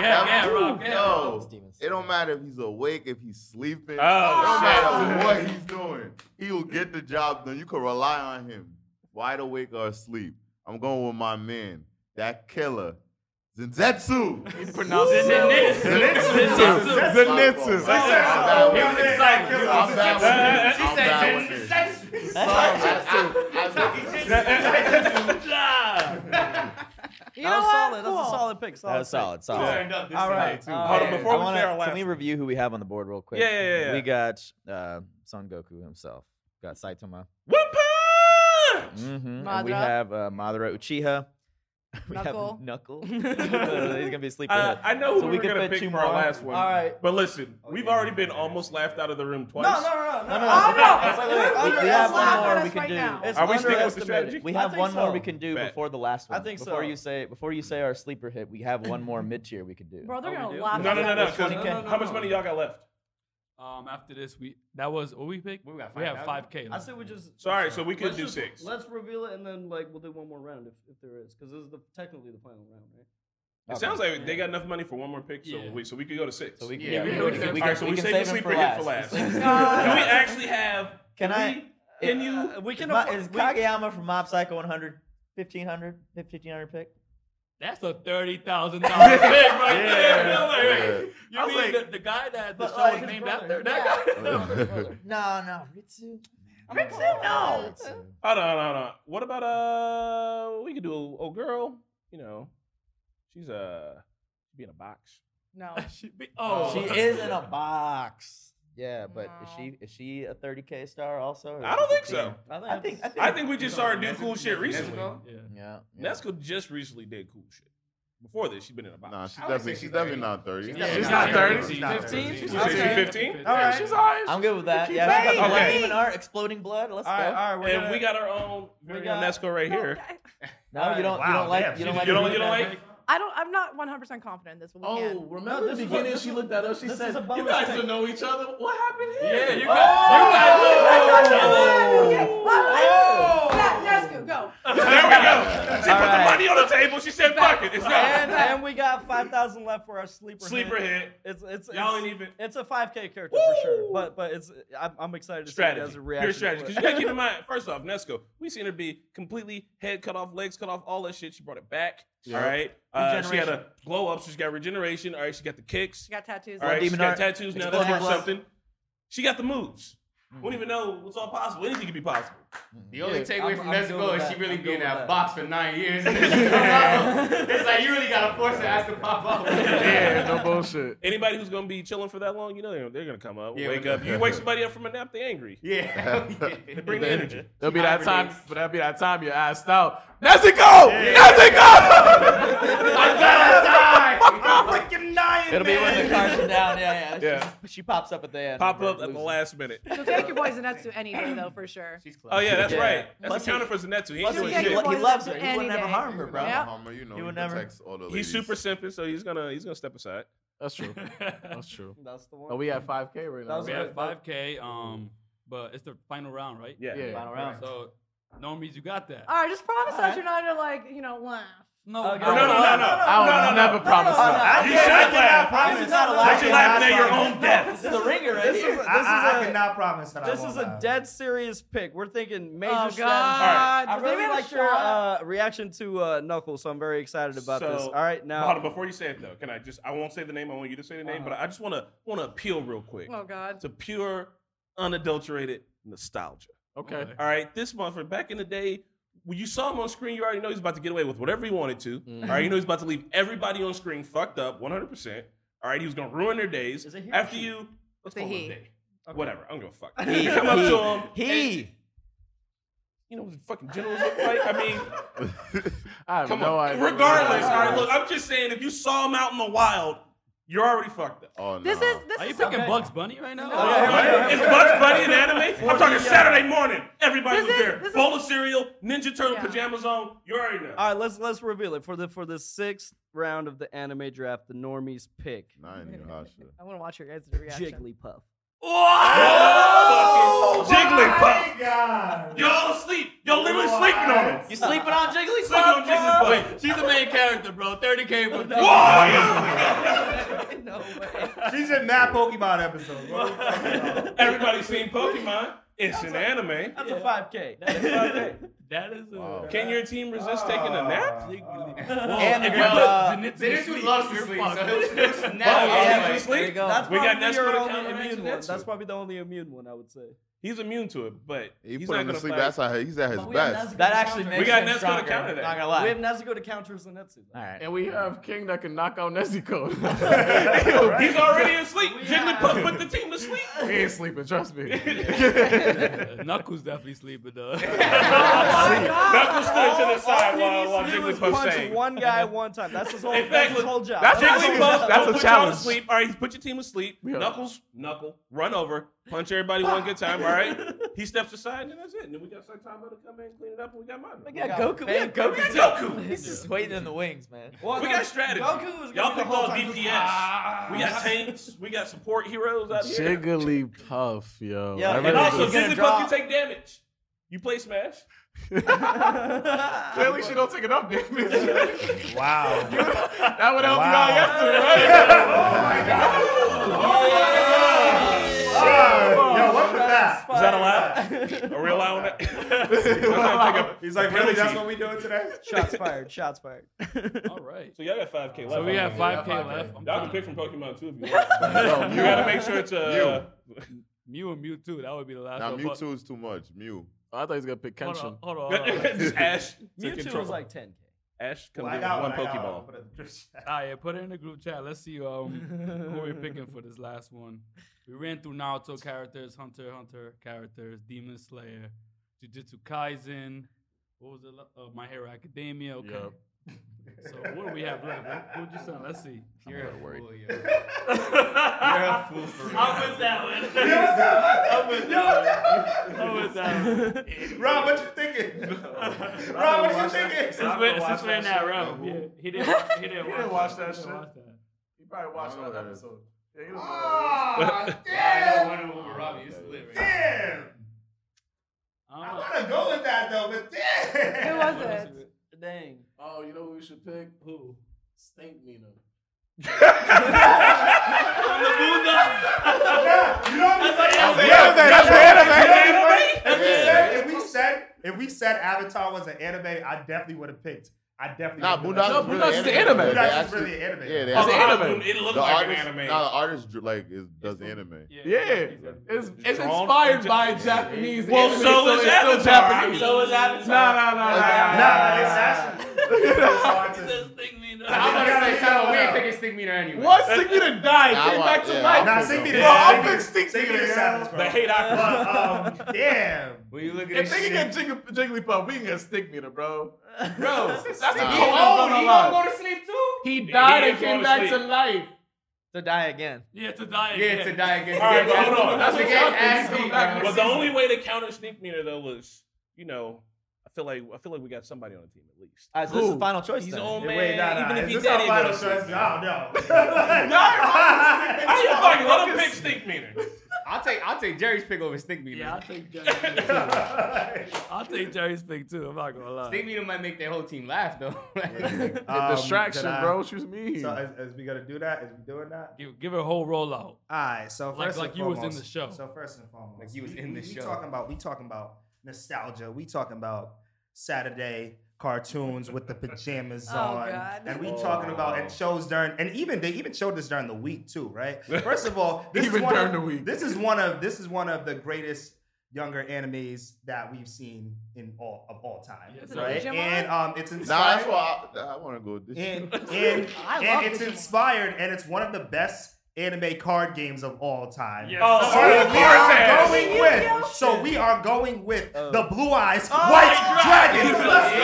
Speaker 1: Yeah,
Speaker 9: That
Speaker 1: yeah,
Speaker 9: dude,
Speaker 1: Rob. Yeah.
Speaker 9: Yo,
Speaker 7: Stevens.
Speaker 9: it don't matter if he's awake, if he's sleeping. It
Speaker 5: Oh,
Speaker 9: don't matter what he's doing. He will get the job done. You can rely on him, wide awake or asleep. I'm going with my man, that killer, Zenzetsu.
Speaker 1: Zenitsu.
Speaker 9: Zenitsu.
Speaker 6: He was excited. He was
Speaker 9: I'm bad
Speaker 3: She
Speaker 9: with
Speaker 3: said
Speaker 9: this. I'm bad with this. Sorry, I- I- I-
Speaker 4: You
Speaker 8: That
Speaker 4: know
Speaker 8: was
Speaker 4: what?
Speaker 8: solid. That's
Speaker 4: Cool.
Speaker 8: a solid pick. Solid
Speaker 7: That's
Speaker 8: pick.
Speaker 7: solid, solid.
Speaker 8: All right.
Speaker 5: Hold on, before
Speaker 7: I
Speaker 5: we
Speaker 7: wanna-
Speaker 5: say our last
Speaker 7: Can we review who we have on the board real quick?
Speaker 5: Yeah, yeah, yeah, yeah.
Speaker 7: We got uh, Son Goku himself. We got Saitama. Mm-hmm. And
Speaker 4: Madara.
Speaker 7: we have uh, Madara Uchiha. We
Speaker 4: Knuckle.
Speaker 7: have Knuckle. He's gonna be sleeping.
Speaker 5: Uh, I know who
Speaker 7: So
Speaker 5: we
Speaker 7: we
Speaker 5: were
Speaker 7: can
Speaker 5: gonna
Speaker 7: fit
Speaker 5: pick
Speaker 7: two
Speaker 5: for our
Speaker 7: more. Oh,
Speaker 5: last one.
Speaker 8: All right.
Speaker 5: But listen, we've already been almost laughed out of the room twice.
Speaker 8: no, no,
Speaker 4: Oh, no.
Speaker 8: Wait, wait, wait.
Speaker 4: We're
Speaker 8: We-
Speaker 4: gonna
Speaker 8: we have one
Speaker 4: laugh
Speaker 7: more
Speaker 4: at
Speaker 7: we
Speaker 4: us
Speaker 7: can
Speaker 4: right
Speaker 7: do.
Speaker 4: now.
Speaker 8: It's
Speaker 5: Are we sticking with the
Speaker 8: underestimated.
Speaker 5: strategy?
Speaker 7: We
Speaker 8: I
Speaker 7: have
Speaker 8: think
Speaker 7: one more
Speaker 8: so.
Speaker 7: we can do
Speaker 5: Bet.
Speaker 7: before the last
Speaker 8: I
Speaker 7: one.
Speaker 8: think
Speaker 7: before
Speaker 8: so.
Speaker 7: you say before you say our sleeper hit, we have one more mid tier we could do.
Speaker 4: Bro, they're
Speaker 1: Oh, we
Speaker 4: gonna
Speaker 1: do?
Speaker 4: laugh.
Speaker 5: no, no,
Speaker 4: at
Speaker 5: no,
Speaker 4: us.
Speaker 5: no. 'cause
Speaker 1: No, no, no,
Speaker 5: how much
Speaker 1: no.
Speaker 5: money y'all got left?
Speaker 1: Um, after this, we that was what we picked.
Speaker 3: What we got,
Speaker 1: have
Speaker 3: 5,000?
Speaker 1: five k.
Speaker 8: I say we just.
Speaker 5: So, all right, so we could
Speaker 8: let's
Speaker 5: do
Speaker 8: just-
Speaker 5: six.
Speaker 8: Let's reveal it and then like we'll do one more round if, if there is, because this is the, technically the final round, right?
Speaker 5: It sounds like they got enough money for one more pick, so
Speaker 1: Yeah.
Speaker 5: we so we could go to six.
Speaker 7: So we can, yeah,
Speaker 3: Yeah, we
Speaker 7: we,
Speaker 3: can-
Speaker 7: we can, we
Speaker 5: all
Speaker 7: can,
Speaker 5: right, so we,
Speaker 7: we can
Speaker 5: save the
Speaker 7: save him
Speaker 5: sleeper
Speaker 7: for
Speaker 5: hit for
Speaker 7: last.
Speaker 5: last. Do we actually have?
Speaker 7: Can I?
Speaker 5: Can you?
Speaker 8: Uh, we can.
Speaker 7: Ma-
Speaker 8: afford-
Speaker 7: is
Speaker 8: we-
Speaker 7: Kageyama from Mob Psycho 100 1500 1500 pick?
Speaker 1: That's a thirty thousand dollar pick right there. I'm like,
Speaker 9: Yeah.
Speaker 1: wait, You mean the, the guy that the
Speaker 8: But,
Speaker 1: show
Speaker 8: like,
Speaker 1: was
Speaker 8: his
Speaker 1: named
Speaker 8: brother.
Speaker 1: after? That guy?
Speaker 7: No, no, Ritsu.
Speaker 4: Ritsu, no.
Speaker 5: Hold on, hold on, hold on. What about uh? We could do a old girl. You know, she's uh, be in a box.
Speaker 4: No.
Speaker 1: She be- oh,
Speaker 7: She is in a box. Yeah, but is
Speaker 4: No.
Speaker 7: she is she a 30k star also? or
Speaker 5: I don't
Speaker 7: is
Speaker 5: think
Speaker 7: she
Speaker 5: so.
Speaker 7: I think I think,
Speaker 5: I think we just started doing cool shit recently.
Speaker 7: yeah, yeah.
Speaker 5: Nesco just recently did cool shit. before this. She's been in a box.
Speaker 9: Nah, she's
Speaker 3: I would say
Speaker 9: definitely
Speaker 3: she's
Speaker 9: she's definitely
Speaker 3: 30.
Speaker 9: not thirty.
Speaker 3: She's
Speaker 9: Yeah.
Speaker 3: definitely
Speaker 2: She's
Speaker 3: not
Speaker 2: not 30.
Speaker 6: She's
Speaker 2: She's
Speaker 6: not
Speaker 2: 15.
Speaker 6: 30.
Speaker 2: She's
Speaker 5: She's 15.
Speaker 1: Okay.
Speaker 8: All right.
Speaker 2: She's all right.
Speaker 7: I'm good with that.
Speaker 2: keep
Speaker 7: Yeah, she's
Speaker 4: banging.
Speaker 7: got
Speaker 5: Okay.
Speaker 7: Demon art, exploding blood. Let's
Speaker 8: All right,
Speaker 7: go.
Speaker 8: all right. We're
Speaker 5: And
Speaker 8: gonna-
Speaker 5: we got our own very
Speaker 8: got-
Speaker 5: own Nesco right here.
Speaker 7: No, you don't. you
Speaker 6: Wow,
Speaker 7: don't like.
Speaker 6: damn,
Speaker 7: You don't
Speaker 6: she-
Speaker 7: like.
Speaker 5: You
Speaker 7: the
Speaker 5: don't you don't
Speaker 7: demon
Speaker 5: like
Speaker 4: I don't. I'm not 100% confident in this, but we
Speaker 2: Oh,
Speaker 4: can.
Speaker 2: remember at the beginning she looked at us. She
Speaker 8: this
Speaker 2: said,
Speaker 8: is a
Speaker 2: "You
Speaker 8: bonus
Speaker 2: guys
Speaker 8: thing."
Speaker 2: don't know each other. What happened here?"
Speaker 1: Yeah, you
Speaker 4: Oh,
Speaker 2: got.
Speaker 4: Let's go. Go.
Speaker 5: There we go. She
Speaker 8: All
Speaker 5: put the
Speaker 8: right.
Speaker 5: money on the table. She said, "Fuck it, it's
Speaker 8: and,
Speaker 5: not
Speaker 8: and we got five thousand left for our sleeper.
Speaker 5: sleeper
Speaker 8: hit.
Speaker 5: hit."
Speaker 8: It's it's
Speaker 5: Y'all
Speaker 8: it's,
Speaker 5: ain't even-
Speaker 8: It's a five K character for sure,
Speaker 5: Woo!
Speaker 8: but but it's I'm, I'm excited to see you
Speaker 5: Strategy,
Speaker 8: guys' reaction.
Speaker 5: pure strategy.
Speaker 8: to
Speaker 5: Because
Speaker 8: it.
Speaker 5: you gotta keep in mind, first off, Nesco, we seen her be completely head cut off, legs cut off, all that shit. She brought it back. All right, uh, she had a glow up. So she got regeneration. All right, she got the kicks.
Speaker 4: She got tattoos.
Speaker 5: All right,
Speaker 7: Demon
Speaker 5: she got
Speaker 7: art.
Speaker 5: tattoos now.
Speaker 7: Explode
Speaker 5: That's worth
Speaker 7: blood.
Speaker 5: something. She got the moves. We don't even know what's all possible. Anything could be possible.
Speaker 8: Mm-hmm.
Speaker 3: The only
Speaker 7: Yeah,
Speaker 3: takeaway
Speaker 7: I'm-
Speaker 3: from
Speaker 7: I'm good
Speaker 3: Nesco
Speaker 7: with
Speaker 3: is
Speaker 7: that.
Speaker 3: she really
Speaker 7: I'm
Speaker 3: been
Speaker 7: good
Speaker 3: in
Speaker 7: with
Speaker 3: that
Speaker 7: that.
Speaker 3: box for nine years. it's like you really gotta force her ass to pop out.
Speaker 2: Yeah, no bullshit.
Speaker 5: Anybody who's gonna be chilling for that long, you know they're, they're gonna come up,
Speaker 3: Yeah,
Speaker 5: wake
Speaker 3: we-
Speaker 5: up. You wake somebody up from a nap, they angry.
Speaker 3: Yeah.
Speaker 5: They bring the energy.
Speaker 2: There'll be that time,
Speaker 3: Hibernates.
Speaker 2: but that'll be that time you're assed out. Nessie go! Nessie go!
Speaker 6: I gotta die. I'm freaking dying,
Speaker 7: It'll be when
Speaker 6: man.
Speaker 7: the cards are down. Yeah, yeah. She,
Speaker 5: Yeah.
Speaker 7: she pops up at the end.
Speaker 5: Pop
Speaker 7: We're
Speaker 5: up at the
Speaker 7: losing.
Speaker 5: last minute.
Speaker 4: So take your boys and that's to any day though, for sure.
Speaker 3: She's close.
Speaker 5: Oh yeah, that's
Speaker 7: Yeah.
Speaker 5: right. That's
Speaker 7: Plus
Speaker 5: a counter for Zenetsu. He ain't
Speaker 7: Plus,
Speaker 5: doing
Speaker 4: Yeah,
Speaker 7: he,
Speaker 4: you
Speaker 7: he,
Speaker 5: shit.
Speaker 4: want-
Speaker 7: loves her. He
Speaker 4: Any
Speaker 7: would never
Speaker 4: day.
Speaker 7: harm her, bro.
Speaker 4: Yeah.
Speaker 9: Hummer, you know,
Speaker 7: He
Speaker 9: he
Speaker 7: would never-
Speaker 9: protects all the
Speaker 5: He's
Speaker 9: ladies.
Speaker 5: super simping, so he's gonna he's gonna step aside.
Speaker 2: That's true. That's true.
Speaker 8: That's the one.
Speaker 2: But we at 5K right now.
Speaker 8: That was
Speaker 1: We
Speaker 2: right?
Speaker 8: a-
Speaker 1: have 5K, um, but it's the final round, right?
Speaker 5: Yeah.
Speaker 2: Yeah.
Speaker 7: Final round.
Speaker 1: So, normies, you got that.
Speaker 4: All right, just promise us
Speaker 8: Alright.
Speaker 4: you're not gonna like you know laugh.
Speaker 1: No,
Speaker 8: Okay.
Speaker 5: No, no, no, no,
Speaker 2: I
Speaker 5: no,
Speaker 2: would
Speaker 5: no, no,
Speaker 2: never
Speaker 5: no.
Speaker 2: promise
Speaker 7: no,
Speaker 2: that.
Speaker 6: I
Speaker 5: You
Speaker 6: can't-
Speaker 5: should
Speaker 6: I cannot
Speaker 5: laugh.
Speaker 6: promise
Speaker 7: This is not
Speaker 6: her.
Speaker 7: allowed.
Speaker 6: I
Speaker 5: But you're laughing at
Speaker 6: cannot
Speaker 5: your
Speaker 6: promise
Speaker 5: own
Speaker 6: her.
Speaker 5: death.
Speaker 7: This is a ringer right
Speaker 8: This is
Speaker 7: here.
Speaker 8: a-
Speaker 6: I, I, I
Speaker 8: a-
Speaker 6: cannot promise that. I
Speaker 8: This
Speaker 6: won't
Speaker 8: is a
Speaker 6: laugh.
Speaker 8: dead serious pick. We're thinking major
Speaker 4: Oh
Speaker 8: strategy.
Speaker 4: God!
Speaker 8: I
Speaker 4: Does anybody
Speaker 8: really
Speaker 4: have a
Speaker 8: like your
Speaker 4: shot?
Speaker 8: uh, reaction to uh, Knuckles, so I'm very excited about this.
Speaker 5: So-
Speaker 8: All right, now Uh-huh.
Speaker 5: Hold on, before you say it though, can I just I won't say the name, I want you to say the name, but I just wanna wanna appeal real quick
Speaker 4: Oh God!
Speaker 5: to pure, unadulterated nostalgia.
Speaker 2: Okay.
Speaker 5: All right, this motherfucker back in the day, when you saw him on screen, you already know he's about to get away with whatever he wanted to.
Speaker 7: Mm-hmm.
Speaker 5: All right, you know he's about to leave everybody on screen fucked up 100%. All right, he was gonna ruin their days.
Speaker 7: Is it he or
Speaker 5: After
Speaker 7: she?
Speaker 5: you, let's
Speaker 4: It's a
Speaker 5: call him
Speaker 4: he.
Speaker 5: day. Whatever, I'm gonna fuck.
Speaker 7: He-
Speaker 5: you come up to him,
Speaker 7: He.
Speaker 5: you know what the fucking generals look like? I mean,
Speaker 2: I have
Speaker 5: come
Speaker 2: no
Speaker 5: on.
Speaker 2: idea.
Speaker 5: Regardless, all right, look, I'm just saying, if you saw him out in the wild, you're already fucked up.
Speaker 9: Oh no.
Speaker 4: This is this
Speaker 1: Are you
Speaker 4: is
Speaker 1: picking
Speaker 4: okay.
Speaker 1: Bugs Bunny right now?
Speaker 5: It's Bugs Bunny in anime. I'm talking Saturday morning. Everybody
Speaker 4: This
Speaker 5: was
Speaker 4: is-
Speaker 5: there.
Speaker 4: this is-
Speaker 5: Bowl of cereal, Ninja Turtle
Speaker 4: Yeah.
Speaker 5: pajamas on. You already know.
Speaker 8: all right, let's let's reveal it for the for the sixth round of the anime draft. The normies pick
Speaker 9: Nah, I ain't even hot shit.
Speaker 4: I want to watch your guys' reaction.
Speaker 8: Jigglypuff.
Speaker 5: Oh, fucking Jigglypuff.
Speaker 6: God.
Speaker 5: Y'all asleep. Y'all literally sleeping on him.
Speaker 7: You sleeping on Jigglypuff?
Speaker 5: Sleeping on
Speaker 7: bro?
Speaker 5: Jigglypuff.
Speaker 1: She's the main character, bro. 30k for that.
Speaker 7: No way.
Speaker 6: She's in that Pokemon episode. bro.
Speaker 5: Whoa! Everybody's seen Pokemon. It's an anime.
Speaker 8: That's a five K.
Speaker 1: That is a
Speaker 9: Wow. Ah.
Speaker 5: Can your team resist taking a nap?
Speaker 7: And
Speaker 1: if
Speaker 7: the
Speaker 1: you
Speaker 7: girl, uh,
Speaker 1: put Zenitsu to
Speaker 3: Zenitsu
Speaker 1: sleep,
Speaker 3: loves to
Speaker 1: you're
Speaker 3: sleep,
Speaker 1: fucked.
Speaker 3: so he'll- he'll
Speaker 5: Oh,
Speaker 3: snap
Speaker 5: yeah,
Speaker 3: anyway.
Speaker 5: you sleep?
Speaker 7: go.
Speaker 8: That's
Speaker 5: We got
Speaker 8: probably
Speaker 5: Nesco
Speaker 8: your
Speaker 5: to
Speaker 8: only
Speaker 5: counter
Speaker 8: immune
Speaker 5: Nancy
Speaker 8: one.
Speaker 5: Nancy.
Speaker 8: That's probably the only immune one I would say.
Speaker 5: He's immune to it, but
Speaker 9: He
Speaker 5: he's
Speaker 9: put
Speaker 5: not
Speaker 9: him to
Speaker 5: gonna
Speaker 9: sleep.
Speaker 5: fight.
Speaker 9: That's how he's at his best.
Speaker 7: That actually makes
Speaker 5: We got
Speaker 7: him
Speaker 5: Nesco to
Speaker 7: stronger.
Speaker 5: counter that.
Speaker 7: Not gonna
Speaker 8: We
Speaker 7: lie.
Speaker 8: have Nezuko to counter Zenetsu. though.
Speaker 7: All right.
Speaker 2: And we have King that can knock out Nessie code.
Speaker 5: He's already asleep. Jigglypuff put the team to sleep.
Speaker 2: he ain't sleeping, trust me.
Speaker 1: Uh, Knuckles definitely sleeping though.
Speaker 5: Knuckles stood to the side while,
Speaker 8: All
Speaker 5: while
Speaker 8: he needs to do is
Speaker 5: Jigglypuff
Speaker 8: punch
Speaker 5: sang.
Speaker 8: uh, one guy one time. That's his whole,
Speaker 5: In
Speaker 8: that's
Speaker 5: fact,
Speaker 8: his whole job.
Speaker 2: that's
Speaker 8: Uh-huh. That's
Speaker 2: actually-
Speaker 8: his whole
Speaker 5: Jigglypuff,
Speaker 8: job.
Speaker 5: don't
Speaker 2: that's a
Speaker 5: put y'all
Speaker 2: challenge.
Speaker 5: To sleep. All right, he's put your team to sleep.
Speaker 2: Yeah.
Speaker 5: Knuckles, knuckle, run over, punch everybody one good time. All right, he steps aside, and that's it. And then we got Saitama to come in and clean it up, and we got Mata.
Speaker 7: We got Goku. We got
Speaker 5: We got
Speaker 7: Goku.
Speaker 5: Goku.
Speaker 7: He's just waiting in the wings, man.
Speaker 8: Well,
Speaker 5: We
Speaker 8: no,
Speaker 5: got strategy.
Speaker 8: Goku was
Speaker 5: Y'all
Speaker 8: gonna be the
Speaker 5: picked
Speaker 8: whole
Speaker 5: all
Speaker 8: time just-
Speaker 5: DPS.
Speaker 7: Ah.
Speaker 5: we got tanks. We got support heroes out here.
Speaker 2: Jigglypuff, yo.
Speaker 7: Yeah,
Speaker 2: I
Speaker 7: and
Speaker 5: and
Speaker 2: really
Speaker 5: also,
Speaker 2: just-
Speaker 7: gonna
Speaker 5: Jigglypuff,
Speaker 7: drop.
Speaker 5: you take damage. You play Smash.
Speaker 2: Clearly, she don't take enough damage.
Speaker 6: Wow.
Speaker 2: that would help you
Speaker 6: Wow.
Speaker 2: out yesterday, right?
Speaker 6: Oh, Yo, what was that?
Speaker 5: Is that allowed? Are we allowing that? I'm trying to think
Speaker 6: He's
Speaker 5: of-
Speaker 6: like, really? That's what we doing today?
Speaker 8: Shots fired. Shots fired.
Speaker 1: All right.
Speaker 5: So y'all got 5K left.
Speaker 1: So we have
Speaker 5: Yeah.
Speaker 1: 5k left. I'm
Speaker 5: Y'all
Speaker 1: trying
Speaker 5: can
Speaker 1: to
Speaker 5: pick from Pokemon too if you want. you gotta make sure it's uh,
Speaker 1: Mew and Mewtwo. That would be the last
Speaker 9: Now
Speaker 1: one. but-
Speaker 9: Mewtwo is too much. Mew.
Speaker 2: Oh, I thought he was gonna pick
Speaker 1: Hold on.
Speaker 2: Kenshin.
Speaker 1: Hold on. Hold on.
Speaker 5: just Ash. took
Speaker 8: Mewtwo
Speaker 5: control.
Speaker 8: was like 10k.
Speaker 5: Ash comes
Speaker 6: Well, I
Speaker 5: in
Speaker 6: got
Speaker 5: with one
Speaker 6: I got
Speaker 5: Pokeball.
Speaker 6: Put it in the group chat.
Speaker 1: All right, yeah, put it in the group chat. Let's see um, who we're picking for this last one. We ran through Naruto characters, Hunter x Hunter characters, Demon Slayer, Jujutsu Kaisen. What was it? Uh, My Hero Oh, Academia. Okay.
Speaker 2: Yup.
Speaker 1: So what do we have left? What- Who'd you send? Let's see.
Speaker 7: You're a worried.
Speaker 1: I'm with that one. I'm with that one. I'm with that one.
Speaker 6: Rob, what you thinking? Rob, what you thinking?
Speaker 1: Since we're, since we're in that room, yeah, he didn't. watch- He didn't,
Speaker 2: didn't watch
Speaker 1: watch
Speaker 2: that
Speaker 1: He didn't
Speaker 2: shit.
Speaker 1: watch that.
Speaker 2: You probably watched
Speaker 9: I don't
Speaker 2: that
Speaker 9: know that
Speaker 2: episode. Yeah, you
Speaker 6: Ah, damn! Damn! I
Speaker 1: I
Speaker 6: want to go with that though, but damn!
Speaker 4: Who
Speaker 1: don't
Speaker 4: was
Speaker 1: know.
Speaker 4: it?
Speaker 8: Dang.
Speaker 2: Oh, you know who we should pick?
Speaker 1: Who?
Speaker 2: Stink Nina.
Speaker 1: From the Buddha.
Speaker 6: Yeah, you know what I'm saying?
Speaker 9: Yeah, that's an anime.
Speaker 6: If we
Speaker 9: Yeah.
Speaker 6: said- If we said if we said Avatar was an anime, I definitely would have picked. I definitely.
Speaker 9: Nah,
Speaker 6: would've picked
Speaker 9: Boondocks
Speaker 2: No,
Speaker 9: is
Speaker 2: Boondocks is
Speaker 9: really
Speaker 2: the
Speaker 9: anime. They
Speaker 2: anime.
Speaker 6: Boondocks is
Speaker 9: actually-
Speaker 6: really an anime.
Speaker 9: Yeah, they
Speaker 2: It's
Speaker 9: actually-
Speaker 2: an anime.
Speaker 5: It looked
Speaker 9: the
Speaker 5: like
Speaker 9: artist,
Speaker 5: an anime.
Speaker 9: Nah, the artist drew- like is, does the anime.
Speaker 2: Yeah, it's it's inspired by Japanese.
Speaker 5: Well,
Speaker 2: anime,
Speaker 5: so is
Speaker 2: it's still
Speaker 5: Avatar.
Speaker 2: Japanese.
Speaker 5: So is
Speaker 2: Avatar. Nah, nah, nah, nah,
Speaker 6: Nah,
Speaker 2: nah,
Speaker 6: nah,
Speaker 2: nah,
Speaker 6: it's actually.
Speaker 1: I'm
Speaker 6: gonna say, Tyler, we ain't picking
Speaker 3: Stig Meaner anyway.
Speaker 2: What? Sing me to die.
Speaker 9: Nah, I
Speaker 2: Came
Speaker 9: want-
Speaker 2: back to
Speaker 9: yeah,
Speaker 2: life.
Speaker 9: I
Speaker 6: Nah,
Speaker 9: pick
Speaker 6: Sing me
Speaker 9: them.
Speaker 6: the
Speaker 2: Bro, I'll
Speaker 6: Savage.
Speaker 2: pick Sting
Speaker 6: Sing me
Speaker 2: Nina,
Speaker 6: the
Speaker 2: yo.
Speaker 6: Savage, bro.
Speaker 5: The hate I
Speaker 6: But, um, damn.
Speaker 3: When you look at
Speaker 2: If
Speaker 3: this
Speaker 2: they can get
Speaker 3: shit,
Speaker 2: Jigga- Jigglypuff, we can get Stick Meter, bro. Bro, that's a
Speaker 9: Nah.
Speaker 2: cold
Speaker 3: oh,
Speaker 2: oh,
Speaker 3: he gonna go to sleep too?
Speaker 2: He
Speaker 5: died and came back to
Speaker 2: life.
Speaker 7: To die again.
Speaker 1: Yeah, to die again.
Speaker 3: Yeah, to die again.
Speaker 5: All right, but hold on.
Speaker 3: That's
Speaker 5: That's
Speaker 3: to
Speaker 5: what
Speaker 3: get
Speaker 2: y'all think.
Speaker 3: ass
Speaker 2: He's
Speaker 3: beat,
Speaker 2: coming back
Speaker 3: bro.
Speaker 5: Well, the only way to counter Sneak Meter though was, you know, I feel like I feel like we got somebody on the team at least.
Speaker 7: All right, so this is
Speaker 2: Who?
Speaker 7: the final choice.
Speaker 5: He's
Speaker 7: then.
Speaker 5: old man.
Speaker 6: Wait, nah, nah.
Speaker 5: Even if
Speaker 6: is
Speaker 5: he
Speaker 6: this
Speaker 5: dead,
Speaker 6: our
Speaker 5: he
Speaker 6: final
Speaker 5: goes-
Speaker 6: choice? I don't
Speaker 5: I
Speaker 6: know.
Speaker 5: ain't fucking let him pick Sneak Meter.
Speaker 3: I'll take I'll take Jerry's pick over Stig Meaner.
Speaker 1: Yeah, I'll take Jerry's pick too. I'll take Jerry's pick too. I'm not gonna lie.
Speaker 3: Stig Meaner might make their whole team laugh though. Like,
Speaker 6: Um,
Speaker 2: Distraction,
Speaker 6: did I-
Speaker 2: bro. She's mean.
Speaker 6: So, is, is we gonna do that? Is we doing that?
Speaker 1: Give, give her a whole rollout.
Speaker 6: All right. So first
Speaker 1: Like-
Speaker 6: and
Speaker 1: like you was
Speaker 6: foremost,
Speaker 1: in the show.
Speaker 6: So first and foremost,
Speaker 3: Like you was
Speaker 6: we-
Speaker 3: in
Speaker 6: we-
Speaker 3: the
Speaker 6: we
Speaker 3: show.
Speaker 6: Talking about we talking about nostalgia. We talking about Saturday cartoons with the pajamas
Speaker 4: Oh,
Speaker 6: on,
Speaker 4: God.
Speaker 6: and we talking about and shows during and even they even showed this during the week too, right? First of all, this
Speaker 2: Even
Speaker 6: is one
Speaker 2: during
Speaker 6: of,
Speaker 2: the week.
Speaker 6: This is one of this is one of the greatest younger animes that we've seen in all of all time,
Speaker 1: Yes, sir.
Speaker 6: right?
Speaker 4: Digimon?
Speaker 6: And um, it's inspired.
Speaker 9: Nah, that's why I, I want to go. This
Speaker 6: and and,
Speaker 4: I love
Speaker 6: and it's
Speaker 4: Digimon.
Speaker 6: inspired and it's one of the best anime card games of all time.
Speaker 1: Yes.
Speaker 5: Oh,
Speaker 6: So
Speaker 5: so
Speaker 6: we
Speaker 5: the cards
Speaker 6: are
Speaker 5: ass.
Speaker 6: going
Speaker 4: Yu-Gi-Oh!
Speaker 6: with so we are going with
Speaker 7: Oh.
Speaker 6: the blue eyes white dragon. Let's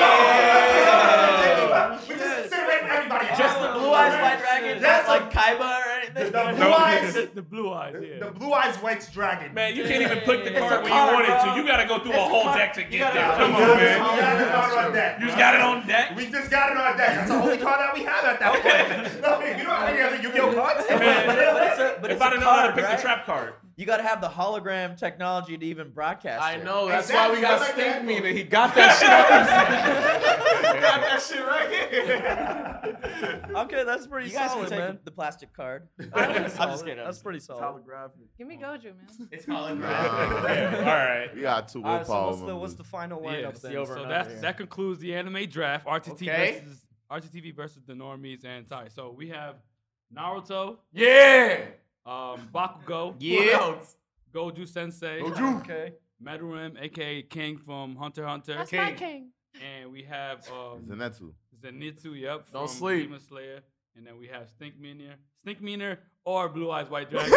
Speaker 6: go. We just incinerated everybody.
Speaker 7: Just the blue eyes white dragon.
Speaker 6: That's
Speaker 7: That's
Speaker 6: a-
Speaker 7: like Kaiba or anything.
Speaker 6: The blue eyes
Speaker 1: the blue eyes. Yeah.
Speaker 6: the blue eyes white dragon.
Speaker 5: Man, you can't even pick the
Speaker 7: It's
Speaker 5: card
Speaker 7: a
Speaker 5: when you
Speaker 7: card,
Speaker 5: wanted
Speaker 7: bro.
Speaker 5: to. You gotta go through
Speaker 7: It's
Speaker 5: a
Speaker 7: a
Speaker 5: whole
Speaker 7: card.
Speaker 5: deck to
Speaker 7: You
Speaker 5: get
Speaker 7: gotta-
Speaker 5: there.
Speaker 7: you
Speaker 5: Come
Speaker 6: We got
Speaker 5: on,
Speaker 6: it- We
Speaker 5: man.
Speaker 6: got it on deck.
Speaker 5: You just got it on deck.
Speaker 6: We just got it on deck. That's the only card that we have at that point. No, you don't have any other Yu-Gi-Oh cards.
Speaker 7: but it's a, but
Speaker 5: If
Speaker 7: it's
Speaker 5: I
Speaker 7: a
Speaker 5: didn't know how to
Speaker 7: card,
Speaker 5: pick
Speaker 7: right?
Speaker 5: the trap card.
Speaker 7: You got to have the hologram technology to even broadcast.
Speaker 2: I
Speaker 7: it.
Speaker 2: know. That's
Speaker 6: Exactly,
Speaker 2: why we got
Speaker 6: that's like
Speaker 2: Stink
Speaker 6: the
Speaker 2: Meter. He got that shit.
Speaker 6: got that shit right here.
Speaker 8: Okay, that's pretty
Speaker 7: You guys
Speaker 8: solid,
Speaker 7: can take
Speaker 8: man.
Speaker 7: the plastic card.
Speaker 8: I'm
Speaker 7: just kidding.
Speaker 8: That's pretty solid.
Speaker 4: Give me Goju, man.
Speaker 3: it's holographic.
Speaker 5: Yeah, All
Speaker 9: Yeah.
Speaker 5: right.
Speaker 9: We got two
Speaker 8: All right, so
Speaker 9: willpower
Speaker 8: what's the, what's the
Speaker 9: members.
Speaker 8: final
Speaker 1: Yeah,
Speaker 8: lineup
Speaker 1: it's
Speaker 8: then?
Speaker 7: the over
Speaker 1: so
Speaker 7: and
Speaker 1: that's
Speaker 7: over, yeah.
Speaker 1: that concludes the anime draft. RTT
Speaker 3: Okay.
Speaker 1: versus RTTV versus the normies and Tai. So we have Naruto,
Speaker 2: Yeah.
Speaker 1: um, Bakugo,
Speaker 3: Yeah.
Speaker 1: Goju Sensei,
Speaker 8: Okay.
Speaker 1: Meruem, aka King from Hunter x Hunter,
Speaker 4: That's my king.
Speaker 1: and we have um,
Speaker 9: Zenetsu.
Speaker 1: Zenitsu. Yep, from
Speaker 2: Don't sleep.
Speaker 1: Demon Slayer, and then we have Stink Meaner, Stink Meaner, or Blue Eyes White Dragon.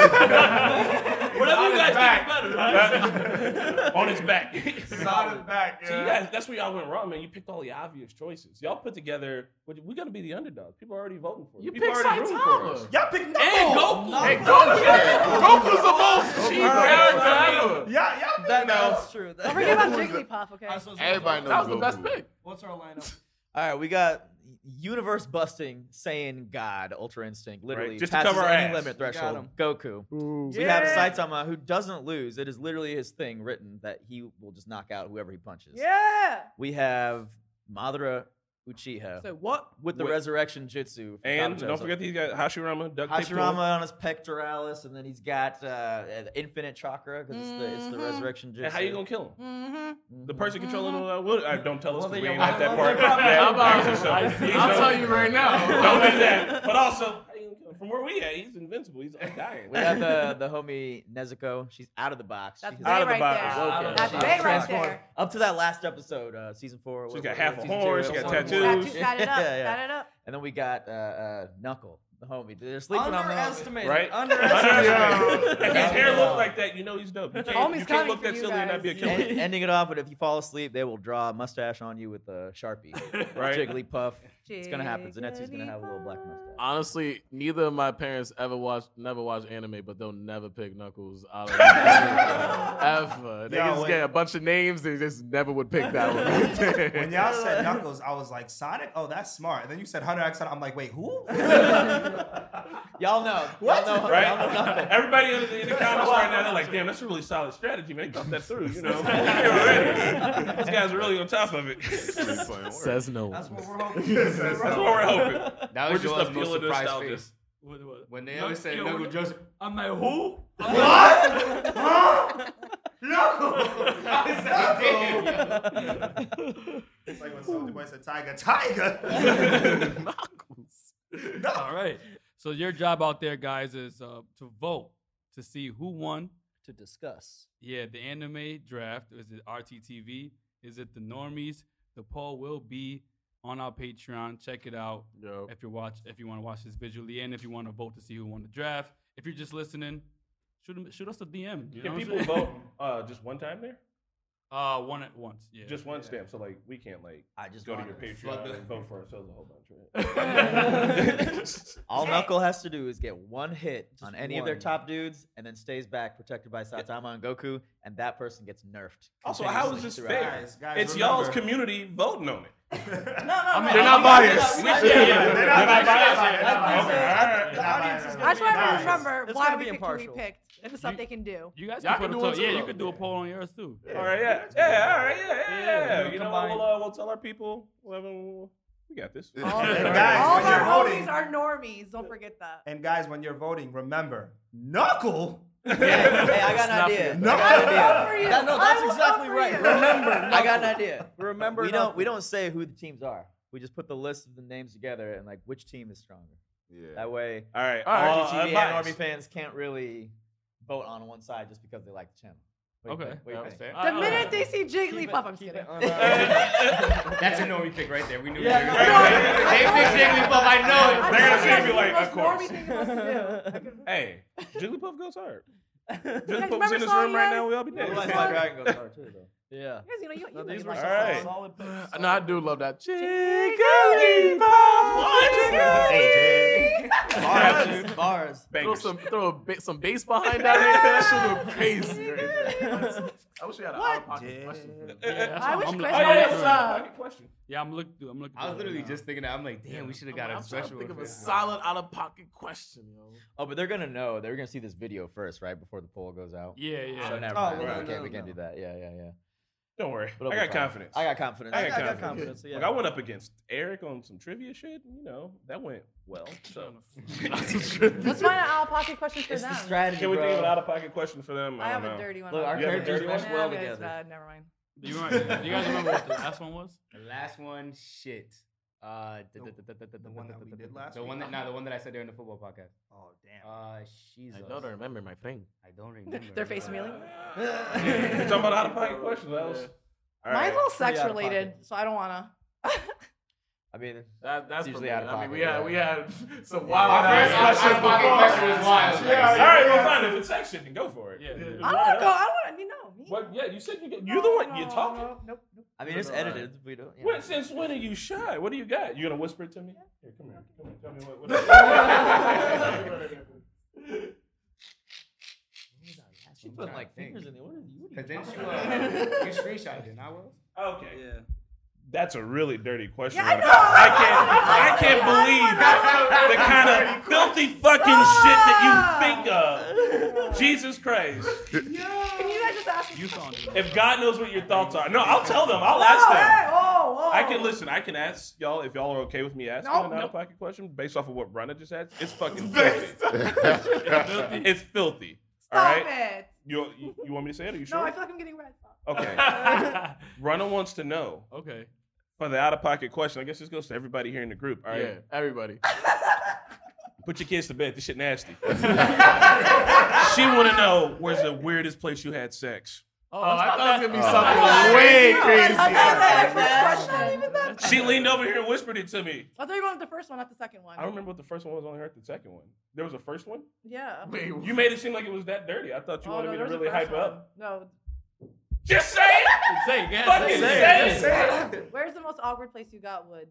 Speaker 1: Whatever you guys think is better. right?
Speaker 5: On his back. So
Speaker 2: Side is back.
Speaker 5: you guys, that's where y'all went wrong, man. You picked all the obvious choices. Y'all put together. We're gonna be the underdogs. People are already voting for us.
Speaker 2: You
Speaker 5: People
Speaker 2: picked
Speaker 5: already rooting for us.
Speaker 2: Saitama.
Speaker 6: Y'all pick Knuckles.
Speaker 1: and Goku.
Speaker 2: Hey, Goku. Goku's the
Speaker 8: Oh,
Speaker 2: most cheap
Speaker 5: Goku.
Speaker 2: character ever.
Speaker 6: Y'all, y'all pick
Speaker 8: That,
Speaker 6: Knuckles.
Speaker 8: That's true.
Speaker 4: Don't
Speaker 8: That,
Speaker 4: forget about
Speaker 9: Who's the-
Speaker 4: Jigglypuff, okay?
Speaker 9: Everybody knows
Speaker 2: That was the
Speaker 9: Goku.
Speaker 2: best pick.
Speaker 8: What's our lineup?
Speaker 7: All right, we got universe busting Saiyan God Ultra Instinct. Literally
Speaker 5: Just to
Speaker 7: passes
Speaker 5: cover our
Speaker 7: any
Speaker 5: ass.
Speaker 7: limit
Speaker 8: got
Speaker 7: threshold.
Speaker 8: him.
Speaker 7: Goku. We have Saitama who doesn't lose. It is literally his thing written that he will just knock out whoever he punches.
Speaker 4: Yeah.
Speaker 7: We have Madara Uchiha
Speaker 4: So what?
Speaker 7: with the
Speaker 5: Wait.
Speaker 7: resurrection jutsu. from
Speaker 5: And
Speaker 7: Kabuto's-
Speaker 5: don't forget these guys: Hashirama, Duck
Speaker 7: Hashirama on his pectoralis, and then he's got uh, an infinite chakra because it's the it's the
Speaker 4: Mhm.
Speaker 7: resurrection jutsu.
Speaker 5: And how you gonna kill him?
Speaker 4: Mm-hmm.
Speaker 5: The person controlling all that wood? Uh, don't tell us
Speaker 7: Well,
Speaker 5: 'cause
Speaker 7: they
Speaker 5: we
Speaker 7: got
Speaker 5: ain't at
Speaker 7: one-
Speaker 5: that part.
Speaker 7: well, they
Speaker 5: Yeah,
Speaker 2: got one-
Speaker 5: embarrass yourself.
Speaker 1: I see.
Speaker 5: Please
Speaker 2: I'll
Speaker 5: don't-
Speaker 2: tell you right now.
Speaker 5: Don't do that. But also, how you gonna kill him? from where we at, he's invincible. He's undying.
Speaker 7: We got the the homie Nezuko. She's out of the box.
Speaker 4: That's
Speaker 7: She's
Speaker 4: Bay
Speaker 5: out of the
Speaker 4: right
Speaker 5: box.
Speaker 4: there.
Speaker 7: Woken.
Speaker 5: Okay.
Speaker 4: That's
Speaker 7: She's
Speaker 4: Bay right
Speaker 7: transformed.
Speaker 4: there.
Speaker 7: Up to that last episode, uh, season four.
Speaker 5: She's
Speaker 7: what-
Speaker 5: got
Speaker 7: what-
Speaker 5: half a
Speaker 7: season
Speaker 5: horn,
Speaker 7: two,
Speaker 5: she got
Speaker 7: episode
Speaker 5: tattoos.
Speaker 4: Tat-
Speaker 7: one.
Speaker 4: tat it up.
Speaker 7: Yeah, yeah.
Speaker 4: Tat it up.
Speaker 7: And then we got uh, uh, Knuckle, the homie. They're sleeping on the homie.
Speaker 8: Underestimated.
Speaker 5: Right?
Speaker 8: Underestimated.
Speaker 5: If his
Speaker 7: Yeah.
Speaker 5: hair looks like that, you know he's dope. You can't,
Speaker 4: Homie's
Speaker 5: you can't
Speaker 4: coming
Speaker 5: look
Speaker 4: for
Speaker 5: that
Speaker 4: you
Speaker 5: silly and not be a
Speaker 4: guys.
Speaker 5: killer.
Speaker 7: En- ending it off, but if you fall asleep, they will draw a mustache on you with a sharpie.
Speaker 5: Right.
Speaker 7: Jigglypuff. It's gonna happen. Zanetsu's gonna have a little black mustache.
Speaker 10: Honestly, neither of my parents ever watched, never watched anime, but they'll never pick Knuckles out of ever. They
Speaker 6: Yo,
Speaker 10: just
Speaker 6: when-
Speaker 10: get a bunch of names and just never would pick that one.
Speaker 6: When y'all said Knuckles, I was like, Sonic? Oh, that's smart. And then you said Hunter X Hunter. I'm like, wait, who?
Speaker 7: Y'all know.
Speaker 6: What?
Speaker 7: Y'all know, y'all know
Speaker 5: Right?
Speaker 7: nothing.
Speaker 5: Everybody in the, in the comments right now, they're like, damn, that's a really solid strategy, man. They thought that through, you know? They were ready. Those guys are really on top of it. That's
Speaker 10: Says no one.
Speaker 8: That's what we're hoping.
Speaker 5: what we're hoping.
Speaker 3: That
Speaker 5: We're
Speaker 3: was
Speaker 5: just
Speaker 3: Joel's most
Speaker 5: appealing to
Speaker 3: surprised
Speaker 5: nostalgia.
Speaker 3: face. When they always said
Speaker 1: yo,
Speaker 3: Knuckle
Speaker 1: what-
Speaker 3: Joseph.
Speaker 1: I'm like, who?
Speaker 6: it's like when Soldier Boy said Tiger, Tiger.
Speaker 1: All right. So your job out there, guys, is uh, to vote to see who won.
Speaker 8: to discuss.
Speaker 1: Yeah, the anime draft. Is it RTTV? Is it the normies? The poll will be on our Patreon. Check it out
Speaker 10: Yo.
Speaker 1: if you watch if you want to watch this visually and if you want to vote to see who won the draft. If you're just listening, shoot 'em- shoot us a DM. You know
Speaker 5: Can
Speaker 1: what I'm
Speaker 5: people
Speaker 1: saying?
Speaker 5: vote uh, just one time there?
Speaker 1: Uh, one at once. Yeah.
Speaker 5: Just one stamp. So, like, we can't, like,
Speaker 7: I just
Speaker 5: go to
Speaker 7: want
Speaker 5: your
Speaker 7: to-
Speaker 5: Patreon
Speaker 3: Plug the-
Speaker 5: and vote for ourselves a whole bunch, right?
Speaker 7: All Knuckle has to do is get one hit
Speaker 8: Just
Speaker 7: on any of their
Speaker 8: one.
Speaker 7: top dudes, and then stays back, protected by Saitama and Goku, and that person gets nerfed.
Speaker 5: Also, how is
Speaker 7: continuously
Speaker 5: this
Speaker 7: throughout.
Speaker 5: fair?
Speaker 6: guys,
Speaker 5: It's y'all's community voting on it.
Speaker 10: They're not biased.
Speaker 6: not-
Speaker 5: Yeah, yeah, yeah.
Speaker 6: they're
Speaker 5: They're
Speaker 6: not
Speaker 5: not
Speaker 6: biased.
Speaker 5: biased.
Speaker 6: They're not
Speaker 5: Okay,
Speaker 6: biased.
Speaker 5: all right.
Speaker 6: They're not biased.
Speaker 4: I just want
Speaker 6: Nah,
Speaker 4: everyone
Speaker 6: it's-
Speaker 4: to remember
Speaker 8: it's
Speaker 4: why
Speaker 8: gotta
Speaker 4: we
Speaker 8: be
Speaker 4: picked who we
Speaker 8: impartial.
Speaker 4: picked. It's stuff they can do.
Speaker 1: You guys
Speaker 10: Y'all can
Speaker 1: can put
Speaker 10: do
Speaker 1: a
Speaker 10: one
Speaker 1: poll.
Speaker 10: too,
Speaker 1: Yeah, you
Speaker 10: though.
Speaker 1: could do a poll on yours too.
Speaker 5: All right, yeah, yeah, all right, yeah, yeah.
Speaker 8: Yeah,
Speaker 5: yeah. You know,
Speaker 8: combine.
Speaker 5: we'll, uh, we'll tell our people. We'll, have them- we'll- we got this.
Speaker 9: Yeah.
Speaker 4: All of
Speaker 9: Hey,
Speaker 4: them.
Speaker 6: guys,
Speaker 4: All
Speaker 6: when
Speaker 4: of our
Speaker 6: you're
Speaker 4: homies
Speaker 6: voting-
Speaker 4: are normies. Don't forget that.
Speaker 6: And guys, when you're voting, remember, Knuckle.
Speaker 7: hey, I
Speaker 10: Snuff
Speaker 7: got an idea.
Speaker 6: No.
Speaker 7: I got an
Speaker 4: Vote for
Speaker 7: idea.
Speaker 4: you.
Speaker 8: That- no, that's
Speaker 4: I will vote
Speaker 8: exactly
Speaker 4: for
Speaker 8: right.
Speaker 4: you.
Speaker 7: I got an idea.
Speaker 8: Remember,
Speaker 7: we don't we
Speaker 8: Knuckles.
Speaker 7: don't say who the teams are. We just put the list of the names together and like which team is stronger.
Speaker 9: Yeah.
Speaker 7: That way,
Speaker 5: All right, uh,
Speaker 7: RGTV
Speaker 5: all
Speaker 7: and
Speaker 5: unbiased.
Speaker 7: Army fans can't really vote on one side just because they like the channel. What do you
Speaker 1: Okay.
Speaker 7: think? What do you
Speaker 5: That was
Speaker 7: think?
Speaker 5: fair.
Speaker 1: I-
Speaker 4: The
Speaker 1: I-
Speaker 4: minute they see
Speaker 8: Keep it-
Speaker 4: Jigglypuff, I'm
Speaker 8: keep
Speaker 4: kidding.
Speaker 8: it unbiased.
Speaker 7: uh,
Speaker 3: That's a normie pick right there. We knew.
Speaker 8: Yeah,
Speaker 3: we
Speaker 8: no,
Speaker 3: were-
Speaker 8: no,
Speaker 5: no,
Speaker 4: no,
Speaker 3: They picked
Speaker 4: no.
Speaker 3: Jigglypuff. I know.
Speaker 4: I'm
Speaker 5: They're gonna
Speaker 4: sorry,
Speaker 5: see
Speaker 4: that's
Speaker 5: me
Speaker 4: the
Speaker 5: like,
Speaker 4: most
Speaker 5: of course.
Speaker 4: normie thing for us to do. I couldn't-
Speaker 5: Hey, Jigglypuff goes hard. Jigglypuff's
Speaker 4: remember
Speaker 5: in this
Speaker 4: Saw
Speaker 5: room right
Speaker 4: Yes?
Speaker 5: now. We all be
Speaker 7: Yeah,
Speaker 5: dead.
Speaker 7: we
Speaker 5: All
Speaker 7: like Like Dragon Goes hard too, though.
Speaker 8: yeah.
Speaker 4: Because, you know, you,
Speaker 8: No,
Speaker 4: you
Speaker 8: these
Speaker 4: really like
Speaker 8: were some
Speaker 5: All
Speaker 4: that
Speaker 5: right.
Speaker 4: song.
Speaker 8: solid picks.
Speaker 10: No, I do love that.
Speaker 6: Hey,
Speaker 5: right,
Speaker 7: Bars,
Speaker 5: dude.
Speaker 7: bars.
Speaker 10: Throw
Speaker 5: Bangers.
Speaker 10: some, throw a bit, some bass behind that. That shit was crazy. I wish we had an out of pocket
Speaker 6: Jay?
Speaker 10: question. for that.
Speaker 5: Uh, uh,
Speaker 10: Yeah, that's
Speaker 4: I
Speaker 10: what
Speaker 4: wish
Speaker 10: I'm
Speaker 4: Chris
Speaker 5: Oh,
Speaker 10: looking-
Speaker 5: yeah,
Speaker 4: had
Speaker 5: yeah,
Speaker 4: a
Speaker 5: yeah.
Speaker 4: song.
Speaker 5: Question.
Speaker 1: Yeah, I'm looking. through- I'm looking.
Speaker 3: I was
Speaker 1: through it
Speaker 3: literally
Speaker 1: now.
Speaker 3: just thinking that. I'm like, damn, we should have
Speaker 10: I'm,
Speaker 3: got
Speaker 10: like,
Speaker 3: a
Speaker 10: I'm trying to
Speaker 3: special.
Speaker 10: think of
Speaker 3: one
Speaker 10: a
Speaker 3: for that.
Speaker 10: solid out of pocket question, yo.
Speaker 7: Oh, but they're gonna know. They're gonna see this video first, right before the poll goes out.
Speaker 1: Yeah, yeah.
Speaker 7: So never
Speaker 8: Oh,
Speaker 7: mind.
Speaker 8: well,
Speaker 7: Yeah, we
Speaker 8: no,
Speaker 7: can't,
Speaker 8: no,
Speaker 7: we can't
Speaker 8: no.
Speaker 7: do that. Yeah, yeah, yeah.
Speaker 5: Don't worry.
Speaker 7: But it'll
Speaker 5: I
Speaker 7: be
Speaker 5: got
Speaker 7: fine.
Speaker 5: confidence.
Speaker 7: I got confidence.
Speaker 5: I
Speaker 8: I
Speaker 5: got
Speaker 8: got
Speaker 5: confidence.
Speaker 8: confidence. Yeah.
Speaker 5: Like I went up against Eric on some trivia shit. and, You know that went well. So
Speaker 4: Let's find an out of pocket question for
Speaker 7: It's the
Speaker 4: them.
Speaker 7: strategy,
Speaker 5: can we
Speaker 7: bro.
Speaker 5: think of an out-of-pocket question for them?
Speaker 4: I
Speaker 5: I
Speaker 4: have
Speaker 5: don't
Speaker 4: a
Speaker 5: know.
Speaker 4: dirty one.
Speaker 7: Look, our
Speaker 5: You have a
Speaker 7: characters
Speaker 5: dirty
Speaker 7: mesh
Speaker 4: Nah,
Speaker 7: well
Speaker 4: okay, it's
Speaker 7: together.
Speaker 4: bad. Uh, Never mind.
Speaker 1: Do you, remember, do you guys remember what the last one was?
Speaker 3: The last one, shit. Uh, the,
Speaker 6: The- the one that we did last
Speaker 3: The one
Speaker 6: week?
Speaker 3: that, nah, the one that I said during the football podcast.
Speaker 6: Oh, damn.
Speaker 3: Uh, Jesus.
Speaker 10: I don't remember my friend.
Speaker 3: I don't remember.
Speaker 4: Their face mealing.
Speaker 5: You're talking about out-of-pocket questions. That was. All
Speaker 4: Mine's all
Speaker 8: Pretty
Speaker 4: sex
Speaker 8: out of
Speaker 4: related,
Speaker 8: pocket.
Speaker 4: so I don't wanna.
Speaker 7: I mean,
Speaker 10: That, that's usually
Speaker 7: usually out of
Speaker 10: I mean, we
Speaker 7: pocket,
Speaker 10: had we
Speaker 7: yeah.
Speaker 10: had some wild
Speaker 3: My first
Speaker 10: ass
Speaker 3: out of
Speaker 10: questions
Speaker 3: pocket
Speaker 10: before.
Speaker 3: question was wild.
Speaker 5: All
Speaker 6: Yeah.
Speaker 5: right, well, fine. If it's sex shit, then go for it.
Speaker 1: Yeah, yeah.
Speaker 4: I don't wanna go. I don't wanna. You know me.
Speaker 5: What? Yeah, you said you get. You're the one. You're talking.
Speaker 4: Nope. nope.
Speaker 7: I mean, it's edited. We don't. you know.
Speaker 5: What, since when are you shy? What do you got? You gonna whisper it to me? Here, come here. Come here. Tell me what. what
Speaker 7: She put like fingers in the order.
Speaker 3: Because then you, uh, you screenshot it, not Will?
Speaker 5: okay.
Speaker 8: Yeah.
Speaker 5: That's a really dirty question.
Speaker 4: Yeah, I
Speaker 5: right
Speaker 4: know.
Speaker 5: there. I can't. I can't believe the kind of filthy fucking shit that you think of. Jesus Christ!
Speaker 4: Can you guys just ask?
Speaker 1: You found it.
Speaker 5: If God knows what your thoughts are, no, I'll tell them. I'll
Speaker 4: No,
Speaker 5: ask
Speaker 4: hey,
Speaker 5: them.
Speaker 4: oh, whoa.
Speaker 5: I can listen. I can ask y'all if y'all are okay with me asking
Speaker 4: Nope,
Speaker 5: an out
Speaker 4: nope.
Speaker 5: of pocket question based off of what Brenna just asked. It's fucking filthy. it's filthy.
Speaker 4: Stop
Speaker 5: all right.
Speaker 4: it.
Speaker 5: You, you you want me to say it? Are you sure?
Speaker 4: No, I feel like I'm getting red.
Speaker 5: Okay. Runner wants to know
Speaker 1: okay.
Speaker 5: for the out of pocket question. I guess this goes to everybody here in the group. All right.
Speaker 10: Yeah, everybody.
Speaker 5: Put your kids to bed. This shit nasty. she want to know where's the weirdest place you had sex. Oh, I thought it was gonna be
Speaker 9: Oh.
Speaker 5: something
Speaker 9: Oh,
Speaker 5: way
Speaker 9: yeah.
Speaker 5: crazy.
Speaker 4: I thought that was my first question.
Speaker 5: She leaned over here and whispered it to me.
Speaker 4: I thought you were going with the first one, not the second one.
Speaker 5: I don't remember what the first one was. I Only heard the second one. There was a first one.
Speaker 4: Yeah.
Speaker 5: You made it seem like it was that dirty. I thought you
Speaker 4: Oh,
Speaker 5: wanted
Speaker 4: no,
Speaker 5: me
Speaker 4: there
Speaker 5: to
Speaker 4: was a
Speaker 5: really
Speaker 4: first
Speaker 5: hype it
Speaker 4: one.
Speaker 5: up.
Speaker 4: No.
Speaker 5: Just say it.
Speaker 1: Say it, yeah,
Speaker 5: Fucking
Speaker 1: say it,
Speaker 5: say it.
Speaker 4: Where's the most awkward place you got wood?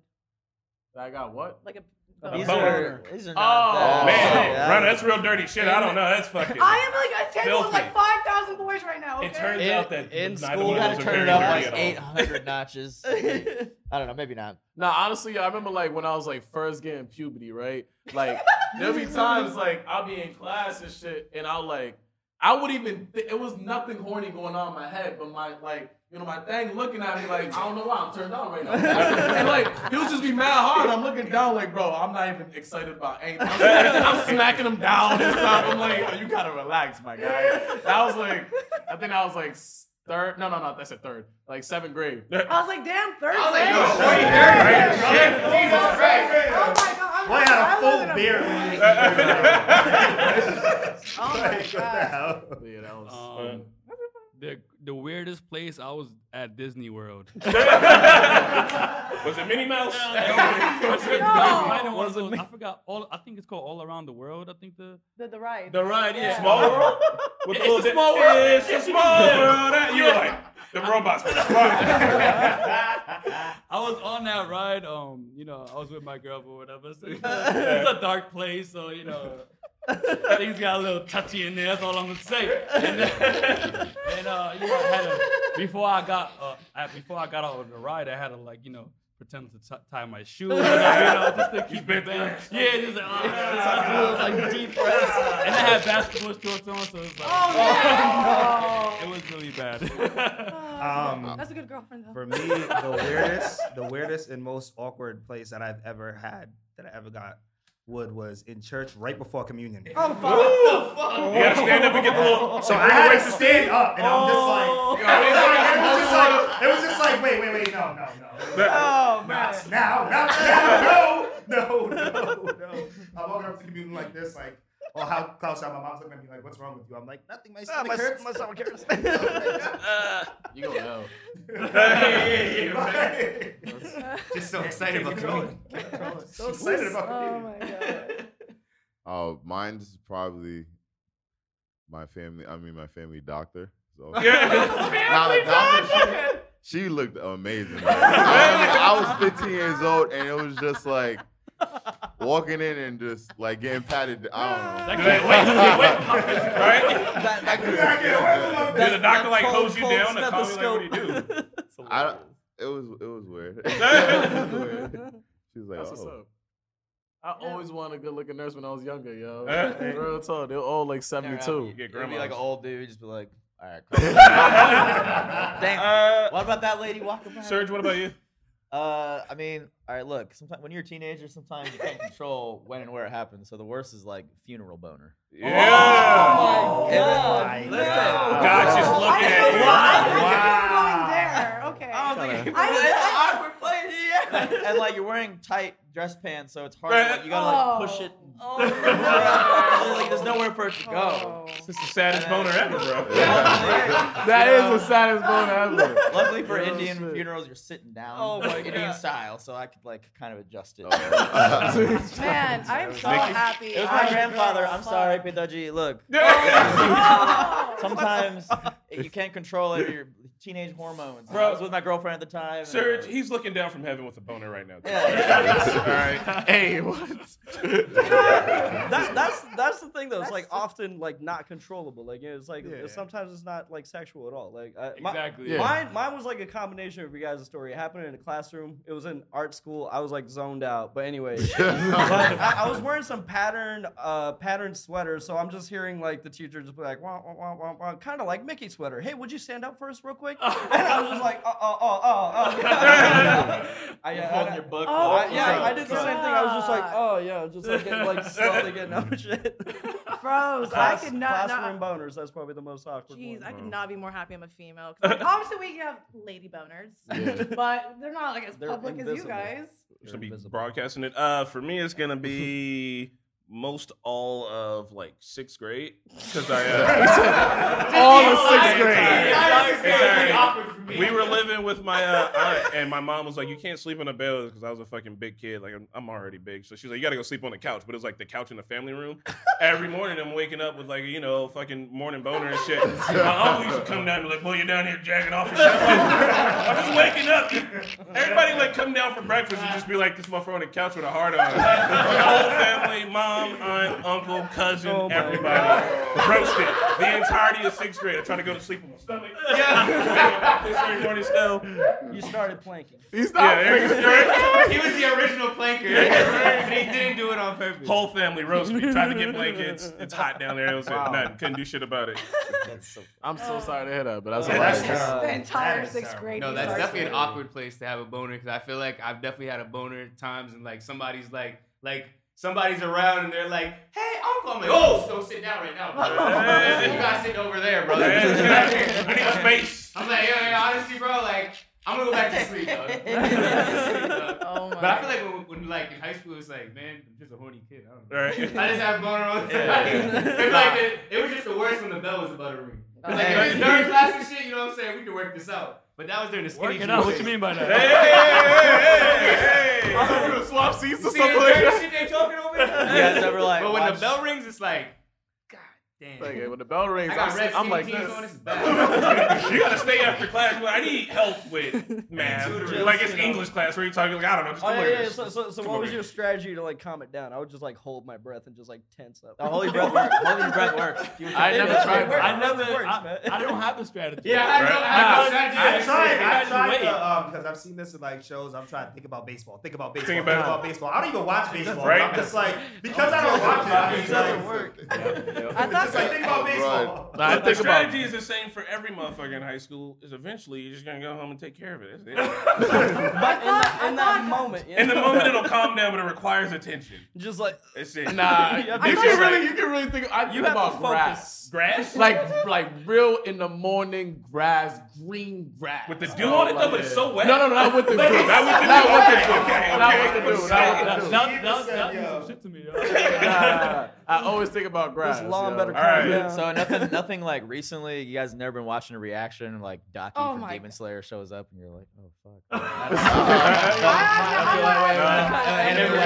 Speaker 10: I got what?
Speaker 4: Like a.
Speaker 5: A
Speaker 7: These
Speaker 5: boner.
Speaker 7: are, these are not
Speaker 10: Oh,
Speaker 7: that-
Speaker 5: Man,
Speaker 7: yeah.
Speaker 5: Ronda, that's real dirty shit. I don't know. That's fucking.
Speaker 4: I am like a table
Speaker 5: Filthy.
Speaker 4: with like 5,000 boys right now. Okay?
Speaker 5: It turns
Speaker 10: In-
Speaker 5: out that
Speaker 10: in
Speaker 5: neither
Speaker 10: school,
Speaker 5: one
Speaker 7: You
Speaker 5: of
Speaker 7: gotta
Speaker 5: those are
Speaker 7: turn it
Speaker 5: very
Speaker 7: up
Speaker 5: dirty
Speaker 7: like
Speaker 5: at all.
Speaker 7: 800 notches. I don't know, maybe not.
Speaker 10: No, honestly, I remember like when I was like first getting puberty, right? Like there'll be times like I'll be in class and shit, and I'll like I would even th- it was nothing horny going on in my head, but my like you know my thing looking at me like I don't know why I'm turned on right now, and like it was just be mad hard. I'm looking down like bro, I'm not even excited about anything. I'm, smacking him down this time. I'm like oh, you gotta relax, my guy. That was like I think I was like s- third. No, no, no, that's a third. Like seventh grade.
Speaker 4: I was like, damn, Thursday. oh my God. I'm
Speaker 6: Boy
Speaker 4: like,
Speaker 6: had a
Speaker 4: I live
Speaker 6: full
Speaker 4: in
Speaker 6: beard when he-
Speaker 4: Oh my
Speaker 6: Like, what the
Speaker 4: God.
Speaker 6: hell?
Speaker 10: Yeah, that was.
Speaker 1: Um, the the weirdest place I was at Disney World.
Speaker 5: Was it Minnie Mouse?
Speaker 1: I, don't want to go- I forgot all. I think it's called All Around the World. I think the
Speaker 4: The, the ride.
Speaker 1: the ride. Yeah,
Speaker 5: Small world? With
Speaker 1: It's a
Speaker 5: little-
Speaker 1: small world.
Speaker 5: It's a small world. You were like, the robots. were smart.
Speaker 1: I was on that ride. Um, you know, I was with my girl or whatever. So it's a dark place, so you know, things got a little touchy in there. That's all I'm gonna say. And, then- and, uh, you know, I had a, before I got uh, I, before I got out of the ride, I had to like you know pretend to t- tie my shoe, you know, just to keep it down. Yeah, just like, oh, like deep breaths. And I had basketball shorts on, so it's like
Speaker 4: Oh,
Speaker 1: it was really bad.
Speaker 6: Um,
Speaker 4: Oh, That's a good girlfriend, though.
Speaker 6: For me, the weirdest, the weirdest and most awkward place that I've ever had that I ever got wood was in church right before communion.
Speaker 4: oh, fuck.
Speaker 5: You gotta stand up and get the little. Oh.
Speaker 6: So I had to stand up, and I'm just like, it was like, it was just like, it was just like, wait, wait, wait, no, no, no.
Speaker 4: Oh, man.
Speaker 6: Not now, not now, no, no, no, no. I'm walking up to communion like this, like, oh, how Klaus, my mom's looking at me like, what's wrong with you? I'm like, nothing,
Speaker 3: Ah,
Speaker 6: my stomach hurts. My stomach hurts.
Speaker 10: You go hell.
Speaker 6: Just so excited about communion. So excited about
Speaker 4: Oh,
Speaker 6: communion.
Speaker 4: my God.
Speaker 9: Oh, mine's probably my family. I mean, my family doctor. So Nah, the doctor, she, she looked amazing. man. I, was, I was 15 years old, and it was just like walking in and just like getting patted. I
Speaker 5: Wait, wait, wait, wait. Right?
Speaker 7: That,
Speaker 6: I
Speaker 7: that,
Speaker 6: can't wait for my
Speaker 5: Did the doctor like
Speaker 8: cold,
Speaker 5: hose you
Speaker 8: cold
Speaker 5: down and call you like, what do you do?
Speaker 9: don't know. I don't- it was it was weird. It was weird. She was like,
Speaker 10: That's what's
Speaker 9: oh.
Speaker 10: up. I always wanted a good looking nurse when I was younger, yo.
Speaker 5: Uh, hey.
Speaker 10: Real talk, they were all like 72.
Speaker 5: Get
Speaker 7: It'd be like
Speaker 5: grandma's.
Speaker 7: an old dude, just be like, all right. cool." Damn.
Speaker 5: Uh,
Speaker 7: what about that lady walking by?
Speaker 5: Serge, what about you?
Speaker 7: Uh, I mean, all right. Look, sometimes when you're a teenager, sometimes you can't control when and where it happens. So the worst is like funeral boner.
Speaker 5: Yeah.
Speaker 7: And then-
Speaker 6: God.
Speaker 7: listen,
Speaker 5: God's just
Speaker 4: I
Speaker 5: Oh looking
Speaker 4: didn't know- I didn't- I didn't know you were going there. Okay.
Speaker 5: at
Speaker 7: kinda-
Speaker 4: I didn't-
Speaker 7: It's an
Speaker 4: I-
Speaker 7: awkward place. And, and, like you're wearing tight dress pants, so it's hard.
Speaker 5: Right.
Speaker 7: to, Like, you gotta like push it. There's, like, there's nowhere for it to go.
Speaker 4: Oh.
Speaker 5: you. This is the saddest boner ever, bro.
Speaker 10: That is the saddest bone ever.
Speaker 7: Luckily for Indian
Speaker 10: shit.
Speaker 7: funerals, you're sitting down,
Speaker 8: Oh my
Speaker 7: Indian
Speaker 8: God.
Speaker 7: style, so I could like kind of adjust it.
Speaker 4: Man, I am so
Speaker 5: Nikki-
Speaker 4: happy.
Speaker 7: It was my
Speaker 4: I-
Speaker 7: grandfather. I'm
Speaker 4: Fuck.
Speaker 7: sorry, Pidaji. Look,
Speaker 4: Oh.
Speaker 7: sometimes you can't control it. Your teenage hormones.
Speaker 5: Bro.
Speaker 7: I was with my girlfriend at the time. and- uh,
Speaker 5: Serge, he's looking down from heaven with a boner right now.
Speaker 10: Hey, what?
Speaker 8: that, that's that's the thing though. It's
Speaker 4: That's
Speaker 8: like
Speaker 4: just-
Speaker 8: often like not controllable. Like it's like
Speaker 6: Yeah.
Speaker 8: sometimes it's not like sexual at all. Like I, my,
Speaker 1: exactly.
Speaker 10: Yeah.
Speaker 8: Mine, mine was like a combination of you guys' story. It happened in a classroom. It was in art school. I was like zoned out. But anyway, but I, I was wearing some patterned, uh, patterned sweater. So I'm just hearing like the teacher just be like, wah, wah, wah, wah, wah, kind of like Mickey sweater. Hey, would you stand up for us real quick? And I was just like, oh, oh, oh, oh, oh. I,
Speaker 7: You're
Speaker 8: I,
Speaker 7: holding your butt.
Speaker 4: Oh,
Speaker 8: I- yeah, I did the
Speaker 4: God.
Speaker 8: same thing. I was just like, oh yeah, just like getting like slowly getting out of shit.
Speaker 4: Bros, I could not. not
Speaker 8: classroom boners. That's probably the most awkward
Speaker 4: Jeez,
Speaker 8: one.
Speaker 4: I could
Speaker 5: Mm-hmm.
Speaker 4: not be more happy I'm a female. 'Cause, Like, obviously, we have lady boners, but they're not like as
Speaker 8: They're
Speaker 4: public as you
Speaker 8: invisible.
Speaker 4: guys.
Speaker 5: Just gonna be broadcasting it. Uh, for me, it's gonna be most all of like sixth grade because I uh, all
Speaker 10: of sixth grade.
Speaker 5: Entire-
Speaker 10: Sixth grade
Speaker 5: entire-
Speaker 10: was awkward for me.
Speaker 5: We were living with my uh, aunt, and my mom was like, "You can't sleep in a bed because I was a fucking big kid. Like I'm, I'm already big, so she's like, you gotta go sleep on the couch." But it was like the couch in the family room. Every morning I'm waking up with like you know fucking morning boner and shit. my uncle used to come down and be like, "Well, you're down here jacking off." And shit. I'm just waking up. Everybody like come down for breakfast and just be like this motherfucker on the couch with a heart on. The whole family, mom, aunt, uncle, cousin,
Speaker 10: Oh
Speaker 5: everybody roasted. The entirety of sixth grade. I tried to go to sleep on my stomach. Yeah. this year morning still.
Speaker 8: You started planking.
Speaker 10: He's not.
Speaker 5: Yeah, there goes Drake.
Speaker 3: he was the original planker. but he didn't do it on purpose.
Speaker 5: Whole family roast me. Tried to get blankets. It's hot down there. It was like, nothing. Couldn't do shit about it.
Speaker 10: I'm so sorry to hear that, but that's
Speaker 8: Yeah,
Speaker 10: a
Speaker 8: that's-
Speaker 10: lot.
Speaker 8: Uh,
Speaker 4: Oh. the entire
Speaker 6: that is
Speaker 4: sixth
Speaker 6: terrible.
Speaker 4: grade.
Speaker 3: No,
Speaker 4: was
Speaker 3: that's
Speaker 4: our
Speaker 3: definitely an
Speaker 4: story.
Speaker 3: awkward place to have a boner because I feel like I've definitely had a boner at times and like somebody's like like somebody's around and they're like, "Hey, uncle," I'm like, "Oh, don't sit down right now, brother. you gotta sit over there, brother."
Speaker 5: I need space.
Speaker 3: I'm like, yo, yo, honestly, bro, like I'm gonna go back to sleep, dog.
Speaker 4: Oh my
Speaker 3: But I feel like when, when like in high school, it's like, man, I'm just a horny kid. I don't know.
Speaker 5: Right.
Speaker 3: I just have boner all the time.
Speaker 5: Yeah.
Speaker 3: It's like it, it was just the worst when the bell was about to ring. It's like if it's during class and shit, you know what I'm saying? We can work this out. But that was during the skinny
Speaker 1: Working out. What
Speaker 3: days.
Speaker 1: you mean by
Speaker 5: Hey,
Speaker 1: that?
Speaker 5: hey, hey, hey, hey.
Speaker 10: We're gonna swap seats or
Speaker 3: See the
Speaker 10: something like
Speaker 3: dirty
Speaker 10: that.
Speaker 3: shit they talking over there?
Speaker 7: You guys ever like
Speaker 3: But when the
Speaker 7: watch-
Speaker 3: bell rings, it's like, God damn.
Speaker 10: Like, when the bell rings,
Speaker 3: I
Speaker 10: I'm,
Speaker 3: got red
Speaker 10: s-
Speaker 3: skinny
Speaker 10: I'm like,
Speaker 3: jeans
Speaker 10: this.
Speaker 3: on. It's bad.
Speaker 5: you gotta stay after class. Well, I need help with math.
Speaker 3: Tutoring.
Speaker 5: Like it's English class where you're talking like I don't know. Just
Speaker 8: Oh,
Speaker 5: come
Speaker 8: yeah,
Speaker 5: over
Speaker 8: yeah.
Speaker 5: here.
Speaker 8: So, so, so
Speaker 5: Come
Speaker 8: what
Speaker 5: over
Speaker 8: was
Speaker 5: here.
Speaker 8: your strategy to like calm it down? I would just like hold my breath and just like tense up.
Speaker 7: The holy breath works. Holy breath works. You were
Speaker 10: I
Speaker 7: trying to-
Speaker 10: never tried
Speaker 8: works.
Speaker 1: I never.
Speaker 8: It works,
Speaker 1: I,
Speaker 8: man.
Speaker 1: I don't have a strategy.
Speaker 3: yeah, I know.
Speaker 1: Right.
Speaker 3: I
Speaker 6: I
Speaker 3: know.
Speaker 6: tried. I
Speaker 1: Guys,
Speaker 6: tried
Speaker 1: wait.
Speaker 6: to, um, because I've seen this in like shows. I'm trying to think about baseball. Think about baseball.
Speaker 5: Think
Speaker 6: Think
Speaker 5: about
Speaker 6: about,
Speaker 5: it.
Speaker 6: baseball. I don't even watch baseball.
Speaker 5: Right.
Speaker 6: I'm just like because I don't watch it. I'm
Speaker 4: I
Speaker 6: just like, it's just
Speaker 4: thought
Speaker 6: like think about baseball.
Speaker 10: Nah, I
Speaker 5: the
Speaker 10: think about
Speaker 5: strategy is the same for every motherfucker in high school. Is eventually you're just gonna go home and take care of it. That's it.
Speaker 8: But in, the, in that
Speaker 4: thought-
Speaker 8: moment, you
Speaker 5: in the
Speaker 8: know,
Speaker 5: moment, it'll calm down, but it requires attention.
Speaker 8: just like
Speaker 5: That's it.
Speaker 10: Nah, you
Speaker 8: I
Speaker 10: can
Speaker 8: thought-
Speaker 10: really, you can really think. I think
Speaker 8: You have to
Speaker 10: about
Speaker 8: focus.
Speaker 10: grass,
Speaker 5: grass
Speaker 10: like like real in the morning grass, green grass
Speaker 5: with the dew on it though, but it's so wet.
Speaker 10: No, no, no, not with the dude. Not with the dude.
Speaker 5: Not with the dude. Okay,
Speaker 10: Not
Speaker 5: okay,
Speaker 10: with the
Speaker 5: okay.
Speaker 10: dude. Not with the dude.
Speaker 1: That, that, that, that,
Speaker 6: said,
Speaker 1: means
Speaker 6: yo.
Speaker 1: some shit to me. uh." yo.
Speaker 10: Nah, I always think about grass.
Speaker 8: this lawn
Speaker 10: yo.
Speaker 8: better calm
Speaker 5: All right.
Speaker 8: down.
Speaker 7: So nothing, nothing like recently. You guys never been watching a reaction like Doki
Speaker 4: Oh
Speaker 7: from
Speaker 4: my
Speaker 7: Demon
Speaker 4: God.
Speaker 7: Slayer shows up and you're like, oh fuck.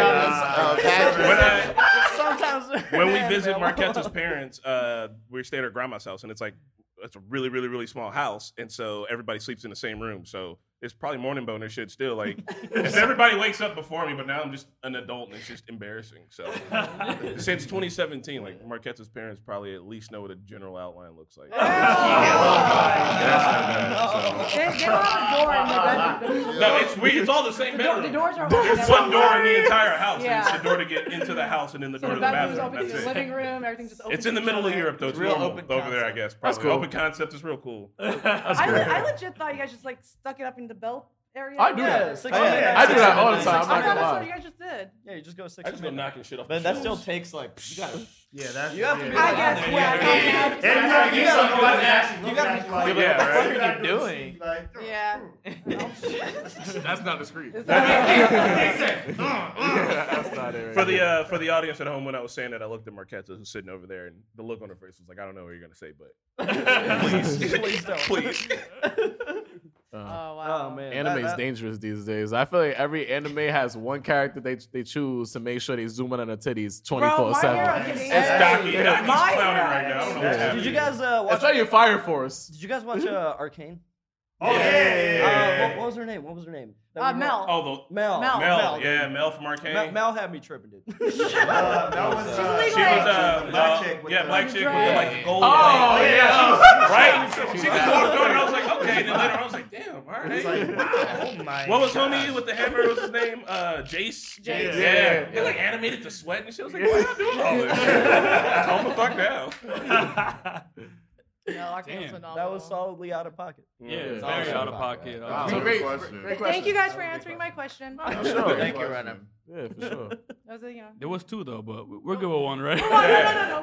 Speaker 5: When I,
Speaker 8: Sometimes
Speaker 5: when we visit Marquette's parents, uh, we stay at her grandma's house, and it's like it's a really, really, really small house, and so everybody sleeps in the same room. So it's probably morning boner shit still. Like if everybody wakes up before me, but now I'm just an adult, and it's just embarrassing. So since 2017, like Marquette's parents probably at least know what a general outline looks
Speaker 4: Oh
Speaker 5: like.
Speaker 4: They, they don't have a door in the bedroom.
Speaker 5: No, it's we, it's all the same
Speaker 4: The, door, the
Speaker 5: bedroom.
Speaker 4: doors are
Speaker 5: There's
Speaker 4: open.
Speaker 5: one door in the entire house, and
Speaker 4: Yeah.
Speaker 5: it's the door to get into the house, and then the
Speaker 4: So
Speaker 5: door
Speaker 4: the
Speaker 5: to the
Speaker 4: bathroom's
Speaker 5: bathroom.
Speaker 4: open to
Speaker 5: That's
Speaker 4: the
Speaker 5: it.
Speaker 4: living room. Everything's just open.
Speaker 5: It's in the
Speaker 4: to
Speaker 5: middle
Speaker 4: each
Speaker 5: of
Speaker 4: other.
Speaker 5: Europe, though. It's
Speaker 7: Real
Speaker 5: normal
Speaker 7: open
Speaker 5: over there, I
Speaker 7: concept.
Speaker 5: guess. Probably.
Speaker 10: That's cool.
Speaker 5: Open concept is real cool.
Speaker 4: I, le- I legit thought you guys just like stuck it up in the belt area.
Speaker 10: I do
Speaker 8: yeah,
Speaker 10: that.
Speaker 8: six
Speaker 7: Oh,
Speaker 8: minutes.
Speaker 7: yeah.
Speaker 10: I do that all the
Speaker 4: I
Speaker 10: time. I'm
Speaker 4: thought
Speaker 10: not
Speaker 4: that's
Speaker 10: gonna
Speaker 4: what you
Speaker 10: lie.
Speaker 4: guys just did.
Speaker 8: Yeah, you just go six
Speaker 5: I just go
Speaker 8: minutes.
Speaker 5: knocking shit off.
Speaker 7: But
Speaker 5: the
Speaker 7: that still
Speaker 5: shelves.
Speaker 7: takes like. You gotta,
Speaker 6: Yeah, that's
Speaker 8: You have to be
Speaker 6: yeah.
Speaker 4: I guess.
Speaker 5: Yeah,
Speaker 4: Yeah.
Speaker 5: yeah,
Speaker 4: yeah.
Speaker 6: And you gotta get something nobody actually looking
Speaker 7: you gotta
Speaker 6: at
Speaker 7: be
Speaker 6: you
Speaker 7: clear.
Speaker 6: like,
Speaker 7: What
Speaker 5: Yeah,
Speaker 7: the
Speaker 5: right.
Speaker 7: fuck are you doing?
Speaker 6: like, oh.
Speaker 4: Yeah.
Speaker 10: That's not discreet.
Speaker 4: It's like-
Speaker 10: That's not it.
Speaker 5: For the uh, for the audience at home, when I was saying that, I looked at Marquetta who's sitting over there, and the look on her face was like, "I don't know what you're gonna say, but please,
Speaker 8: Please don't.
Speaker 5: please."
Speaker 4: Oh wow.
Speaker 8: Oh man,
Speaker 10: Uh, Anime's
Speaker 8: that, that,
Speaker 10: dangerous these days. I feel like every anime has one character they they choose to make sure they zoom in on the titties twenty
Speaker 4: Bro,
Speaker 10: four
Speaker 4: my hero
Speaker 10: seven.
Speaker 4: getting
Speaker 5: It's Doki. Doki's clowning
Speaker 10: Yeah.
Speaker 4: My God.
Speaker 5: right now. I don't know what's
Speaker 10: Yeah.
Speaker 5: happening.
Speaker 8: Did you guys uh,
Speaker 10: That's
Speaker 8: watch?
Speaker 10: why you Fire Force.
Speaker 8: Did you guys watch uh, Arcane?
Speaker 6: Oh, yeah, yeah, yeah,
Speaker 8: Uh,
Speaker 6: yeah.
Speaker 8: what, what was her name? What was her name? That
Speaker 4: Uh,
Speaker 8: we were-
Speaker 4: Mel.
Speaker 5: Oh,
Speaker 8: Mel.
Speaker 5: the
Speaker 4: Mel.
Speaker 5: Mel,
Speaker 8: Mel.
Speaker 5: yeah, Mel from Arcane.
Speaker 8: Mel, Mel had me tripping, dude.
Speaker 6: Uh, that was,
Speaker 4: She's
Speaker 6: uh,
Speaker 4: a legal
Speaker 5: She was
Speaker 4: Right.
Speaker 5: uh,
Speaker 6: the black
Speaker 5: uh,
Speaker 6: chick with
Speaker 5: yeah,
Speaker 6: the-
Speaker 5: black chick with the,
Speaker 4: dread.
Speaker 5: like the gold.
Speaker 10: Oh
Speaker 5: thing.
Speaker 10: yeah.
Speaker 5: right. She just walked on, and I was like, okay. And then later, on, I was like, damn, all
Speaker 6: It's
Speaker 5: right.
Speaker 6: like, wow, oh my
Speaker 5: What was
Speaker 6: gosh.
Speaker 5: homie with the hammer? What's his name? Uh, Jace.
Speaker 4: Jace.
Speaker 5: Yeah.
Speaker 10: Yeah.
Speaker 5: They like animated to sweat and shit. I was like, why y'all doing all this? Calm the fuck down.
Speaker 4: No, I can't
Speaker 1: Damn.
Speaker 4: phenomenal.
Speaker 8: that was solidly out of pocket.
Speaker 1: Yeah,
Speaker 10: Yeah.
Speaker 1: it's very out of pocket.
Speaker 9: Wow.
Speaker 10: So
Speaker 1: Uh,
Speaker 10: great,
Speaker 9: Question.
Speaker 10: great question.
Speaker 4: Thank you guys for answering my question. That
Speaker 1: Oh,
Speaker 10: For sure.
Speaker 7: Thank you,
Speaker 9: Question.
Speaker 7: Renner.
Speaker 10: Yeah, for sure.
Speaker 4: was a, you know.
Speaker 1: There was two though, but we- we're good with one, right?
Speaker 4: No, no, no, no, no,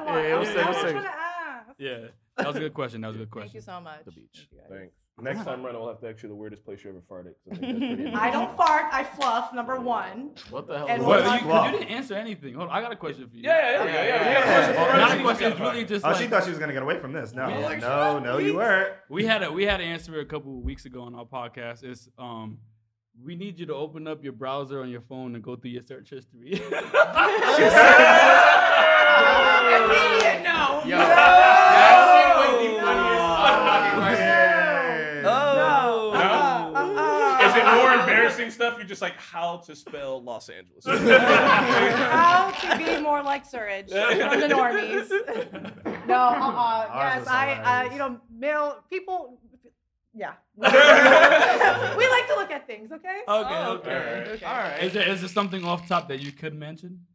Speaker 4: one.
Speaker 10: Yeah,
Speaker 4: I
Speaker 10: I'm
Speaker 4: was,
Speaker 10: saying-
Speaker 4: I
Speaker 10: I'm
Speaker 4: was
Speaker 10: saying-
Speaker 4: trying to ask.
Speaker 1: Yeah, that was a good question. That was a good
Speaker 4: Thank you so
Speaker 1: question.
Speaker 4: much.
Speaker 10: The beach.
Speaker 4: Thank you guys.
Speaker 5: Thanks. Next time around, I'll have to ask you the weirdest place you ever farted. 'cause I think that's pretty
Speaker 4: I don't fart. I fluff. Number one.
Speaker 10: What the hell?
Speaker 4: And
Speaker 10: is
Speaker 4: what
Speaker 10: that?
Speaker 1: Well, you, 'cause
Speaker 6: Wow.
Speaker 1: you didn't answer anything. Hold on, I got a question for you.
Speaker 5: Yeah, yeah, yeah, yeah. yeah, yeah.
Speaker 1: Not a question. It's really just
Speaker 6: Oh, she
Speaker 1: like
Speaker 6: thought she was gonna get away from this. No,
Speaker 1: Yeah. Like,
Speaker 6: no, no, you weren't.
Speaker 1: we had a we had an answer a couple of weeks ago on our podcast. It's um, we need you to open up your browser on your phone and go through your search history.
Speaker 4: Immediate no.
Speaker 7: Yo,
Speaker 3: That shit was the funniest fucking
Speaker 4: Oh. No. Uh-uh, uh-uh.
Speaker 5: Is it more embarrassing stuff? You're just like how to spell Los Angeles.
Speaker 4: How to be more like Surridge from the normies. No, uh-uh.
Speaker 6: Ours
Speaker 4: Yes,
Speaker 6: is
Speaker 4: I, uh,
Speaker 6: hilarious.
Speaker 4: you know, male people, yeah. we like to look at things, okay?
Speaker 1: okay,
Speaker 10: Oh,
Speaker 1: okay.
Speaker 4: okay.
Speaker 1: Is there is there something off top that you could mention?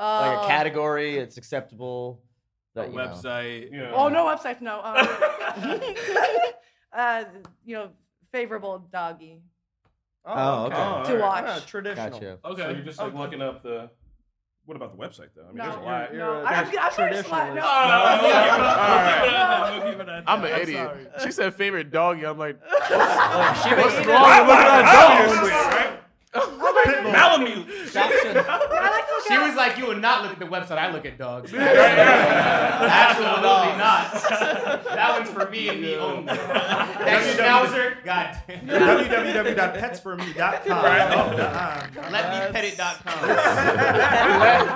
Speaker 4: Uh,
Speaker 7: like a category, it's acceptable.
Speaker 1: A
Speaker 7: That, you know.
Speaker 1: website.
Speaker 5: Yeah.
Speaker 4: Oh, no website, no. Um, uh, you know, favorable doggy.
Speaker 7: Oh, okay.
Speaker 5: Oh,
Speaker 4: To
Speaker 5: all
Speaker 4: watch.
Speaker 8: Yeah, traditional.
Speaker 7: Gotcha.
Speaker 1: Okay.
Speaker 5: So you're just like looking up the. What about the website though? I mean,
Speaker 4: No.
Speaker 5: there's a lot.
Speaker 8: You're-
Speaker 4: No,
Speaker 8: you're a
Speaker 4: I'm, I'm sure it's not.
Speaker 8: traditionalist.
Speaker 4: No.
Speaker 10: I'm an idiot. She said favorite doggy. I'm like,
Speaker 7: Oh, she
Speaker 10: what's
Speaker 7: made-
Speaker 10: wrong with that dog?
Speaker 6: Obviously, right? Pitbull.
Speaker 5: Malamute.
Speaker 3: question.
Speaker 4: I like to look
Speaker 3: She
Speaker 4: at
Speaker 3: was like, you would not look at the website. I look at dogs.
Speaker 5: Absolutely
Speaker 3: Absolutely not. That one's for me and me only. That schnauzer, goddamn.
Speaker 6: www.petsforme.com. Right.
Speaker 3: LetMePetIt.com.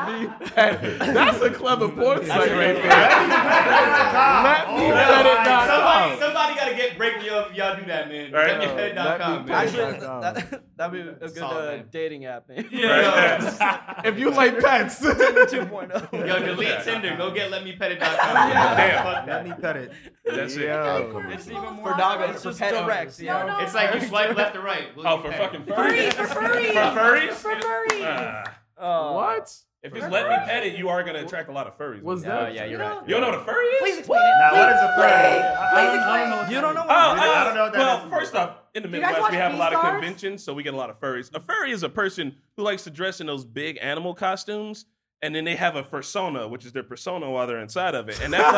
Speaker 10: That's a clever porn site right there.
Speaker 6: Let me
Speaker 10: Let it die.
Speaker 3: Somebody, somebody gotta get break me up if y'all do that, man.
Speaker 5: Right.
Speaker 3: LetMePetIt.com, man.
Speaker 8: Actually, th- that, that'd be a good
Speaker 3: Solid
Speaker 8: uh,
Speaker 3: name.
Speaker 8: dating app name.
Speaker 10: If you like pets,
Speaker 8: 2.0.
Speaker 3: Yo, delete Tinder. Go get LetMePetIt.com. Damn.
Speaker 6: Let me pet it.
Speaker 5: That's it.
Speaker 9: Yeah.
Speaker 4: It's even
Speaker 7: For dog
Speaker 8: It's
Speaker 7: for
Speaker 8: just
Speaker 7: pet
Speaker 8: direct.
Speaker 7: owners.
Speaker 4: No, no.
Speaker 3: It's like you swipe left or right. Will
Speaker 5: Oh,
Speaker 3: you
Speaker 5: for
Speaker 3: pay?
Speaker 5: fucking
Speaker 4: Free,
Speaker 5: furries.
Speaker 4: for furries.
Speaker 5: For furries?
Speaker 4: For furries.
Speaker 5: Ah.
Speaker 8: Uh,
Speaker 10: what?
Speaker 5: If it's let me pet it, you are gonna attract a lot of furries.
Speaker 10: Was
Speaker 3: Oh,
Speaker 10: that?
Speaker 3: yeah, you're
Speaker 4: You
Speaker 3: right.
Speaker 4: know-
Speaker 5: You don't know what a furry is?
Speaker 4: Please explain it.
Speaker 6: Now, what
Speaker 4: Please-
Speaker 6: is a furry?
Speaker 4: Please explain it.
Speaker 8: You don't know
Speaker 5: Oh,
Speaker 8: what
Speaker 5: I,
Speaker 6: I don't know what that
Speaker 5: well,
Speaker 6: is.
Speaker 5: first off, in the
Speaker 4: You guys
Speaker 5: Midwest, we
Speaker 4: watch
Speaker 5: have a lot of
Speaker 4: Beastars?
Speaker 5: conventions, so we get a lot of furries. A furry is a person who likes to dress in those big animal costumes, and then they have a persona, which is their persona while they're inside of it, and that's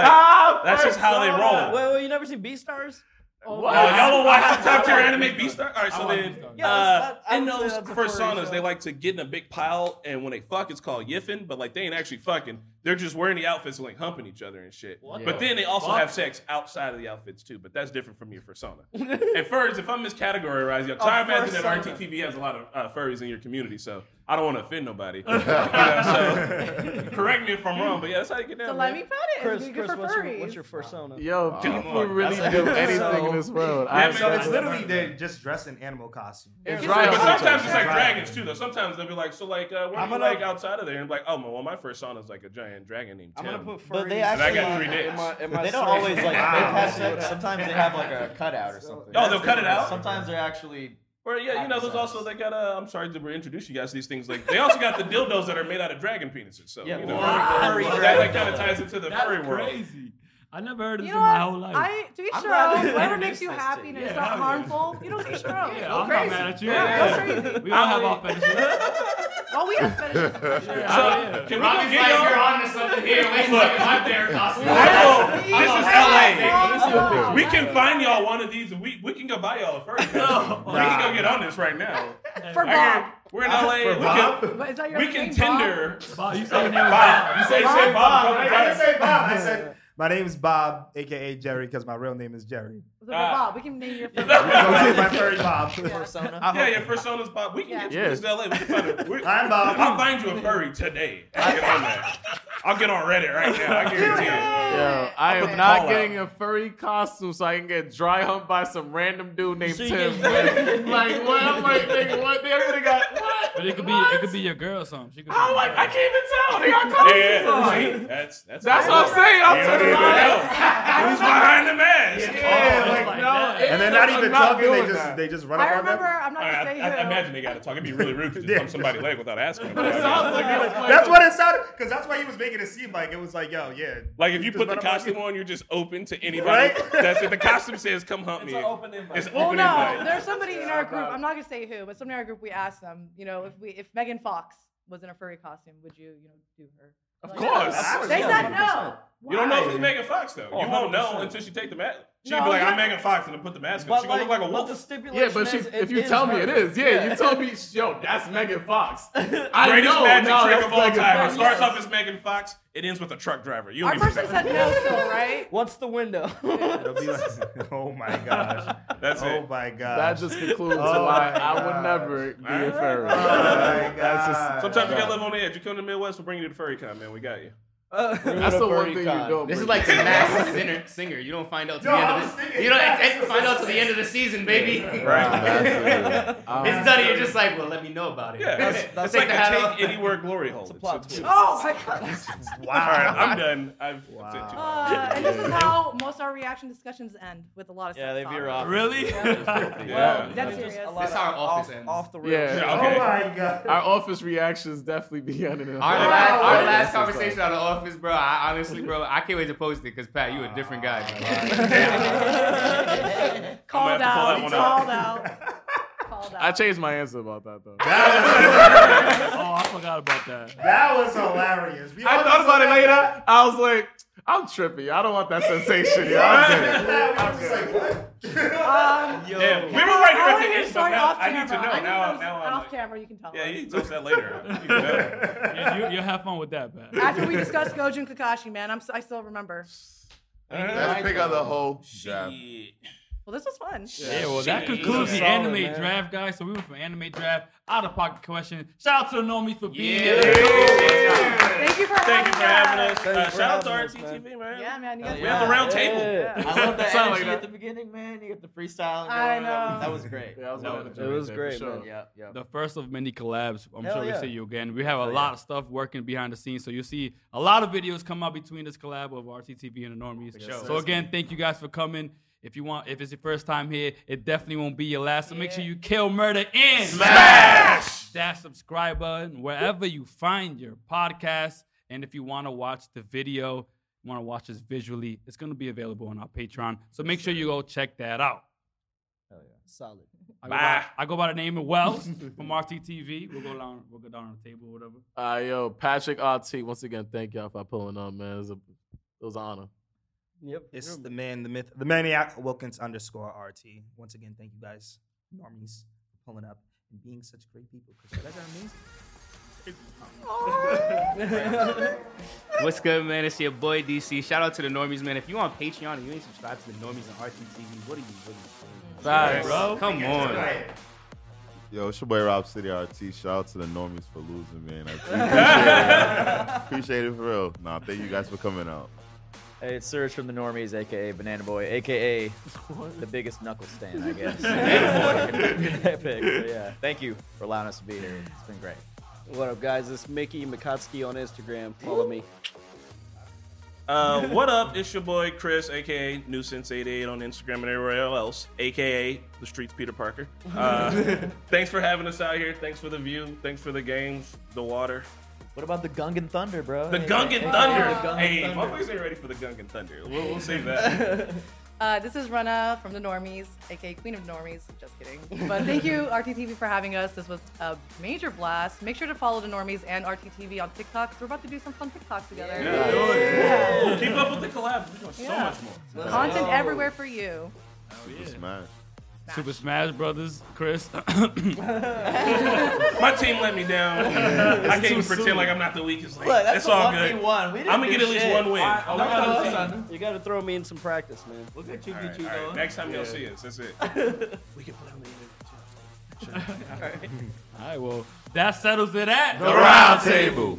Speaker 5: like that's just how they
Speaker 8: Wait,
Speaker 5: roll.
Speaker 8: wait, you never seen Beastars?
Speaker 4: Oh,
Speaker 5: Oh, y'all don't watch the top tier anime Beastar? All right, so
Speaker 1: watch
Speaker 5: then
Speaker 1: Beastars.
Speaker 8: Yeah,
Speaker 5: uh,
Speaker 8: that's- I- I
Speaker 5: in
Speaker 8: would say
Speaker 5: those
Speaker 8: that's a furry
Speaker 5: personas,
Speaker 8: show.
Speaker 5: they like to get in a big pile, and when they fuck, it's called yiffing, but like they ain't actually fucking. They're just wearing the outfits and like humping each other and shit. But then they also have sex outside of the outfits too, but that's different from your persona. and furries, if I'm miscategorized, y'all, 'cause I imagine that
Speaker 8: fursona.
Speaker 5: RTTV has a lot of uh, furries in your community, so I don't want to offend nobody. You know, so correct me if I'm wrong, but yeah, that's how you get down.
Speaker 4: So
Speaker 5: man.
Speaker 4: let me pet it.
Speaker 8: Chris,
Speaker 4: It's good
Speaker 8: Chris,
Speaker 4: for
Speaker 8: what's your,
Speaker 4: furries.
Speaker 8: what's your persona?
Speaker 10: Yo, people
Speaker 5: on.
Speaker 10: really do anything in this world. I
Speaker 5: man,
Speaker 6: So
Speaker 5: that's-
Speaker 6: it's literally they just dress in animal costumes.
Speaker 10: It's
Speaker 4: right.
Speaker 5: But
Speaker 10: on.
Speaker 5: sometimes it's like
Speaker 6: Right.
Speaker 5: dragons too, though. Sometimes they'll be like, so like, uh, what are
Speaker 8: I'm
Speaker 5: you
Speaker 8: gonna-
Speaker 5: like outside of there? And I'm like, oh, well, my first sauna is like a giant dragon named
Speaker 8: I'm
Speaker 5: Tim.
Speaker 8: gonna put furries.
Speaker 7: But they
Speaker 5: and I
Speaker 7: actually-
Speaker 5: got three dicks.
Speaker 8: in my, in my
Speaker 7: They don't
Speaker 8: search.
Speaker 7: always like. They
Speaker 6: Wow.
Speaker 7: have sex- sometimes they have like a cutout or something.
Speaker 5: Oh, they'll cut it out?
Speaker 7: Sometimes they're actually.
Speaker 5: Or yeah, you know, there's also they got. Uh, I'm sorry to introduce you guys to these things. Like they also got the dildos that are made out of dragon penises. So
Speaker 7: Yeah,
Speaker 5: you know,
Speaker 7: furry
Speaker 5: that like, kind of ties into the furry
Speaker 1: That's
Speaker 5: world.
Speaker 1: crazy. I never heard of
Speaker 4: You
Speaker 1: this
Speaker 4: know
Speaker 1: in my
Speaker 4: what?
Speaker 1: whole life.
Speaker 4: I, to each
Speaker 7: I'm
Speaker 4: their
Speaker 7: glad
Speaker 4: own.
Speaker 7: they
Speaker 4: Whatever
Speaker 7: introduced
Speaker 4: makes you
Speaker 7: this
Speaker 4: happy
Speaker 7: thing.
Speaker 4: and it's
Speaker 1: Yeah,
Speaker 4: not
Speaker 1: hell yeah.
Speaker 4: harmful, you know, to each their own.
Speaker 1: yeah, I'm not mad at you.
Speaker 4: Yeah, go
Speaker 1: Yeah.
Speaker 4: crazy.
Speaker 1: We all have our fetishes.
Speaker 4: Well, we have fetishes. for sure.
Speaker 5: So,
Speaker 1: Oh, yeah.
Speaker 5: can we go
Speaker 3: Robbie's
Speaker 5: get
Speaker 3: like,
Speaker 5: y'all-
Speaker 3: you're on to something here. Wait a second, I'm there, Cosmo.
Speaker 5: I know this is LA.
Speaker 4: Yes, we are.
Speaker 5: We can find y'all one of these. and We we can go buy y'all a furry. costume. we can go get on this right now.
Speaker 4: For
Speaker 5: I
Speaker 4: Bob.
Speaker 5: can- we're in LA. we can,
Speaker 4: What, is that your
Speaker 5: we
Speaker 4: name,
Speaker 5: can
Speaker 4: Bob?
Speaker 5: Tinder.
Speaker 1: Bob, you say your name was
Speaker 5: Bob. You say
Speaker 4: Bob.
Speaker 5: say Bob. a couple
Speaker 6: I didn't
Speaker 5: times.
Speaker 6: say Bob. I said my name's Bob, aka Jerry, because my real name is Jerry.
Speaker 4: The
Speaker 5: Ah.
Speaker 4: Bob. We can name your
Speaker 6: Go
Speaker 4: first.
Speaker 6: see my furry Bob.
Speaker 7: Persona.
Speaker 5: Yeah, your persona's Bob. We can get you
Speaker 10: Yeah.
Speaker 5: this in LA. We can find a, we,
Speaker 6: I'm Bob.
Speaker 5: I'll find you a furry today. I'll get on that. I'll get on Reddit right now. I guarantee it.
Speaker 10: Yo, I
Speaker 5: Okay.
Speaker 10: am not
Speaker 5: Call
Speaker 10: getting a furry costume so I can get dry humped by some random dude named
Speaker 8: So you
Speaker 10: Tim.
Speaker 8: get-
Speaker 10: like, what? I'm like, nigga, what? They already got what?
Speaker 1: But it could be
Speaker 10: What?
Speaker 1: it could be your girl or something. She could
Speaker 10: I'm
Speaker 1: be
Speaker 5: Oh,
Speaker 10: like, I can't even tell. They got costumes
Speaker 5: Yeah,
Speaker 10: on.
Speaker 5: yeah. See, that's that's
Speaker 10: That's what I'm saying. I'm
Speaker 5: You don't
Speaker 10: turning
Speaker 5: even
Speaker 10: around.
Speaker 5: know. Who's behind the mask?
Speaker 10: Yeah,
Speaker 1: Oh,
Speaker 10: like,
Speaker 1: like
Speaker 10: no.
Speaker 1: that.
Speaker 10: it
Speaker 6: And they're
Speaker 10: is,
Speaker 6: not
Speaker 10: I'm
Speaker 6: even
Speaker 10: not
Speaker 6: talking. They
Speaker 10: doing
Speaker 6: just
Speaker 10: that.
Speaker 6: they just run up
Speaker 4: I
Speaker 6: on them.
Speaker 4: remember. I'm not
Speaker 5: I,
Speaker 4: going to say
Speaker 5: I- I
Speaker 4: who.
Speaker 5: imagine they gotta talk. It'd be really rude to just
Speaker 6: Yeah.
Speaker 5: thump somebody's leg without asking.
Speaker 10: It sounds like it was like-
Speaker 6: That's what it sounded. Because that's why he was making it seem like it was like, yo, yeah.
Speaker 5: Like if you
Speaker 6: Just
Speaker 5: put the
Speaker 6: run up on
Speaker 5: costume
Speaker 6: you.
Speaker 5: on, you're just open to anybody.
Speaker 6: Right?
Speaker 5: That's if the costume says "Come hump me." It's
Speaker 4: Well,
Speaker 5: open
Speaker 4: no,
Speaker 5: invite.
Speaker 4: there's somebody in our group. I'm not gonna say who, but somebody in our group. We asked them, you know, if we, if Megan Fox was in a furry costume, would you, you know, do her?
Speaker 5: Of
Speaker 4: Like-
Speaker 5: course.
Speaker 4: They said no.
Speaker 5: You don't know if it's
Speaker 4: Why?
Speaker 5: Megan Fox though.
Speaker 10: Oh,
Speaker 5: you won't know
Speaker 10: 100%.
Speaker 5: until she take the mask. She'd
Speaker 4: No,
Speaker 5: be like,
Speaker 4: I'm
Speaker 5: "I'm
Speaker 4: not-
Speaker 5: Megan Fox," and then put the mask on.
Speaker 8: But
Speaker 5: She gonna
Speaker 8: like,
Speaker 5: look like a
Speaker 8: but the
Speaker 5: wolf.
Speaker 8: stipulation
Speaker 10: Yeah, but she,
Speaker 8: is, it
Speaker 10: if you
Speaker 8: is
Speaker 10: tell me
Speaker 8: her.
Speaker 10: it is, yeah, you told me, yo, that's Megan Fox. I
Speaker 5: Greatest
Speaker 10: know,
Speaker 5: magic
Speaker 10: no,
Speaker 5: trick
Speaker 10: that's
Speaker 5: of all
Speaker 10: Megan
Speaker 5: time. It
Speaker 10: Fox.
Speaker 5: starts off as Megan Fox. It ends with a truck driver. You
Speaker 4: Our
Speaker 5: don't
Speaker 4: person
Speaker 5: even
Speaker 4: said no, still, right?
Speaker 8: What's the window?
Speaker 6: It'll be like, oh my gosh.
Speaker 5: That's
Speaker 6: oh
Speaker 5: it.
Speaker 6: my
Speaker 10: That
Speaker 6: gosh.
Speaker 10: just concludes
Speaker 6: Oh
Speaker 10: why
Speaker 6: my
Speaker 10: I would
Speaker 6: gosh.
Speaker 10: never be a
Speaker 5: Alright.
Speaker 10: furry.
Speaker 6: Oh my
Speaker 10: That's just-
Speaker 6: God.
Speaker 5: Sometimes you gotta live on the edge. You come to the Midwest, we'll bring you to the furry con, man. We got you.
Speaker 8: Uh,
Speaker 10: That's the one
Speaker 7: Furry
Speaker 10: thing you
Speaker 7: con.
Speaker 10: don't.
Speaker 3: This is
Speaker 10: bring.
Speaker 3: like the masked singer. Singer, you don't find out till
Speaker 6: No,
Speaker 3: the
Speaker 6: I
Speaker 3: end
Speaker 6: was
Speaker 3: of the
Speaker 6: thinking
Speaker 3: you don't
Speaker 6: that.
Speaker 3: ex- ex- find out till the end of the season, baby.
Speaker 9: That's it.
Speaker 10: Um,
Speaker 3: it's done. You're just like, well, let me know about it.
Speaker 5: Yeah,
Speaker 3: That's-
Speaker 5: it's,
Speaker 8: that's
Speaker 5: it's like
Speaker 3: the hat
Speaker 5: a
Speaker 3: off.
Speaker 5: take anywhere glory hole. It's a
Speaker 8: plot twist.
Speaker 4: Oh my god.
Speaker 5: All right,
Speaker 6: Wow.
Speaker 5: I'm done. I've wow. said too much.
Speaker 4: Uh, and this is how most of our reaction discussions end with a lot of
Speaker 8: Yeah,
Speaker 4: sex
Speaker 8: they veer
Speaker 4: talk.
Speaker 8: off.
Speaker 1: Really?
Speaker 5: Yeah.
Speaker 4: That's
Speaker 8: It's just
Speaker 4: serious.
Speaker 8: a lot
Speaker 3: This
Speaker 8: of
Speaker 3: how our office
Speaker 8: off,
Speaker 3: ends.
Speaker 8: Off the rails.
Speaker 10: Yeah.
Speaker 5: Yeah, okay.
Speaker 6: Oh my god.
Speaker 10: Our office reactions definitely be on it.
Speaker 3: Our,
Speaker 6: Yeah. Yeah.
Speaker 3: last, our
Speaker 10: That's
Speaker 3: last
Speaker 10: just like-
Speaker 3: conversation out of office, bro. I honestly, bro, I can't wait to post it because Pat, you a different guy.
Speaker 5: I'm
Speaker 4: Called
Speaker 5: gonna have
Speaker 4: out.
Speaker 5: to pull that one out.
Speaker 4: Called out. Called
Speaker 10: I
Speaker 4: out.
Speaker 10: changed my answer about that though.
Speaker 1: Oh, I forgot about that.
Speaker 6: That was hilarious. We
Speaker 10: I
Speaker 6: all
Speaker 10: thought
Speaker 6: just
Speaker 10: about it
Speaker 6: laughed.
Speaker 10: later. I was like, I'm trippy. I don't want that sensation. yo. I'm good.
Speaker 6: I'm just like, what?
Speaker 4: Um,
Speaker 5: Yeah, we
Speaker 4: I
Speaker 5: were right here at
Speaker 4: want to
Speaker 5: the
Speaker 4: hear
Speaker 5: end,
Speaker 4: the
Speaker 5: so
Speaker 4: story
Speaker 5: now
Speaker 4: off
Speaker 5: I
Speaker 4: camera.
Speaker 5: need to know.
Speaker 4: I need
Speaker 5: Now,
Speaker 4: those
Speaker 5: now I'm
Speaker 4: off
Speaker 5: like,
Speaker 4: camera. You can tell
Speaker 5: yeah,
Speaker 4: us.
Speaker 5: you can touch that later. You know.
Speaker 1: Yeah, you, you have fun with that, man.
Speaker 4: After we discussed Goju and Kakashi, man, I'm s- I still remember.
Speaker 9: Let's pick out the whole draft.
Speaker 5: Shit.
Speaker 4: Well, this was fun.
Speaker 1: Yeah, well, that
Speaker 5: Shit.
Speaker 1: concludes the
Speaker 8: Solid,
Speaker 1: anime
Speaker 8: man.
Speaker 1: draft, guys. So we went from anime draft, out of pocket question. Shout out to the Nomies for being here.
Speaker 3: Yeah.
Speaker 4: Thank you for
Speaker 5: Thank
Speaker 4: having
Speaker 5: you for having us.
Speaker 8: Thank you
Speaker 5: Uh,
Speaker 8: for
Speaker 5: shout out to
Speaker 8: having us,
Speaker 5: RTTV, man.
Speaker 4: Yeah, man, you
Speaker 7: Hell
Speaker 4: guys
Speaker 5: We have
Speaker 4: rock.
Speaker 5: the round table.
Speaker 8: Yeah.
Speaker 7: I love that
Speaker 10: Sound
Speaker 7: energy
Speaker 10: like
Speaker 7: at the beginning, man. You get the freestyle. And
Speaker 4: I
Speaker 7: going. That was-
Speaker 4: know.
Speaker 7: That was great.
Speaker 10: Yeah, I was
Speaker 1: No,
Speaker 10: gonna
Speaker 1: it
Speaker 10: enjoy
Speaker 8: was
Speaker 10: that for
Speaker 8: great,
Speaker 10: sure.
Speaker 8: man.
Speaker 7: Yeah, yeah.
Speaker 1: The first of many collabs. I'm
Speaker 8: Hell
Speaker 1: sure
Speaker 8: yeah.
Speaker 1: we see you again. We have a lot of stuff working behind the scenes, so you'll see a lot of videos come out between this collab of RTTV and the Normies. So again, thank you guys for coming. If you want, if it's your first time here, it definitely won't be your last. So make sure you kill, murder, and smash that subscribe button wherever you find your podcast. And if you want to watch the video, want to watch this visually, it's going to be available on our Patreon. So make sure you go check that out.
Speaker 8: Solid.
Speaker 1: I go, by, I go by the name of Wells from RTTV. We'll go down. We'll go down on the table, or whatever.
Speaker 10: Uh, yo, Patrick RT. Once again, thank y'all for pulling up, man. It was, a, it was an honor.
Speaker 8: Yep.
Speaker 6: It's the man, the myth, the maniac Wilkins underscore RT. Once again, thank you guys, normies, for pulling up and being such great people because you guys are amazing.
Speaker 3: What's good, man? It's your boy DC. Shout out to the Normies, man. If you on Patreon and you ain't subscribed to the Normies and RTTV, what are you really
Speaker 10: Facts.
Speaker 3: doing? Come on.
Speaker 9: Yo, it's your boy Rob City RT. Shout out to the normies for losing, man. I appreciate it. appreciate it for real. Nah, thank you guys for coming out.
Speaker 7: Hey, it's Surge from the Normies, aka Banana Boy, aka the biggest knuckle stand, I guess. Epic. But yeah, thank you for allowing us to be here. It's been great.
Speaker 8: What up, guys? It's Mickey Mikotsky on Instagram. Follow me.
Speaker 5: Uh, what up? It's your boy Chris, aka New Sense 88 on Instagram and everywhere else, aka the streets Peter Parker. Uh, thanks for having us out here. Thanks for the view. Thanks for the games, the water,
Speaker 7: What about the Gungan Thunder, bro?
Speaker 5: the
Speaker 7: Hey,
Speaker 5: Gungan
Speaker 7: hey,
Speaker 5: Thunder.
Speaker 7: the Gungan
Speaker 5: hey,
Speaker 7: Thunder.
Speaker 5: motherfuckers ain't ready for the Gungan Thunder. We'll, we'll save that.
Speaker 4: Uh, this is Runa from the Normies, aka Queen of Normies. Just kidding. But thank you, RTTV, for having us. This was a major blast. Make sure to follow the Normies and RTTV on TikTok. 'cause We're about to do some fun TikToks together.
Speaker 5: Keep up with the collab. We're doing so
Speaker 4: Yeah.
Speaker 5: much more.
Speaker 4: Content everywhere for you.
Speaker 9: Super smash.
Speaker 1: Super Smash Brothers, Chris.
Speaker 5: My team let me down. I can't even
Speaker 1: soon.
Speaker 5: pretend like I'm not the weakest link.
Speaker 7: Look, that's
Speaker 5: it's
Speaker 7: the
Speaker 5: all
Speaker 7: one
Speaker 5: good.
Speaker 7: we won. We didn't
Speaker 5: I'm gonna
Speaker 7: do
Speaker 5: get at least
Speaker 7: shit.
Speaker 5: one win.
Speaker 10: I,
Speaker 5: All
Speaker 10: got
Speaker 5: right,
Speaker 10: us.
Speaker 8: You got to throw me in some practice, man.
Speaker 7: Look at you,
Speaker 5: all right,
Speaker 7: you,
Speaker 5: all right.
Speaker 7: going.
Speaker 5: Next time you'll see us. That's it.
Speaker 1: All right, well, that settles it at
Speaker 9: The round table.